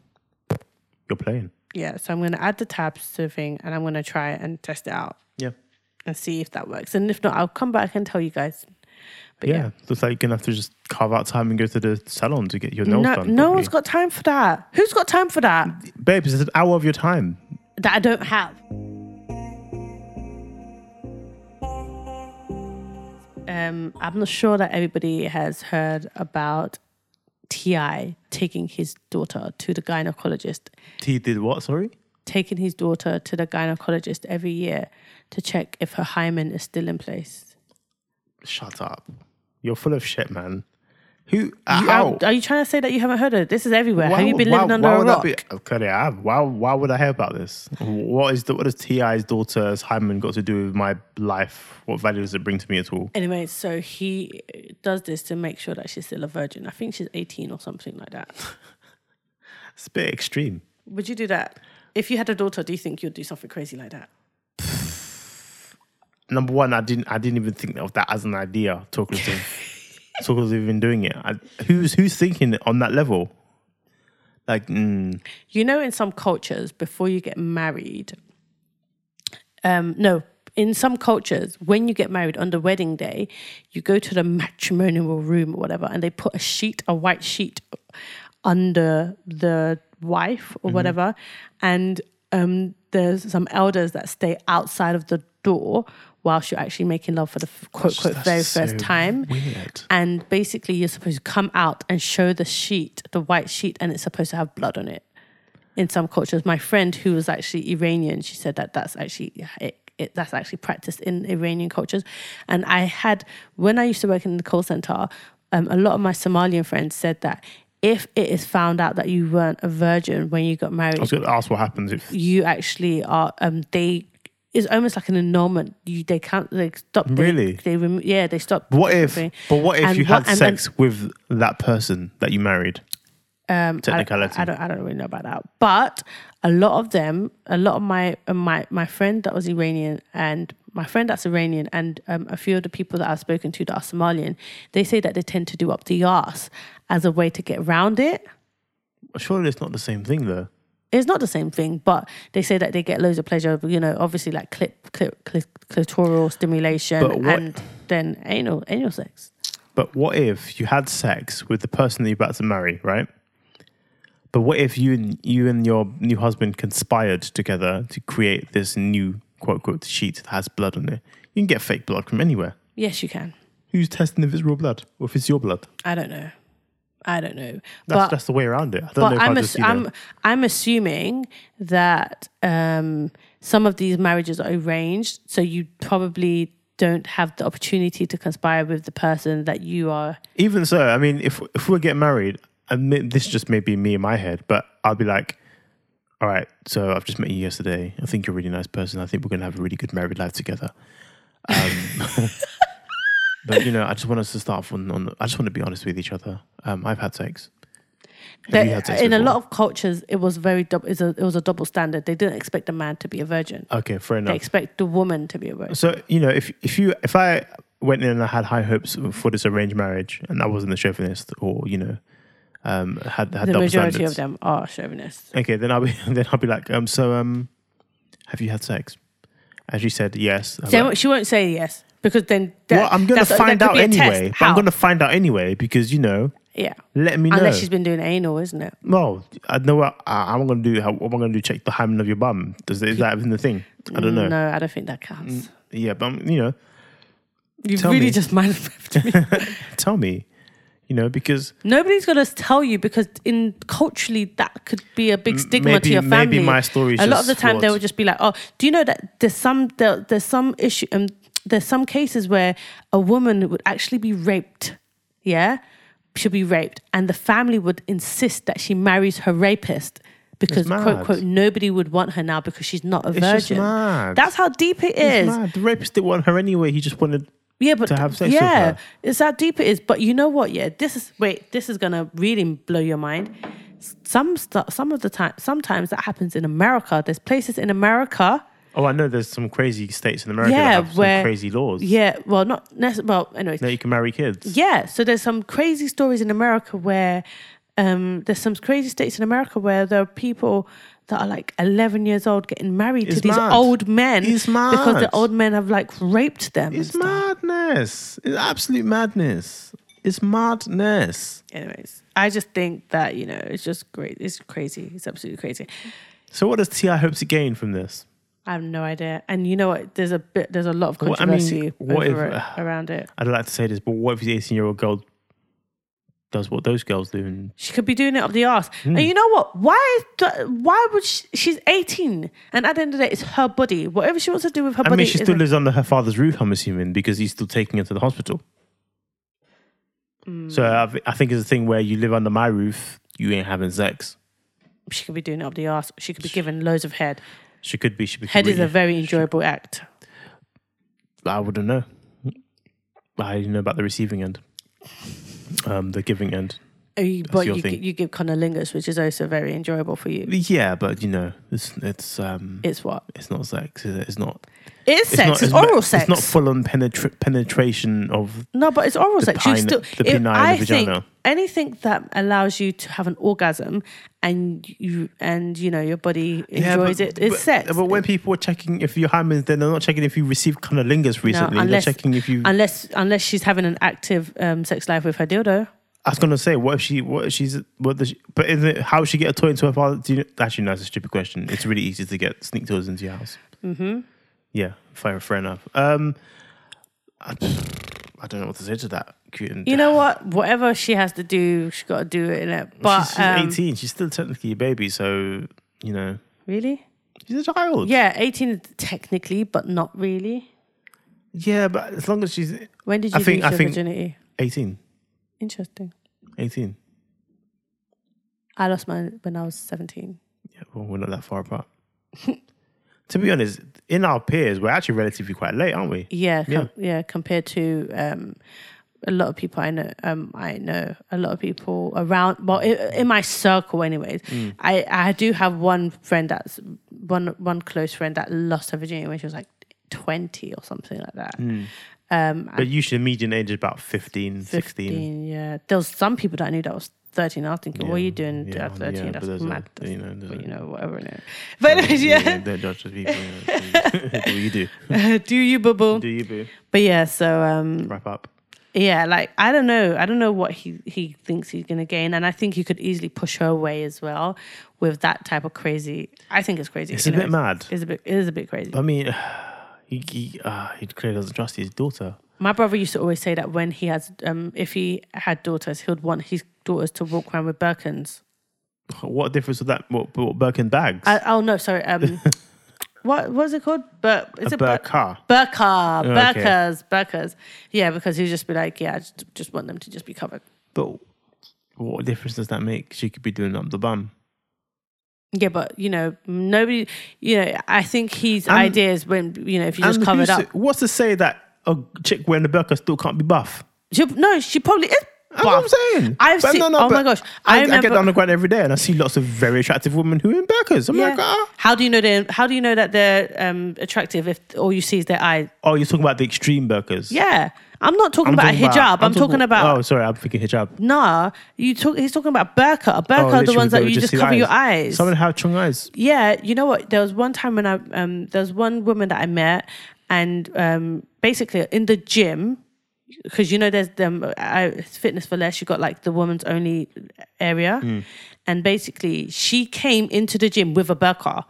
Speaker 2: You're playing.
Speaker 3: Yeah. So I'm going to add the tabs to the thing and I'm going to try and test it out.
Speaker 2: Yeah.
Speaker 3: and see if that works. And if not, I'll come back and tell you guys. But
Speaker 2: Yeah.
Speaker 3: yeah,
Speaker 2: Looks like you're gonna have to just carve out time and go to the salon to get your nails
Speaker 3: no,
Speaker 2: done.
Speaker 3: no
Speaker 2: properly.
Speaker 3: one's got time for that. Who's got time for that?
Speaker 2: Babe, it's an hour of your time.
Speaker 3: That I don't have. Um, I'm not sure that everybody has heard about Ti taking his daughter to the gynecologist,
Speaker 2: He did what? Sorry.
Speaker 3: taking his daughter to the gynecologist every year to check if her hymen is still in place.
Speaker 2: Shut up. You're full of shit, man. Who? Uh,
Speaker 3: You-
Speaker 2: how?
Speaker 3: Are you trying to say that you haven't heard of it? This is everywhere.
Speaker 2: Why-
Speaker 3: have you been
Speaker 2: why-
Speaker 3: living under
Speaker 2: why
Speaker 3: a
Speaker 2: would I
Speaker 3: rock?
Speaker 2: Be, okay, I have. Why? Why would I hear about this? What is the, what does Ti's daughter's hymen got to do with my life? What value does it bring to me at all?
Speaker 3: Anyway, so he does this to make sure that she's still a virgin. I think she's 18 or something like
Speaker 2: (laughs)
Speaker 3: that.
Speaker 2: It's a bit extreme.
Speaker 3: Would you do that? If you had a daughter, do you think you'd do something crazy like that?
Speaker 2: number one, I didn't I didn't even think of that as an idea. Talkers
Speaker 3: (laughs)
Speaker 2: of talkers even doing it. I, who's who's thinking on that level? Like, mm,
Speaker 3: You know, in some cultures, before you get married, um, no, in some cultures, when you get married on the wedding day, you go to the matrimonial room or whatever, and they put a sheet, a white sheet, under the wife or whatever, and um, there's some elders that stay outside of the door whilst you're actually making love for the f- quote quote very
Speaker 2: so
Speaker 3: first time.
Speaker 2: weird.
Speaker 3: And basically, you're supposed to come out and show the sheet, the white sheet, and it's supposed to have blood on it. In some cultures, my friend who was actually Iranian, she said that that's actually it, it, that's actually practiced in Iranian cultures. And I had when I used to work in the call center, um, a lot of my Somalian friends said that if it is found out that you weren't a virgin when you got married,
Speaker 2: I was going to ask what happens if
Speaker 3: you actually are um they. It's almost like an annulment. You, they can't. They stop. They,
Speaker 2: Really?
Speaker 3: They remo- yeah. They stop.
Speaker 2: what if
Speaker 3: Okay.
Speaker 2: but what if
Speaker 3: And
Speaker 2: you
Speaker 3: what-
Speaker 2: had
Speaker 3: and-
Speaker 2: sex with that person that you married?
Speaker 3: Um, I-
Speaker 2: Technicality.
Speaker 3: I, don't. I don't really know about that. But a lot of them, a lot of my uh, my my friend that was Iranian and my friend that's Iranian and um, a few of the people that I've spoken to that are Somalian, they say that they tend to do up the arse as a way to get round it.
Speaker 2: Surely it's not the same thing though.
Speaker 3: It's not the same thing, but they say that they get loads of pleasure. You know, obviously like clit, clit, clit, clitoral stimulation
Speaker 2: But what-
Speaker 3: and then anal anal sex.
Speaker 2: But what if you had sex with the person that you're about to marry, right? But what if you and you and your new husband conspired together to create this new quote unquote sheet that has blood on it? You can get fake blood from anywhere.
Speaker 3: Yes, you can.
Speaker 2: Who's testing if it's real blood or if it's your blood?
Speaker 3: I don't know. I don't know.
Speaker 2: That's,
Speaker 3: but
Speaker 2: that's the way around it. I don't know
Speaker 3: but
Speaker 2: if i
Speaker 3: I'm, ass-
Speaker 2: just, you know,
Speaker 3: I'm I'm assuming that um, some of these marriages are arranged, so you probably don't have the opportunity to conspire with the person that you are.
Speaker 2: even so, I mean, if if we get married, and mi- this just may be me in my head, but I'll be like, all right, so I've just met you yesterday. I think you're a really nice person. I think we're gonna have a really good married life together. Um, (laughs) but you know, I just want us to start off on. on I just want to be honest with each other. Um, I've had sex. Have you had sex
Speaker 3: in a
Speaker 2: before?
Speaker 3: lot of cultures, it was very dou- it's a, it was a double standard. They didn't expect the man to be a virgin.
Speaker 2: Okay, fair
Speaker 3: They
Speaker 2: enough.
Speaker 3: expect the woman to be a virgin.
Speaker 2: So you know, if if you if I went in and I had high hopes for this arranged marriage, and I wasn't a chauvinist, or you know, um, had had
Speaker 3: The
Speaker 2: double
Speaker 3: majority
Speaker 2: standards,
Speaker 3: of them are chauvinists.
Speaker 2: (laughs) Okay, then I'll be then I'll be like, um, so um, have you had sex? And she said yes. I'm
Speaker 3: They
Speaker 2: like,
Speaker 3: won't- she won't say yes because then that,
Speaker 2: well, I'm gonna
Speaker 3: that's- that
Speaker 2: find
Speaker 3: could
Speaker 2: out
Speaker 3: be a test.
Speaker 2: anyway. But
Speaker 3: How?
Speaker 2: I'm gonna find out anyway because you know,
Speaker 3: yeah.
Speaker 2: let me know.
Speaker 3: Unless she's been doing anal, isn't it?
Speaker 2: Well, I know what I, I'm gonna do. How, what am I gonna do? Check the hymen of your bum? Does is that even the thing? I don't know.
Speaker 3: No, I don't think that counts.
Speaker 2: Yeah, but um, you know,
Speaker 3: You've
Speaker 2: Tell
Speaker 3: really
Speaker 2: me.
Speaker 3: just mind me.
Speaker 2: (laughs) tell me, you know, because
Speaker 3: Nobody's gonna tell you because in culturally that could be a big stigma
Speaker 2: maybe-
Speaker 3: to your
Speaker 2: maybe
Speaker 3: family.
Speaker 2: my story's
Speaker 3: A lot of
Speaker 2: just
Speaker 3: the time they
Speaker 2: flawed.
Speaker 3: would just be like, "Oh, do you know that there's some there, there's some issue um, there's some cases where a woman would actually be raped, yeah, she'll be raped, and the family would insist that she marries her rapist." Because quote
Speaker 2: mad.
Speaker 3: quote nobody would want her now because she's not a virgin.
Speaker 2: just mad.
Speaker 3: That's how deep it is.
Speaker 2: Nah, the rapist didn't want her anyway. He just wanted.
Speaker 3: Yeah, but
Speaker 2: to have sex with
Speaker 3: yeah,
Speaker 2: her.
Speaker 3: it's how deep it is. But you know what? Yeah, this is wait. This is gonna really blow your mind. Some st- some of the time, sometimes that happens in America. There's places in America.
Speaker 2: Oh, I know. There's some crazy states in America
Speaker 3: yeah,
Speaker 2: that have
Speaker 3: where
Speaker 2: some crazy laws
Speaker 3: Yeah, well, not necessarily. Well, anyways,
Speaker 2: that you can marry kids.
Speaker 3: yeah. So there's some crazy stories in America where um, there's some crazy states in America where there are people that are like 11 years old getting married to
Speaker 2: It's
Speaker 3: these
Speaker 2: mad.
Speaker 3: old men
Speaker 2: It's
Speaker 3: because the
Speaker 2: mad.
Speaker 3: old men have like raped them. and
Speaker 2: It's
Speaker 3: stuff.
Speaker 2: madness. It's absolute madness. It's madness.
Speaker 3: anyways, I just think that you know it's just great. It's crazy. It's absolutely crazy.
Speaker 2: So, what does Ti hope to gain from this?
Speaker 3: I have no idea. And you know what? There's a bit. There's a lot of
Speaker 2: Well, I mean,
Speaker 3: controversy
Speaker 2: what if- uh,
Speaker 3: over it, around it.
Speaker 2: I don't like to say this, but what if the 18 year old girl does what those girls do? And
Speaker 3: She could be doing it up the arse.
Speaker 2: Hmm.
Speaker 3: And you know what? Why? is the- Why would she, she's 18? And at the end of the day, it's her body. Whatever she wants to do with her
Speaker 2: I
Speaker 3: body.
Speaker 2: mean, she
Speaker 3: is
Speaker 2: still
Speaker 3: her-
Speaker 2: lives under her father's roof, I'm assuming, because he's still taking her to the hospital.
Speaker 3: Mm.
Speaker 2: So I, thi- I think it's a thing where you live under my roof, you ain't having sex.
Speaker 3: she could be doing it up the arse. She could be given loads of head.
Speaker 2: She could be. She could
Speaker 3: Head
Speaker 2: be
Speaker 3: is a very enjoyable act.
Speaker 2: I wouldn't know. I didn't know about the receiving end, um, the giving end.
Speaker 3: Uh, you- But
Speaker 2: your
Speaker 3: you,
Speaker 2: thing.
Speaker 3: gi- you give cunnilingus, which is also very enjoyable for you.
Speaker 2: Yeah, but you know, it's it's um,
Speaker 3: It's what?
Speaker 2: it's not sex. Is it? It's not.
Speaker 3: It's
Speaker 2: It's
Speaker 3: sex.
Speaker 2: Not,
Speaker 3: It's, oral
Speaker 2: not-
Speaker 3: sex.
Speaker 2: It's not full on penetra- penetration of
Speaker 3: No, but it's oral sex. You
Speaker 2: pine-
Speaker 3: still,
Speaker 2: the
Speaker 3: if-
Speaker 2: penile
Speaker 3: I
Speaker 2: vagina.
Speaker 3: think anything that allows you to have an orgasm and you and you know your body enjoys it is
Speaker 2: but,
Speaker 3: sex.
Speaker 2: But when people are checking if your hymen, then they're not checking if you received cunnilingus recently.
Speaker 3: unless-
Speaker 2: they're checking if you.
Speaker 3: unless unless she's having an active um, sex life with her dildo.
Speaker 2: I was gonna say, what if she? What if she's? What does? She, but is it how she get a toy into her father? Do you know, actually, no, it's a stupid question. It's really easy to get sneak toys into your house. Mm-hmm. Yeah, fair, fair enough. Um, I, I don't know what to say to that. Cute and-
Speaker 3: You know what? Whatever she has to do, she's got to do it in it. But
Speaker 2: she's, she's
Speaker 3: um,
Speaker 2: eighteen. She's still technically a baby, so you know
Speaker 3: really,
Speaker 2: she's a child.
Speaker 3: yeah, eighteen is technically, but not really.
Speaker 2: yeah, but as long as she's
Speaker 3: When did
Speaker 2: I
Speaker 3: you
Speaker 2: think-
Speaker 3: lose
Speaker 2: I
Speaker 3: your
Speaker 2: think-
Speaker 3: virginity?
Speaker 2: 18,
Speaker 3: Interesting.
Speaker 2: 18.
Speaker 3: I lost mine when I was seventeen.
Speaker 2: Yeah, well, we're not that far apart. (laughs) to be honest, in our peers, we're actually relatively quite late, aren't we?
Speaker 3: Yeah, com-
Speaker 2: Yeah.
Speaker 3: yeah, Compared to um, a lot of people I know, um, I know a lot of people around. Well, in, in my circle, anyways,
Speaker 2: Mm.
Speaker 3: I I do have one friend that's one one close friend that lost her virginity when she was like twenty or something like that. Um,
Speaker 2: Mm. But usually the median age is about 15, 16.
Speaker 3: 15, yeah, there was some people that I knew that was. 13, I was thinking, what are you doing
Speaker 2: Yeah,
Speaker 3: at 13?
Speaker 2: yeah, but
Speaker 3: That's
Speaker 2: there's a-
Speaker 3: mad. That's-
Speaker 2: you know, there's
Speaker 3: but
Speaker 2: a-
Speaker 3: you know, whatever. you know. (laughs) But,
Speaker 2: (laughs)
Speaker 3: anyways, yeah.
Speaker 2: Don't judge those people. you know,
Speaker 3: (laughs)
Speaker 2: do what you do.
Speaker 3: do you, boo boo?
Speaker 2: Do you, boo?
Speaker 3: But yeah, so um,
Speaker 2: Wrap up.
Speaker 3: Yeah, like I don't know. I don't know what he he thinks he's gonna gain, and I think he could easily push her away as well with that type of crazy. I think it's crazy.
Speaker 2: It's
Speaker 3: you
Speaker 2: a bit mad.
Speaker 3: It's a bit. It is a bit crazy.
Speaker 2: I mean, (sighs) he, he, uh, he clearly doesn't trust his daughter.
Speaker 3: My brother used to always say that when he has, um, if he had daughters, he would want his daughters to walk around with Birkins.
Speaker 2: What difference would that, what, what Birkin bags?
Speaker 3: I, oh no, sorry.
Speaker 2: (laughs)
Speaker 3: Um, what was it called? Bur- is
Speaker 2: a
Speaker 3: it bur-
Speaker 2: burqa.
Speaker 3: burqa?
Speaker 2: okay.
Speaker 3: Burkas, burkas. Yeah, because he'd just be like, yeah, I just, just want them to just be covered.
Speaker 2: But what difference does that make? She could be doing up the bum.
Speaker 3: Yeah, but you know, nobody. You know, I think his
Speaker 2: And-
Speaker 3: ideas when you know if you just
Speaker 2: And
Speaker 3: covered
Speaker 2: who's
Speaker 3: up.
Speaker 2: to- what's to say that a chick wearing a burqa still can't be buff?
Speaker 3: She, no, she probably is
Speaker 2: That's what I'm saying.
Speaker 3: I've
Speaker 2: But
Speaker 3: seen- oh
Speaker 2: but
Speaker 3: my gosh, I
Speaker 2: I, I,
Speaker 3: remember-
Speaker 2: get down the ground every day and I see lots of very attractive women who are in burkas. I'm like, ah.
Speaker 3: How do you know they How do you know that they're um, attractive if all you see is their eye?
Speaker 2: Oh, you're talking about the extreme burkas.
Speaker 3: Yeah, I'm not talking
Speaker 2: I'm
Speaker 3: about
Speaker 2: talking
Speaker 3: a hijab. I'm, talking about
Speaker 2: Oh, sorry, I'm thinking hijab.
Speaker 3: nah. You talk. He's talking about burqa. A
Speaker 2: Oh,
Speaker 3: burqa are the
Speaker 2: literally,
Speaker 3: ones
Speaker 2: they
Speaker 3: that
Speaker 2: would
Speaker 3: you just
Speaker 2: see
Speaker 3: cover your eyes.
Speaker 2: Some of them have chung eyes.
Speaker 3: Yeah, you know what? There was one time when I um there was one woman that I met, and um basically in the gym, because you know there's them I, it's fitness for less. You got like the woman's only area, and basically she came into the gym with a burqa,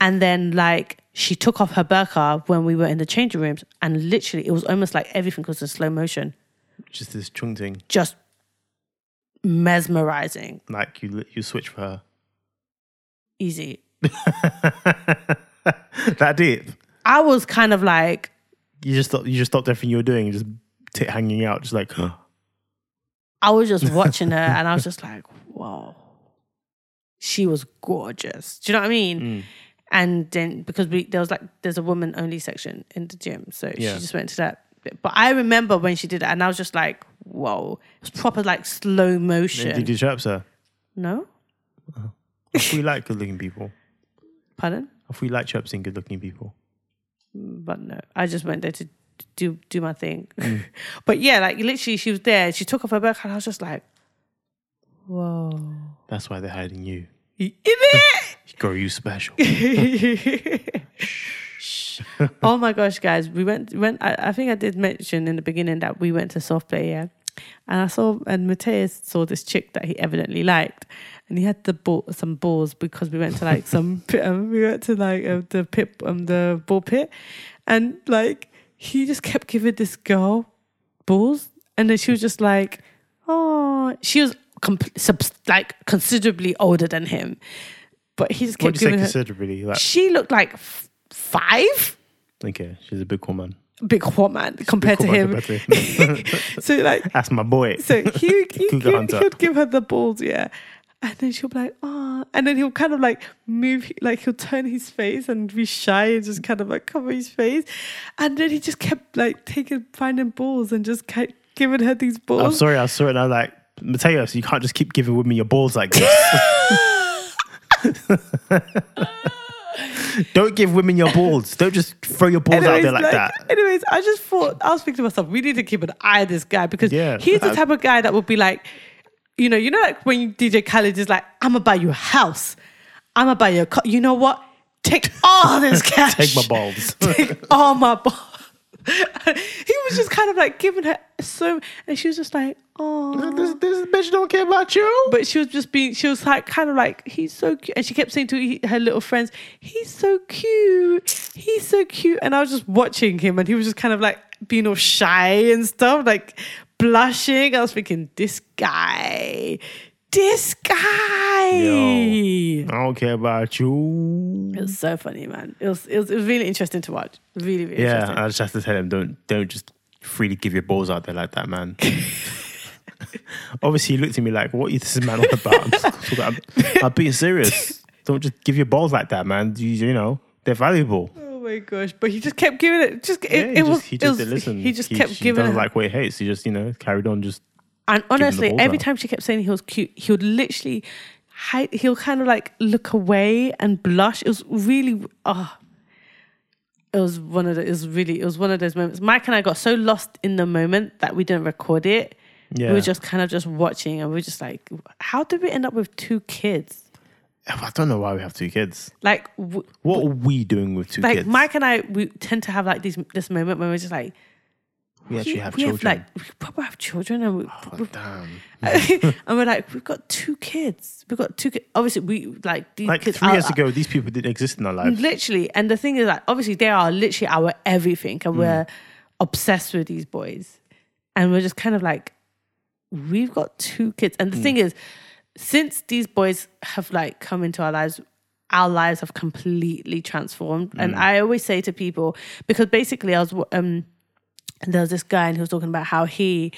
Speaker 3: and then like she took off her burqa when we were in the changing rooms, and literally it was almost like everything was in slow motion,
Speaker 2: Just this chung thing.
Speaker 3: just mesmerizing,
Speaker 2: Like you, you switch for her.
Speaker 3: easy.
Speaker 2: (laughs) that deep.
Speaker 3: I was kind of like.
Speaker 2: You just stopped, you just stopped everything you were doing and just tit hanging out, just like.
Speaker 3: I was just watching her and I was just like, whoa. She was gorgeous. Do you know what I mean?
Speaker 2: Mm.
Speaker 3: And then because we there was like there's a woman only section in the gym. So
Speaker 2: Yeah.
Speaker 3: she just went to that bit. But I remember when she did it and I was just like, whoa. It was proper like slow motion.
Speaker 2: Did you chirp, sir? (laughs)
Speaker 3: no?
Speaker 2: If we like good looking people,
Speaker 3: Pardon?
Speaker 2: if we like chirping good looking people,
Speaker 3: but no, I just went there to do do my thing.
Speaker 2: Mm.
Speaker 3: (laughs) but yeah, like literally, she was there. She took off her burqa, and I was just like,
Speaker 2: (laughs)
Speaker 3: "Whoa,
Speaker 2: that's why they're hiding you.
Speaker 3: is it?"
Speaker 2: Girl, you (laughs) special.
Speaker 3: oh my gosh, guys, we went we went. I, I think I did mention in the beginning that we went to soft play, yeah. And I saw and Mateus saw this chick that he evidently liked, and he had the ball, some balls because we went to like some (laughs) pit, um, we went to like uh, the pit um the ball pit, and like he just kept giving this girl balls, and then she was just like, oh, she was comp- subs- like considerably older than him. But he just
Speaker 2: what
Speaker 3: kept
Speaker 2: do you say
Speaker 3: giving her.
Speaker 2: considerably? Like,
Speaker 3: She looked like f- five.
Speaker 2: okay, she's a big woman.
Speaker 3: Big hot man compared
Speaker 2: Big
Speaker 3: to him.
Speaker 2: woman compared
Speaker 3: (laughs)
Speaker 2: to him.
Speaker 3: So like,
Speaker 2: that's my boy.
Speaker 3: so he,
Speaker 2: (laughs)
Speaker 3: he,
Speaker 2: Cougar
Speaker 3: he,
Speaker 2: hunter.
Speaker 3: he'd give her the balls, yeah. And then she'll be like, ah. And then he'll kind of like move, like he'll turn his face and be shy and just kind of like cover his face. And then he just kept like taking, finding balls and just kept giving her these balls.
Speaker 2: I'm sorry, I saw it and I was like, Mateus, you can't just keep giving women your balls like this. (laughs)
Speaker 3: (laughs)
Speaker 2: Don't give women your balls. Don't just throw your balls out there like, that.
Speaker 3: Anyways, I just thought I was thinking to myself, we need to keep an eye on this guy because
Speaker 2: Yeah. Uh,
Speaker 3: he's the
Speaker 2: I-
Speaker 3: type of guy that would be like, you know, you know, like when DJ Khaled is like, "I'm gonna buy you a house, I'm gonna buy you a car." You know what? Take all
Speaker 2: (laughs)
Speaker 3: this cash.
Speaker 2: Take my balls.
Speaker 3: (laughs) Take all my balls. (laughs) he was just kind of like giving her so, and she was just like, "Oh."
Speaker 2: (laughs) this, this bitch don't care about you.
Speaker 3: But she was just being, she was like, kind of like, he's so cute. And she kept saying to he- her little friends, he's so cute. He's so cute. And I was just watching him and he was just kind of like being all shy and stuff, like blushing. I was thinking, this guy, this guy.
Speaker 2: I don't care about you.
Speaker 3: It was so funny, man. It was, it was, it was really interesting to watch. Really, really
Speaker 2: Yeah,
Speaker 3: interesting.
Speaker 2: I just have to tell him don't don't just freely give your balls out there like that, man.
Speaker 3: (laughs)
Speaker 2: Obviously, he looked at me like, "What is this man on about?"
Speaker 3: (laughs)
Speaker 2: I'm, just- I'm, I'm being serious. Don't just give your balls like that, man. You, you know they're valuable.
Speaker 3: Oh my gosh! But he just kept giving it. Just it,
Speaker 2: Yeah,
Speaker 3: it
Speaker 2: he
Speaker 3: was.
Speaker 2: just, he
Speaker 3: it
Speaker 2: just
Speaker 3: was-
Speaker 2: didn't listen.
Speaker 3: He just kept giving
Speaker 2: doesn't
Speaker 3: her
Speaker 2: like what he hates. He just you know carried on. Just
Speaker 3: And honestly,
Speaker 2: balls
Speaker 3: every
Speaker 2: out.
Speaker 3: time she kept saying he was cute, he would literally hide, he'll kind of like look away and blush. It was really ah. it was one of the, it was really it was one of those moments. Mike and I got so lost in the moment that we didn't record it.
Speaker 2: yeah.
Speaker 3: We were just kind of just watching and we were just like, how did we end up with two kids?
Speaker 2: I don't know why we have two kids.
Speaker 3: Like w-
Speaker 2: What are we doing with two
Speaker 3: like
Speaker 2: kids?
Speaker 3: Mike and I we tend to have like these this moment when we're just like
Speaker 2: we actually have
Speaker 3: we
Speaker 2: children.
Speaker 3: like we probably have children and we,
Speaker 2: Oh, damn.
Speaker 3: (laughs) and we're like, we've got two kids. We've got two kids. Obviously, we like these
Speaker 2: Like
Speaker 3: kids.
Speaker 2: three
Speaker 3: are-
Speaker 2: years ago, these people didn't exist in our lives.
Speaker 3: Literally. And the thing is, like, obviously, they are literally our everything.
Speaker 2: Mm.
Speaker 3: And we're obsessed with these boys. And we're just kind of like, we've got two kids. And the
Speaker 2: Mm.
Speaker 3: thing is, since these boys have like come into our lives, our lives have completely transformed. And
Speaker 2: Mm.
Speaker 3: I always say to people, because basically, I was, wa- um, and there was this guy and he was talking about how he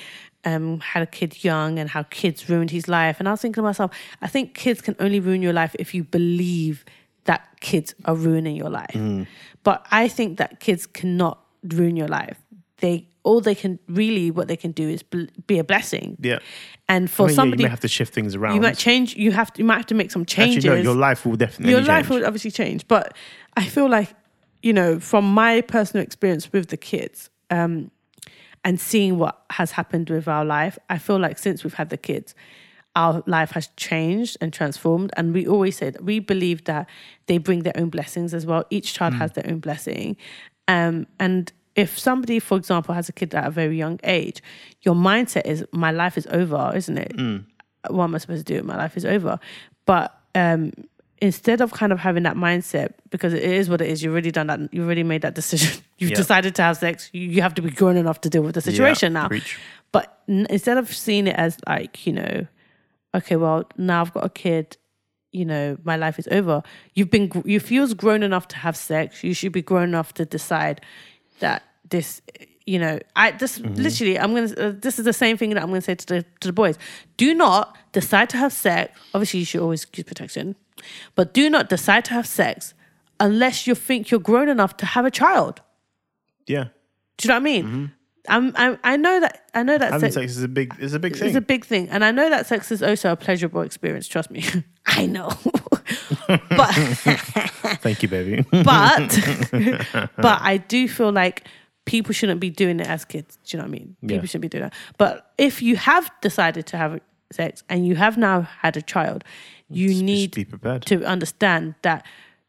Speaker 3: um, had a kid young and how kids ruined his life. And I was thinking to myself, I think kids can only ruin your life if you believe that
Speaker 2: Mm.
Speaker 3: kids are ruining your life. But I think that kids cannot ruin your life. they all they can really what they can do is bl- be a blessing.
Speaker 2: Yeah.
Speaker 3: And
Speaker 2: I
Speaker 3: for
Speaker 2: mean, yeah,
Speaker 3: somebody,
Speaker 2: you may have to shift things around.
Speaker 3: you might change. You have to, you might have to make some changes.
Speaker 2: Actually, no, your life will definitely
Speaker 3: Your
Speaker 2: change.
Speaker 3: life would obviously change, but I feel like you know from my personal experience with the kids um, and seeing what has happened with our life. I feel like since we've had the kids, our life has changed and transformed. And we always say that we believe that they bring their own blessings as well. Each child has their own blessing, um, and if somebody, for example, has a kid at a very young age, your mindset is my life is over, isn't it? what am I supposed to do? My life is over. But um, instead of kind of having that mindset, because it is what it is, you've already done that, you've already made that decision. (laughs) You've
Speaker 2: Yeah.
Speaker 3: decided to have sex. You, you have to be grown enough to deal with the situation now.
Speaker 2: preach.
Speaker 3: But n- instead of seeing it as like, you know, okay, well, now I've got a kid, you know, my life is over. You've been, gr- you feels grown enough to have sex. You should be grown enough to decide that this, you know, I this literally, I'm gonna. Uh, this is the same thing that I'm gonna say to the to the boys. Do not decide to have sex. Obviously, you should always use protection, but do not decide to have sex unless you think you're grown enough to have a child.
Speaker 2: Yeah.
Speaker 3: Do you know what I mean? I'm, I'm, I know that I know that
Speaker 2: Having
Speaker 3: sex-
Speaker 2: sex is a big is a big
Speaker 3: it's
Speaker 2: thing.
Speaker 3: a big thing. And I know that sex is also a pleasurable experience, trust me. (laughs) I know. but
Speaker 2: Thank you, baby. (laughs)
Speaker 3: but (laughs) but I do feel like people shouldn't be doing it as kids. Do you know what I mean? People
Speaker 2: Yeah.
Speaker 3: shouldn't be doing that. But if you have decided to have sex and you have now had a child, you need
Speaker 2: Just be prepared.
Speaker 3: to understand that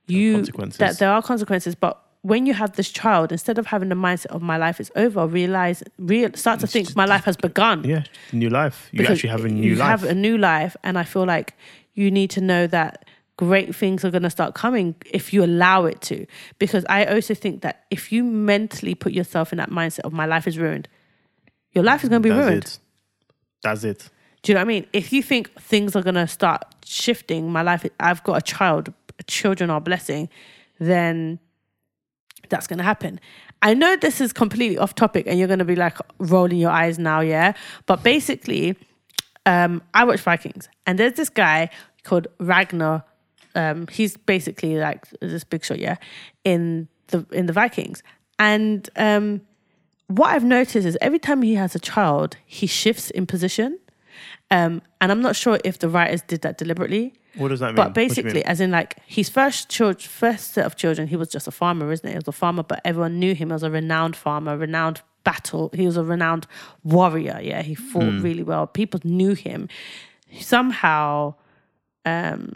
Speaker 3: you
Speaker 2: consequences.
Speaker 3: that there are consequences, but when you have this child, instead of having the mindset of my life is over, realize, real, start to think my life has begun
Speaker 2: yeah, new life. You
Speaker 3: because
Speaker 2: actually have a new
Speaker 3: you
Speaker 2: life.
Speaker 3: have a new life, and I feel like you need to know that great things are going to start coming if you allow it to. Because I also think that if you mentally put yourself in that mindset of my life is ruined, your life is going to be
Speaker 2: That's
Speaker 3: ruined.
Speaker 2: it. That's it.
Speaker 3: Do you know what I mean? If you think things are going to start shifting, my life, I've got a child, children are a blessing, then that's going to happen. I know this is completely off topic and you're going to be like rolling your eyes now, yeah? But basically, um, I watch Vikings and there's this guy called Ragnar. Um, he's basically like this big shot, yeah, in the in the Vikings. And um, what I've noticed is every time he has a child, he shifts in position. Um, and I'm not sure if the writers did that deliberately.
Speaker 2: What does that mean?
Speaker 3: But
Speaker 2: What do you
Speaker 3: basically,
Speaker 2: mean?
Speaker 3: as in like his first child, first set of children, he was just a farmer, isn't it? He was a farmer, but everyone knew him as a renowned farmer, renowned battle. He was a renowned warrior. Yeah, he fought
Speaker 2: Hmm.
Speaker 3: really well. People knew him. Somehow, um,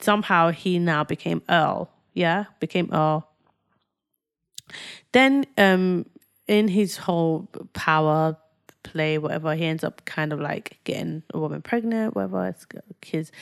Speaker 3: somehow he now became Earl. Yeah, became Earl. Then, um, in his whole power play, whatever, he ends up kind of like getting a woman pregnant, whatever, it's got kids,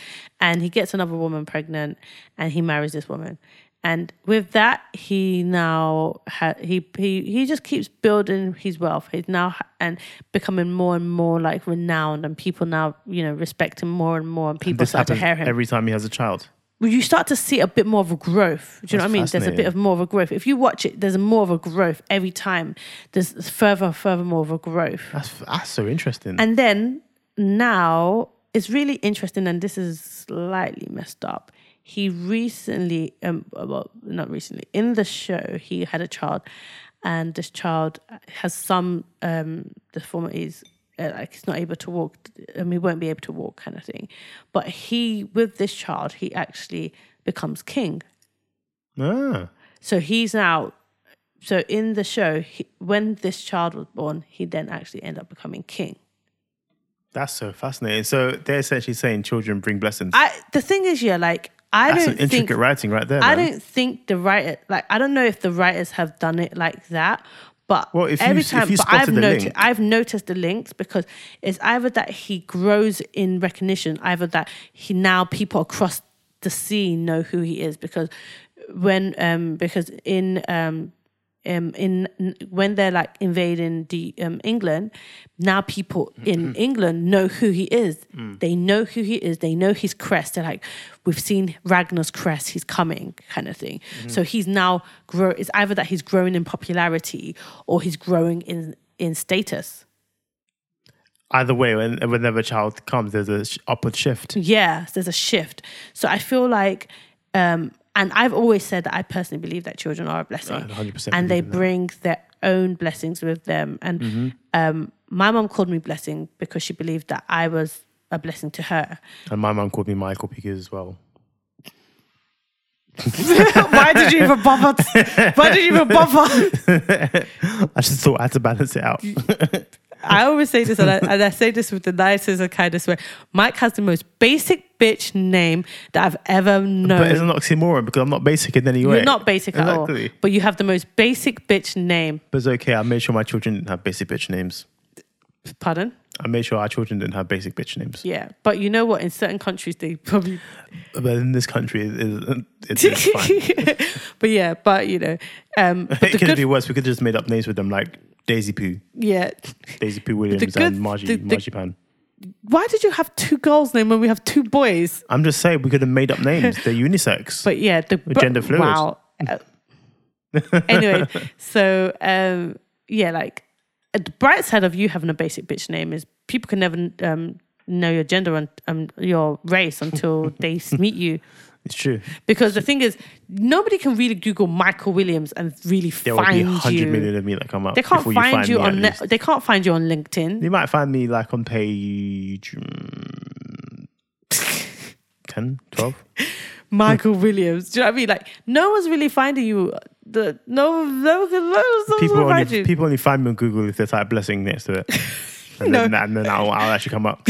Speaker 3: and he gets another woman pregnant, and he marries this woman. And with that, he now ha- he he he just keeps building his wealth. He's now ha- and becoming more and more like renowned, and people now you know respect him more and more, and people
Speaker 2: This
Speaker 3: start to
Speaker 2: happens
Speaker 3: hear him
Speaker 2: every time he has a child.
Speaker 3: well, you start to see a bit more of a growth. Do you know what
Speaker 2: That's
Speaker 3: I mean? There's a bit
Speaker 2: fascinating.
Speaker 3: of more of a growth. If you watch it, there's more of a growth every time. There's further, further more of a growth.
Speaker 2: That's that's so interesting.
Speaker 3: And then now it's really interesting, and this is slightly messed up. He recently, um, well, not recently, in the show, he had a child, and this child has some um, deformities. Uh, like he's not able to walk, and he won't be able to walk, kind of thing. But he, with this child, he actually becomes king.
Speaker 2: ah,
Speaker 3: So he's now. So in the show, he, when this child was born, he then actually ended up becoming king.
Speaker 2: that's so fascinating. So they're essentially saying children bring blessings.
Speaker 3: I the thing is, yeah, like I
Speaker 2: that's some
Speaker 3: don't
Speaker 2: intricate
Speaker 3: think
Speaker 2: writing right there.
Speaker 3: I
Speaker 2: man.
Speaker 3: don't think the writer like I don't know if the writers have done it like that, but
Speaker 2: Well, if you-
Speaker 3: every
Speaker 2: if
Speaker 3: time
Speaker 2: you
Speaker 3: but
Speaker 2: spotted
Speaker 3: I've
Speaker 2: the
Speaker 3: noticed
Speaker 2: link-
Speaker 3: I've noticed the links because it's either that he grows in recognition, either that he now people across the sea know who he is because when um because in um um, in n- when they're like invading the um, England, now people in England know who he is. They know who he is. They know his crest. They're like, we've seen Ragnar's crest. He's coming, kind of thing. So he's now grow. It's either that he's growing in popularity or he's growing in in status.
Speaker 2: Either way, when, whenever a child comes, there's a sh- upward shift.
Speaker 3: Yeah, so there's a shift. So I feel like, um, and I've always said that I personally believe that children are a blessing,
Speaker 2: 100%
Speaker 3: and they
Speaker 2: believe in that.
Speaker 3: bring their own blessings with them. And
Speaker 2: Mm-hmm.
Speaker 3: um, my mom called me blessing because she believed that I was a blessing to her.
Speaker 2: And my mum called me Michael because as well.
Speaker 3: (laughs) why did you even bother? why did you even bother?
Speaker 2: (laughs) I just thought I had to balance it out.
Speaker 3: I always say this, and I, and I say this with the nicest and kindest way. Mike has the most basic bitch name that I've ever known.
Speaker 2: But it's an oxymoron because I'm not basic in any way.
Speaker 3: You're not basic at all,
Speaker 2: Exactly.
Speaker 3: but you have the most basic bitch name.
Speaker 2: But it's okay. I made sure my children didn't have basic bitch names.
Speaker 3: Pardon?
Speaker 2: I made sure our children didn't have basic bitch names.
Speaker 3: Yeah, but you know what? In certain countries, they probably. (laughs)
Speaker 2: But in this country, it, it, it's, it's fine.
Speaker 3: but yeah, but you know, um, but the
Speaker 2: (laughs) it could
Speaker 3: good,
Speaker 2: be worse. We could have just made up names with them like Daisy Poo,
Speaker 3: yeah.
Speaker 2: Daisy Poo Williams,
Speaker 3: good-
Speaker 2: and Margie,
Speaker 3: the- the-
Speaker 2: Marzipan.
Speaker 3: Why did you have two girls' name when we have two boys?
Speaker 2: I'm just saying we could have made up names. They're unisex.
Speaker 3: But yeah, the but-
Speaker 2: gender fluid. (laughs)
Speaker 3: Wow. Uh, anyway, so um, yeah, like uh, the bright side of you having a basic bitch name is people can never um, know your gender and um, your race
Speaker 2: (laughs)
Speaker 3: until they meet you.
Speaker 2: it's true.
Speaker 3: Because the thing is, nobody can really Google Michael Williams and really
Speaker 2: There will be
Speaker 3: find
Speaker 2: 100
Speaker 3: you.
Speaker 2: million of me that come up.
Speaker 3: They can't
Speaker 2: before
Speaker 3: find, you
Speaker 2: you, find me,
Speaker 3: on
Speaker 2: at
Speaker 3: Li-
Speaker 2: least.
Speaker 3: they can't find you on LinkedIn.
Speaker 2: (laughs) You might find me like on page mm, 10,
Speaker 3: (laughs)
Speaker 2: 12.
Speaker 3: Michael Williams. Do you know what I mean? Like no one's really finding you. The no no no, no one's
Speaker 2: People
Speaker 3: gonna find
Speaker 2: only,
Speaker 3: you.
Speaker 2: people only find me on Google if there's like blessing next to
Speaker 3: (laughs)
Speaker 2: it. And
Speaker 3: No.
Speaker 2: then, and then I'll, I'll actually come
Speaker 3: (laughs)
Speaker 2: up.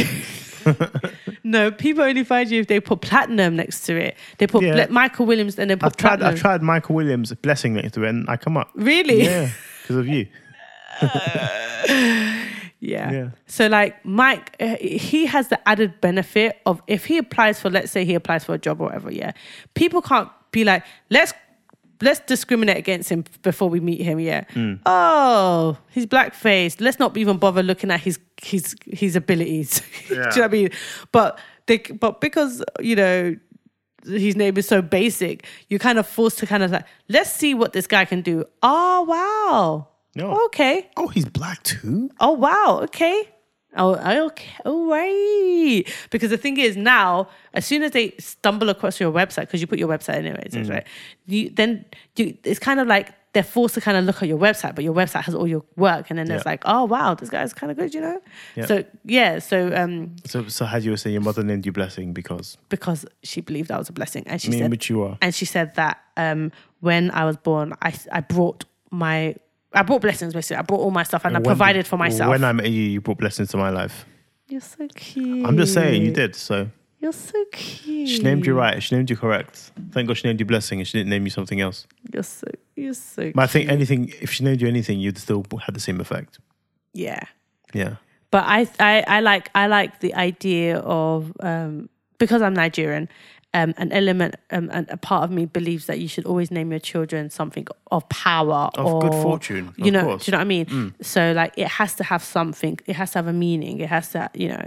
Speaker 3: No, people only find you if they put platinum next to it. They put
Speaker 2: Yeah.
Speaker 3: Bla- Michael Williams and they put
Speaker 2: I've tried,
Speaker 3: platinum.
Speaker 2: I've tried Michael Williams blessing next to it and I come up.
Speaker 3: (laughs) Really?
Speaker 2: Yeah, because of you.
Speaker 3: Yeah.
Speaker 2: Yeah.
Speaker 3: So like Mike, uh, he has the added benefit of if he applies for, let's say he applies for a job or whatever, yeah, people can't be like, let's let's discriminate against him before we meet him, yeah.
Speaker 2: Mm.
Speaker 3: Oh, he's blackface. Let's not even bother looking at his his his abilities. (laughs) Do you know what I mean? But they, but because you know his name is so basic, you're kind of forced to kind of like, let's see what this guy can do. Oh wow.
Speaker 2: No.
Speaker 3: Okay.
Speaker 2: Oh, he's black too?
Speaker 3: Oh wow, okay. Oh I- okay, all right. Because the thing is now, as soon as they stumble across your website, because you put your website anyways,
Speaker 2: Mm.
Speaker 3: right? You, then you, it's kind of like they're forced to kind of look at your website, but your website has all your work, and then there's
Speaker 2: Yeah.
Speaker 3: like, oh wow, this guy's kind of good, you know.
Speaker 2: Yeah.
Speaker 3: So yeah, so um,
Speaker 2: So, so as you were saying, your mother named you blessing because
Speaker 3: because she believed I was a blessing, and she
Speaker 2: me
Speaker 3: said,
Speaker 2: and which you are.
Speaker 3: and she said that um, when I was born, I I brought my I brought blessings basically. I brought all my stuff and I
Speaker 2: When-
Speaker 3: provided for myself.
Speaker 2: When I met you, you brought blessings to my life.
Speaker 3: You're so cute.
Speaker 2: I'm just saying, you did. So
Speaker 3: You're so cute.
Speaker 2: she named you right. She named you correct. Thank God she named you blessing and she didn't name you something else.
Speaker 3: You're so you're so.
Speaker 2: But I think anything, if she named you anything, you'd still had the same effect.
Speaker 3: yeah,
Speaker 2: Yeah.
Speaker 3: but I, I I like I like the idea of um because I'm Nigerian. Um, an element um, and a part of me believes that you should always name your children something of power
Speaker 2: Of good
Speaker 3: or-
Speaker 2: fortune,
Speaker 3: You
Speaker 2: of
Speaker 3: know,
Speaker 2: course. Mm.
Speaker 3: do you know what I mean? So like, it has to have something. It has to have a meaning. It has to, you know.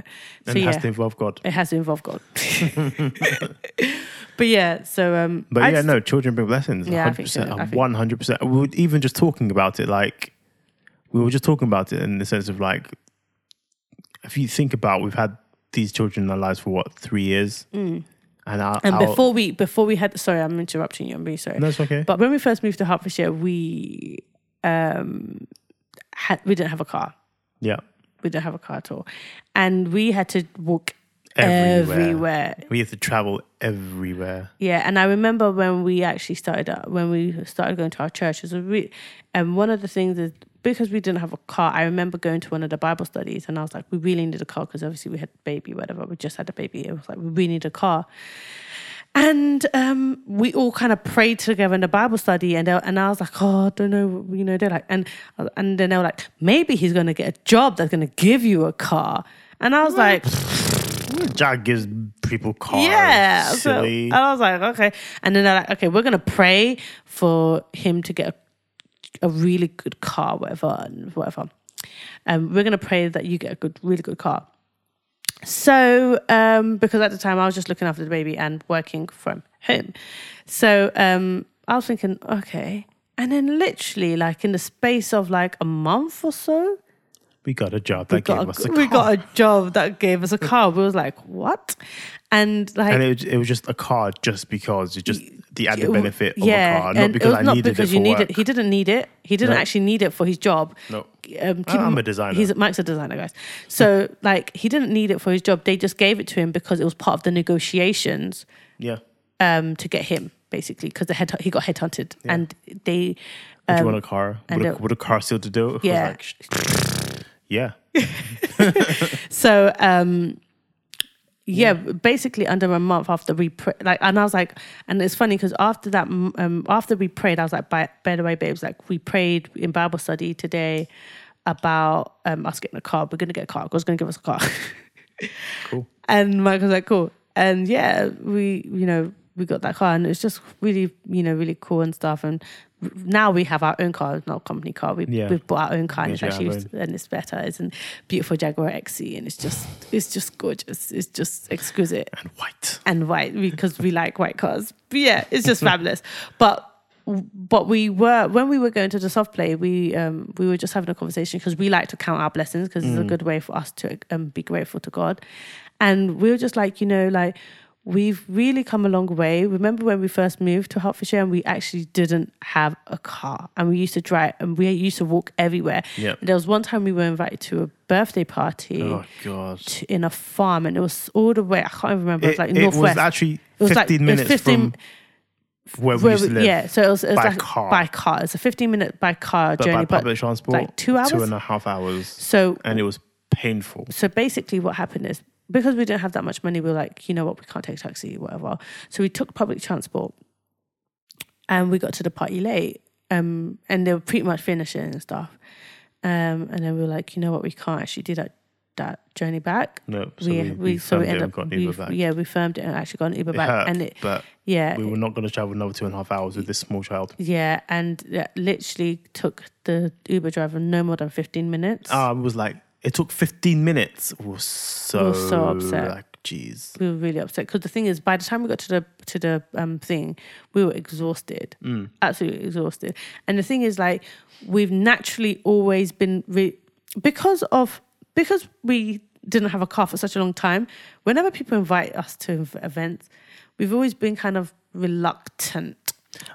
Speaker 3: So
Speaker 2: And it
Speaker 3: yeah,
Speaker 2: has to involve God.
Speaker 3: it has to involve
Speaker 2: (laughs)
Speaker 3: God. (laughs) but yeah, so um,
Speaker 2: But
Speaker 3: I
Speaker 2: yeah,
Speaker 3: just-
Speaker 2: no, children bring blessings.
Speaker 3: Yeah, I
Speaker 2: 100%.
Speaker 3: think so. I think-
Speaker 2: 100%. We were even just talking about it, like, we were just talking about it in the sense of, like, if you think about we've had these children in our lives for what, three years? And, our,
Speaker 3: Mm. And
Speaker 2: our-
Speaker 3: before we before we had sorry, I'm interrupting you. I'm really sorry.
Speaker 2: No, it's okay.
Speaker 3: But when we first moved to Hertfordshire, we um had we didn't have a car.
Speaker 2: yeah.
Speaker 3: We didn't have a car at all, and we had to walk
Speaker 2: Everywhere.
Speaker 3: everywhere.
Speaker 2: We have to travel everywhere.
Speaker 3: Yeah, and I remember when we actually started uh, when we started going to our church. It was a re- and one of the things is because we didn't have a car. I remember going to one of the Bible studies, and I was like, we really need a car because obviously we had a baby, whatever. We just had a baby. It was like we really need a car, and um, we all kind of prayed together in the Bible study. And they, and I was like, oh, I don't know, you know, they're like, and and then they were like, maybe he's gonna get a job that's gonna give you a car. And I was like,
Speaker 2: Jack gives people cars.
Speaker 3: yeah. so- uh,
Speaker 2: Silly.
Speaker 3: and I was like, okay. And then they're like, okay, we're gonna pray for him to get a, a really good car, whatever, and whatever. Um, we're gonna pray that you get a good, really good car. So, um, because at the time I was just looking after the baby and working from home, so um, I was thinking, okay. And then literally, like in the space of like a month or so,
Speaker 2: we got a job
Speaker 3: we
Speaker 2: that
Speaker 3: got,
Speaker 2: gave us a
Speaker 3: a,
Speaker 2: car.
Speaker 3: we got a job that gave us a car. We was like, what? And like,
Speaker 2: and it, was- it was just a car just because it just the
Speaker 3: it
Speaker 2: added
Speaker 3: w-
Speaker 2: benefit of
Speaker 3: yeah,
Speaker 2: a car, not
Speaker 3: and
Speaker 2: because
Speaker 3: it was
Speaker 2: I
Speaker 3: not
Speaker 2: needed
Speaker 3: because
Speaker 2: it
Speaker 3: you
Speaker 2: for
Speaker 3: needed.
Speaker 2: work.
Speaker 3: He didn't need it. He didn't
Speaker 2: No.
Speaker 3: actually need it for his job.
Speaker 2: No.
Speaker 3: Um, keep
Speaker 2: I'm
Speaker 3: in-
Speaker 2: a designer.
Speaker 3: He's Mike's a designer, guys.
Speaker 2: (laughs)
Speaker 3: So like, he didn't need it for his job. They just gave it to him because it was part of the negotiations
Speaker 2: yeah.
Speaker 3: um, to get him basically because the head he got headhunted and they
Speaker 2: Would you want a car? Would a,
Speaker 3: um, it-
Speaker 2: would a car still to do? it? I was
Speaker 3: Yeah.
Speaker 2: like, sh- yeah.
Speaker 3: So um yeah, basically under a month after we pray, like, and I was like, and it's funny because after that, m- um, after we prayed, I was like, by, by the way, babes, like we prayed in Bible study today about um, us getting a car. We're gonna get a car. God's gonna give us a car. (laughs)
Speaker 2: Cool.
Speaker 3: And Mike was like, cool. And yeah, we, you know, we got that car and it's just really, you know, really cool and stuff. And now we have our own car, it's not a company car. We,
Speaker 2: Yeah.
Speaker 3: We've bought our own car and it's
Speaker 2: Yeah,
Speaker 3: actually,
Speaker 2: our
Speaker 3: and it's better. It's a beautiful Jaguar XC and it's just, it's just gorgeous. It's just exquisite
Speaker 2: And white.
Speaker 3: and white because we like white cars. But yeah, it's just fabulous. But but we were when we were going to the soft play, we um we were just having a conversation because we like to count our blessings because it's a good way for us to um, be grateful to God, and we were just like you know like we've really come a long way. Remember when we first moved to Hertfordshire and we actually didn't have a car and we used to drive and we used to walk everywhere.
Speaker 2: Yep.
Speaker 3: There was one time we were invited to a birthday party
Speaker 2: Oh god.
Speaker 3: t- in a farm and it was all the way I can't even remember. It was
Speaker 2: It,
Speaker 3: like
Speaker 2: it
Speaker 3: northwest.
Speaker 2: was actually
Speaker 3: It was like-
Speaker 2: 15
Speaker 3: it was
Speaker 2: minutes
Speaker 3: 15
Speaker 2: from where we
Speaker 3: Where
Speaker 2: used
Speaker 3: we-
Speaker 2: to live.
Speaker 3: yeah, so it was, it was
Speaker 2: by
Speaker 3: like
Speaker 2: car.
Speaker 3: by car. It's a fifteen minute by car
Speaker 2: But
Speaker 3: journey,
Speaker 2: by public
Speaker 3: but
Speaker 2: transport,
Speaker 3: like two hours.
Speaker 2: two and a half hours,
Speaker 3: so
Speaker 2: and it was painful.
Speaker 3: so basically, what happened is because we didn't have that much money, we were like, you know what, we can't take taxi, whatever. So we took public transport, and we got to the party late, um, and they were pretty much finishing and stuff. Um, and then we were like, you know what, we can't actually do that that journey back.
Speaker 2: No, so
Speaker 3: we,
Speaker 2: we,
Speaker 3: we, so we
Speaker 2: firmed it
Speaker 3: ended
Speaker 2: and
Speaker 3: up
Speaker 2: got an
Speaker 3: we,
Speaker 2: Uber back.
Speaker 3: yeah we firmed it and actually got an Uber
Speaker 2: it
Speaker 3: back
Speaker 2: hurt,
Speaker 3: and it
Speaker 2: but
Speaker 3: yeah
Speaker 2: we were not going to travel another two and a half hours with this small child.
Speaker 3: Yeah, and yeah, literally took the Uber driver no more than 15 minutes.
Speaker 2: I was like, Ah, it took 15 minutes. We were so,
Speaker 3: We were so upset.
Speaker 2: Like, jeez.
Speaker 3: We were really upset because the thing is, by the time we got to the to the um thing, we were exhausted,
Speaker 2: Mm.
Speaker 3: absolutely exhausted. And the thing is, like, we've naturally always been re- because of because we didn't have a car for such a long time. Whenever people invite us to events, we've always been kind of reluctant.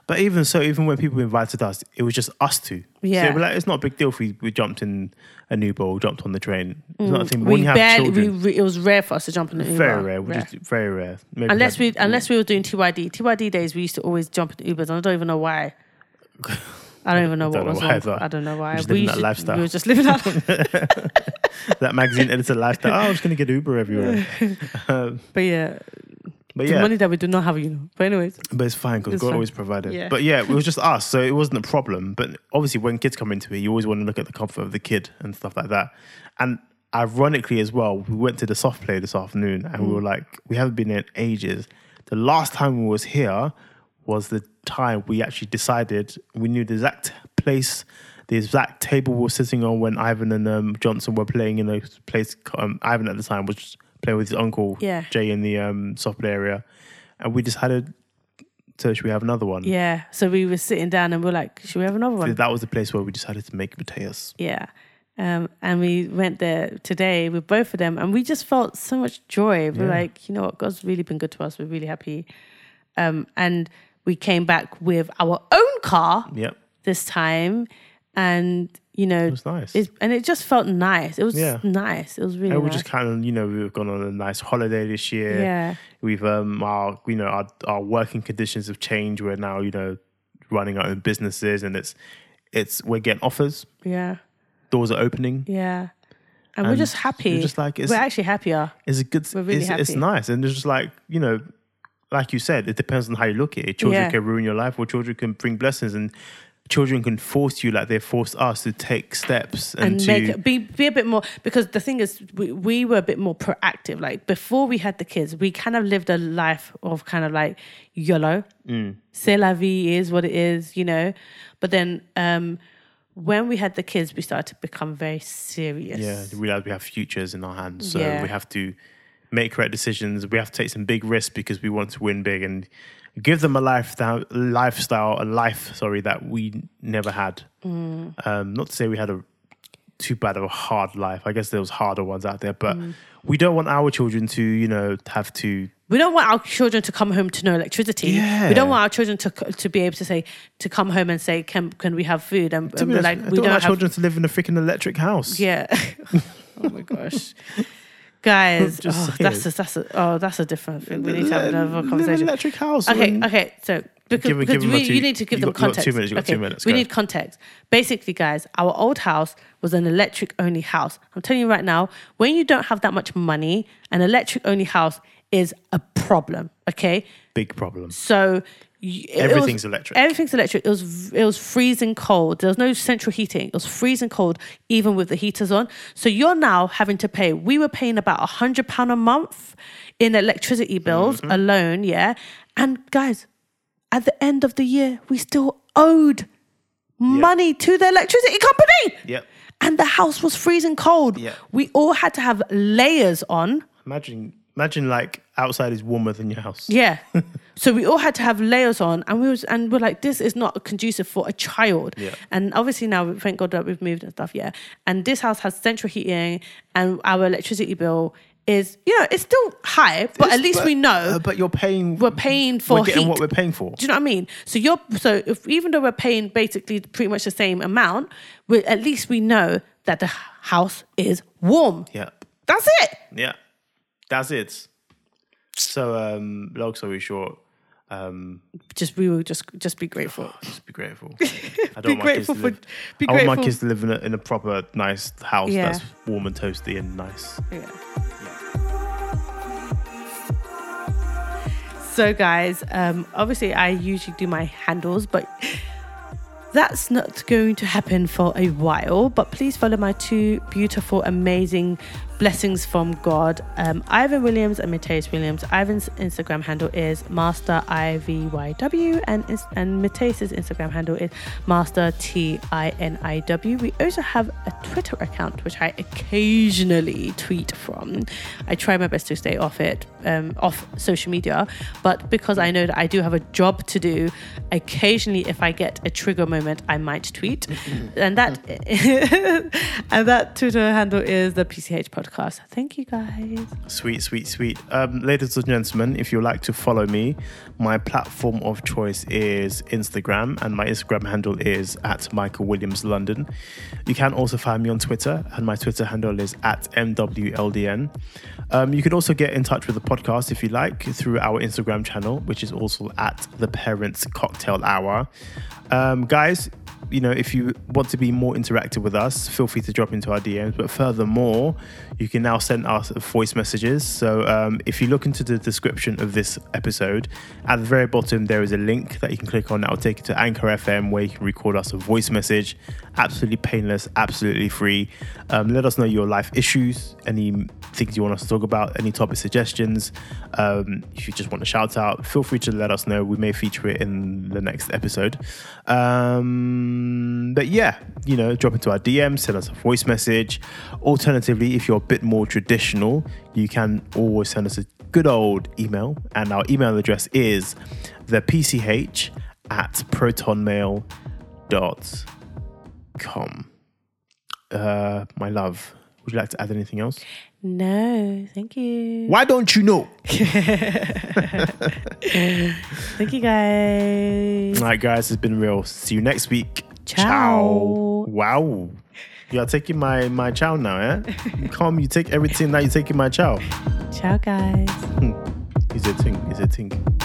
Speaker 2: But even so, even when people invited us, it was just us two.
Speaker 3: Yeah.
Speaker 2: So we're like, it's not a big deal if we, we jumped in an Uber or jumped on the train. It's not a thing. But
Speaker 3: Mm. We
Speaker 2: when you have
Speaker 3: barely, we,
Speaker 2: children,
Speaker 3: we, it was rare for us to jump on an Uber.
Speaker 2: very rare. We're just very rare. Maybe
Speaker 3: Unless
Speaker 2: had-
Speaker 3: we unless we were doing TYD. TYD days we used to always jump in Ubers and I don't even know why. I don't
Speaker 2: (laughs)
Speaker 3: even know what
Speaker 2: Don't know
Speaker 3: was
Speaker 2: why
Speaker 3: wrong.
Speaker 2: either.
Speaker 3: I don't know why.
Speaker 2: Just
Speaker 3: we
Speaker 2: living
Speaker 3: used
Speaker 2: that
Speaker 3: to-
Speaker 2: lifestyle.
Speaker 3: We were just living
Speaker 2: (laughs)
Speaker 3: that. (laughs)
Speaker 2: that magazine editor lifestyle. Oh, I was going to get
Speaker 3: (sighs)
Speaker 2: Uber everywhere.
Speaker 3: but yeah,
Speaker 2: But
Speaker 3: the
Speaker 2: yeah,
Speaker 3: money that we do not have, you know. But anyways,
Speaker 2: but it's fine because
Speaker 3: It's
Speaker 2: God
Speaker 3: fine.
Speaker 2: always provided.
Speaker 3: Yeah.
Speaker 2: But yeah, it was just us, so it wasn't a problem. But obviously, when kids come into it, you always want to look at the comfort of the kid and stuff like that. And ironically, as well, we went to the soft play this afternoon, and we were
Speaker 3: Mm.
Speaker 2: like, we haven't been in ages. The last time we was here was the time we actually decided we knew the exact place. The exact table we were sitting on when Ivan and um, Johnson were playing in a place. Um, Ivan at the time was playing with his uncle
Speaker 3: Yeah.
Speaker 2: Jay in the um, soft play area, and we decided so should we have another one?
Speaker 3: yeah. So we were sitting down and we are like, should we have another one?
Speaker 2: That was the place where we decided to make Mateus.
Speaker 3: Yeah. Um, and we went there today with both of them, and we just felt so much joy. We're like, you know what, God's really been good to us. We're really happy. Um, and we came back with our own car
Speaker 2: Yep.
Speaker 3: this time, and you know,
Speaker 2: It was nice.
Speaker 3: It's, and it just felt nice. It was
Speaker 2: Yeah.
Speaker 3: nice. It was really
Speaker 2: and we
Speaker 3: nice.
Speaker 2: just kind of, you know, we've gone on a nice holiday this year.
Speaker 3: Yeah.
Speaker 2: We've um our you know, our our working conditions have changed. We're now, you know, running our own businesses and it's it's we're getting offers,
Speaker 3: yeah,
Speaker 2: doors are opening.
Speaker 3: yeah. And, we're
Speaker 2: And
Speaker 3: just happy.
Speaker 2: you're just like, it's-
Speaker 3: we're actually happier.
Speaker 2: It's a good
Speaker 3: We're really
Speaker 2: it's, it's
Speaker 3: happy.
Speaker 2: nice. And it's just like, you know, like you said, it depends on how you look at it. Children
Speaker 3: Yeah.
Speaker 2: can ruin your life or children can bring blessings and children can force you like they forced us to take steps and,
Speaker 3: and
Speaker 2: to
Speaker 3: make it, be be a bit more because the thing is we, we were a bit more proactive like before we had the kids we kind of lived a life of kind of like YOLO
Speaker 2: Mm.
Speaker 3: c'est la vie is what it is you know but then um when we had the kids we started to become very serious
Speaker 2: Yeah, to realize we have futures in our hands, so
Speaker 3: Yeah.
Speaker 2: we have to make correct decisions. We have to take some big risks because we want to win big and give them a lifestyle,
Speaker 3: Mm.
Speaker 2: lifestyle, a life, sorry, that we never had. Um, not to say we had a too bad of a hard life. I guess there was harder ones out there, but
Speaker 3: Mm.
Speaker 2: we don't want our children to, you know, have to.
Speaker 3: We don't want our children to come home to no electricity.
Speaker 2: Yeah.
Speaker 3: We don't want our children to c- to be able to say to come home and say, "Can can we have food?" And, and we're like,
Speaker 2: I
Speaker 3: we
Speaker 2: want
Speaker 3: don't
Speaker 2: our
Speaker 3: have.
Speaker 2: children to live in a freaking electric house.
Speaker 3: Yeah. (laughs) oh my
Speaker 2: (laughs)
Speaker 3: gosh. Guys,
Speaker 2: Just
Speaker 3: oh,
Speaker 2: saying.
Speaker 3: that's a, that's a oh that's a different thing. We need to have
Speaker 2: Le-
Speaker 3: another
Speaker 2: Live in an
Speaker 3: conversation.
Speaker 2: electric house.
Speaker 3: Okay,
Speaker 2: and-
Speaker 3: okay. So because,
Speaker 2: um, Give- give
Speaker 3: because
Speaker 2: them
Speaker 3: we,
Speaker 2: a two-
Speaker 3: you need to give
Speaker 2: you
Speaker 3: them
Speaker 2: got- you got two
Speaker 3: context.
Speaker 2: minutes, you got two
Speaker 3: okay.
Speaker 2: minutes,
Speaker 3: We
Speaker 2: go.
Speaker 3: need context. Basically, guys, our old house was an electric only house. I'm telling you right now, when you don't have that much money, an electric only house is a problem. Okay,
Speaker 2: Big problem.
Speaker 3: so. y- it was-
Speaker 2: Everything's electric.
Speaker 3: Everything's electric. It was it was freezing cold. There was no central heating. It was freezing cold, even with the heaters on. So you're now having to pay. We were paying about a hundred pound a month in electricity bills
Speaker 2: Mm-hmm.
Speaker 3: alone. Yeah, and guys, at the end of the year, we still owed money to the electricity company.
Speaker 2: Yep.
Speaker 3: And the house was freezing cold.
Speaker 2: Yeah.
Speaker 3: We all had to have layers on.
Speaker 2: Imagine, imagine like outside is warmer than your house.
Speaker 3: Yeah. so we all had to have layers on, and we was and we're like, this is not conducive for a child.
Speaker 2: Yeah.
Speaker 3: And obviously now, thank God that we've moved and stuff. Yeah. And this house has central heating, and our electricity bill is, you know, it's still high, but at least we know
Speaker 2: uh, but you're paying.
Speaker 3: we're paying for
Speaker 2: We're getting
Speaker 3: heat.
Speaker 2: what we're paying for.
Speaker 3: Do you know what I mean? So you're so if, even though we're paying basically pretty much the same amount, we at least we know that the h- house is warm.
Speaker 2: Yeah.
Speaker 3: That's it.
Speaker 2: Yeah. That's it. So, um, long story short, um,
Speaker 3: Just we will just just be
Speaker 2: (gasps)
Speaker 3: grateful.
Speaker 2: just
Speaker 3: (laughs)
Speaker 2: be grateful. I don't want my kids
Speaker 3: grateful
Speaker 2: to
Speaker 3: for-
Speaker 2: live.
Speaker 3: be
Speaker 2: I want my
Speaker 3: grateful.
Speaker 2: kids to live in a, in a proper, nice house
Speaker 3: Yeah.
Speaker 2: that's warm and toasty and nice.
Speaker 3: Yeah. So, guys, um, obviously, I usually do my handles, but that's not going to happen for a while. But please follow my two beautiful, amazing blessings from God um, Ivan Williams and Mateus Williams. Ivan's Instagram handle is Master IVYW, and, ins- and Mateus's Instagram handle is Master TINIW. We also have a Twitter account, which I occasionally tweet from. I try my best to stay off it, um, off social media, but because I know that I do have a job to do, occasionally if I get a trigger moment, I might tweet, and that (laughs) and that Twitter handle is the PCH podcast. Thank you guys.
Speaker 2: Sweet, sweet, sweet. Um, ladies and gentlemen, if you'd like to follow me, my platform of choice is Instagram, and my Instagram handle is at Michael Williams London. You can also find me on Twitter, and my Twitter handle is at MWLDN. Um, you can also get in touch with the podcast if you like through our Instagram channel, which is also at The Parents Cocktail Hour. Um, guys, you know, if you want to be more interactive with us, feel free to drop into our DMs. But furthermore, you can now send us voice messages. So um, if you look into the description of this episode, at the very bottom, there is a link that you can click on that will take you to Anchor FM where you can record us a voice message. Absolutely painless, absolutely free. Um, let us know your life issues, any things you want us to talk about, any topic suggestions. Um, if you just want to shout out, feel free to let us know. We may feature it in the next episode. Um, but yeah, you know, drop into our DM, send us a voice message. Alternatively, if you're a bit more traditional, you can always send us a good old email. And our email address is thepch at protonmail.com. Uh, my love, would you like to add anything else?
Speaker 3: No, thank you.
Speaker 2: Why don't you know?
Speaker 3: Thank you guys.
Speaker 2: All right, guys, it's been real. See you next week.
Speaker 3: Ciao.
Speaker 2: Wow. You are taking my my chow now, eh? You Come, you take everything now. You taking my chow.
Speaker 3: Ciao, guys.
Speaker 2: Is it ting? Is it ting?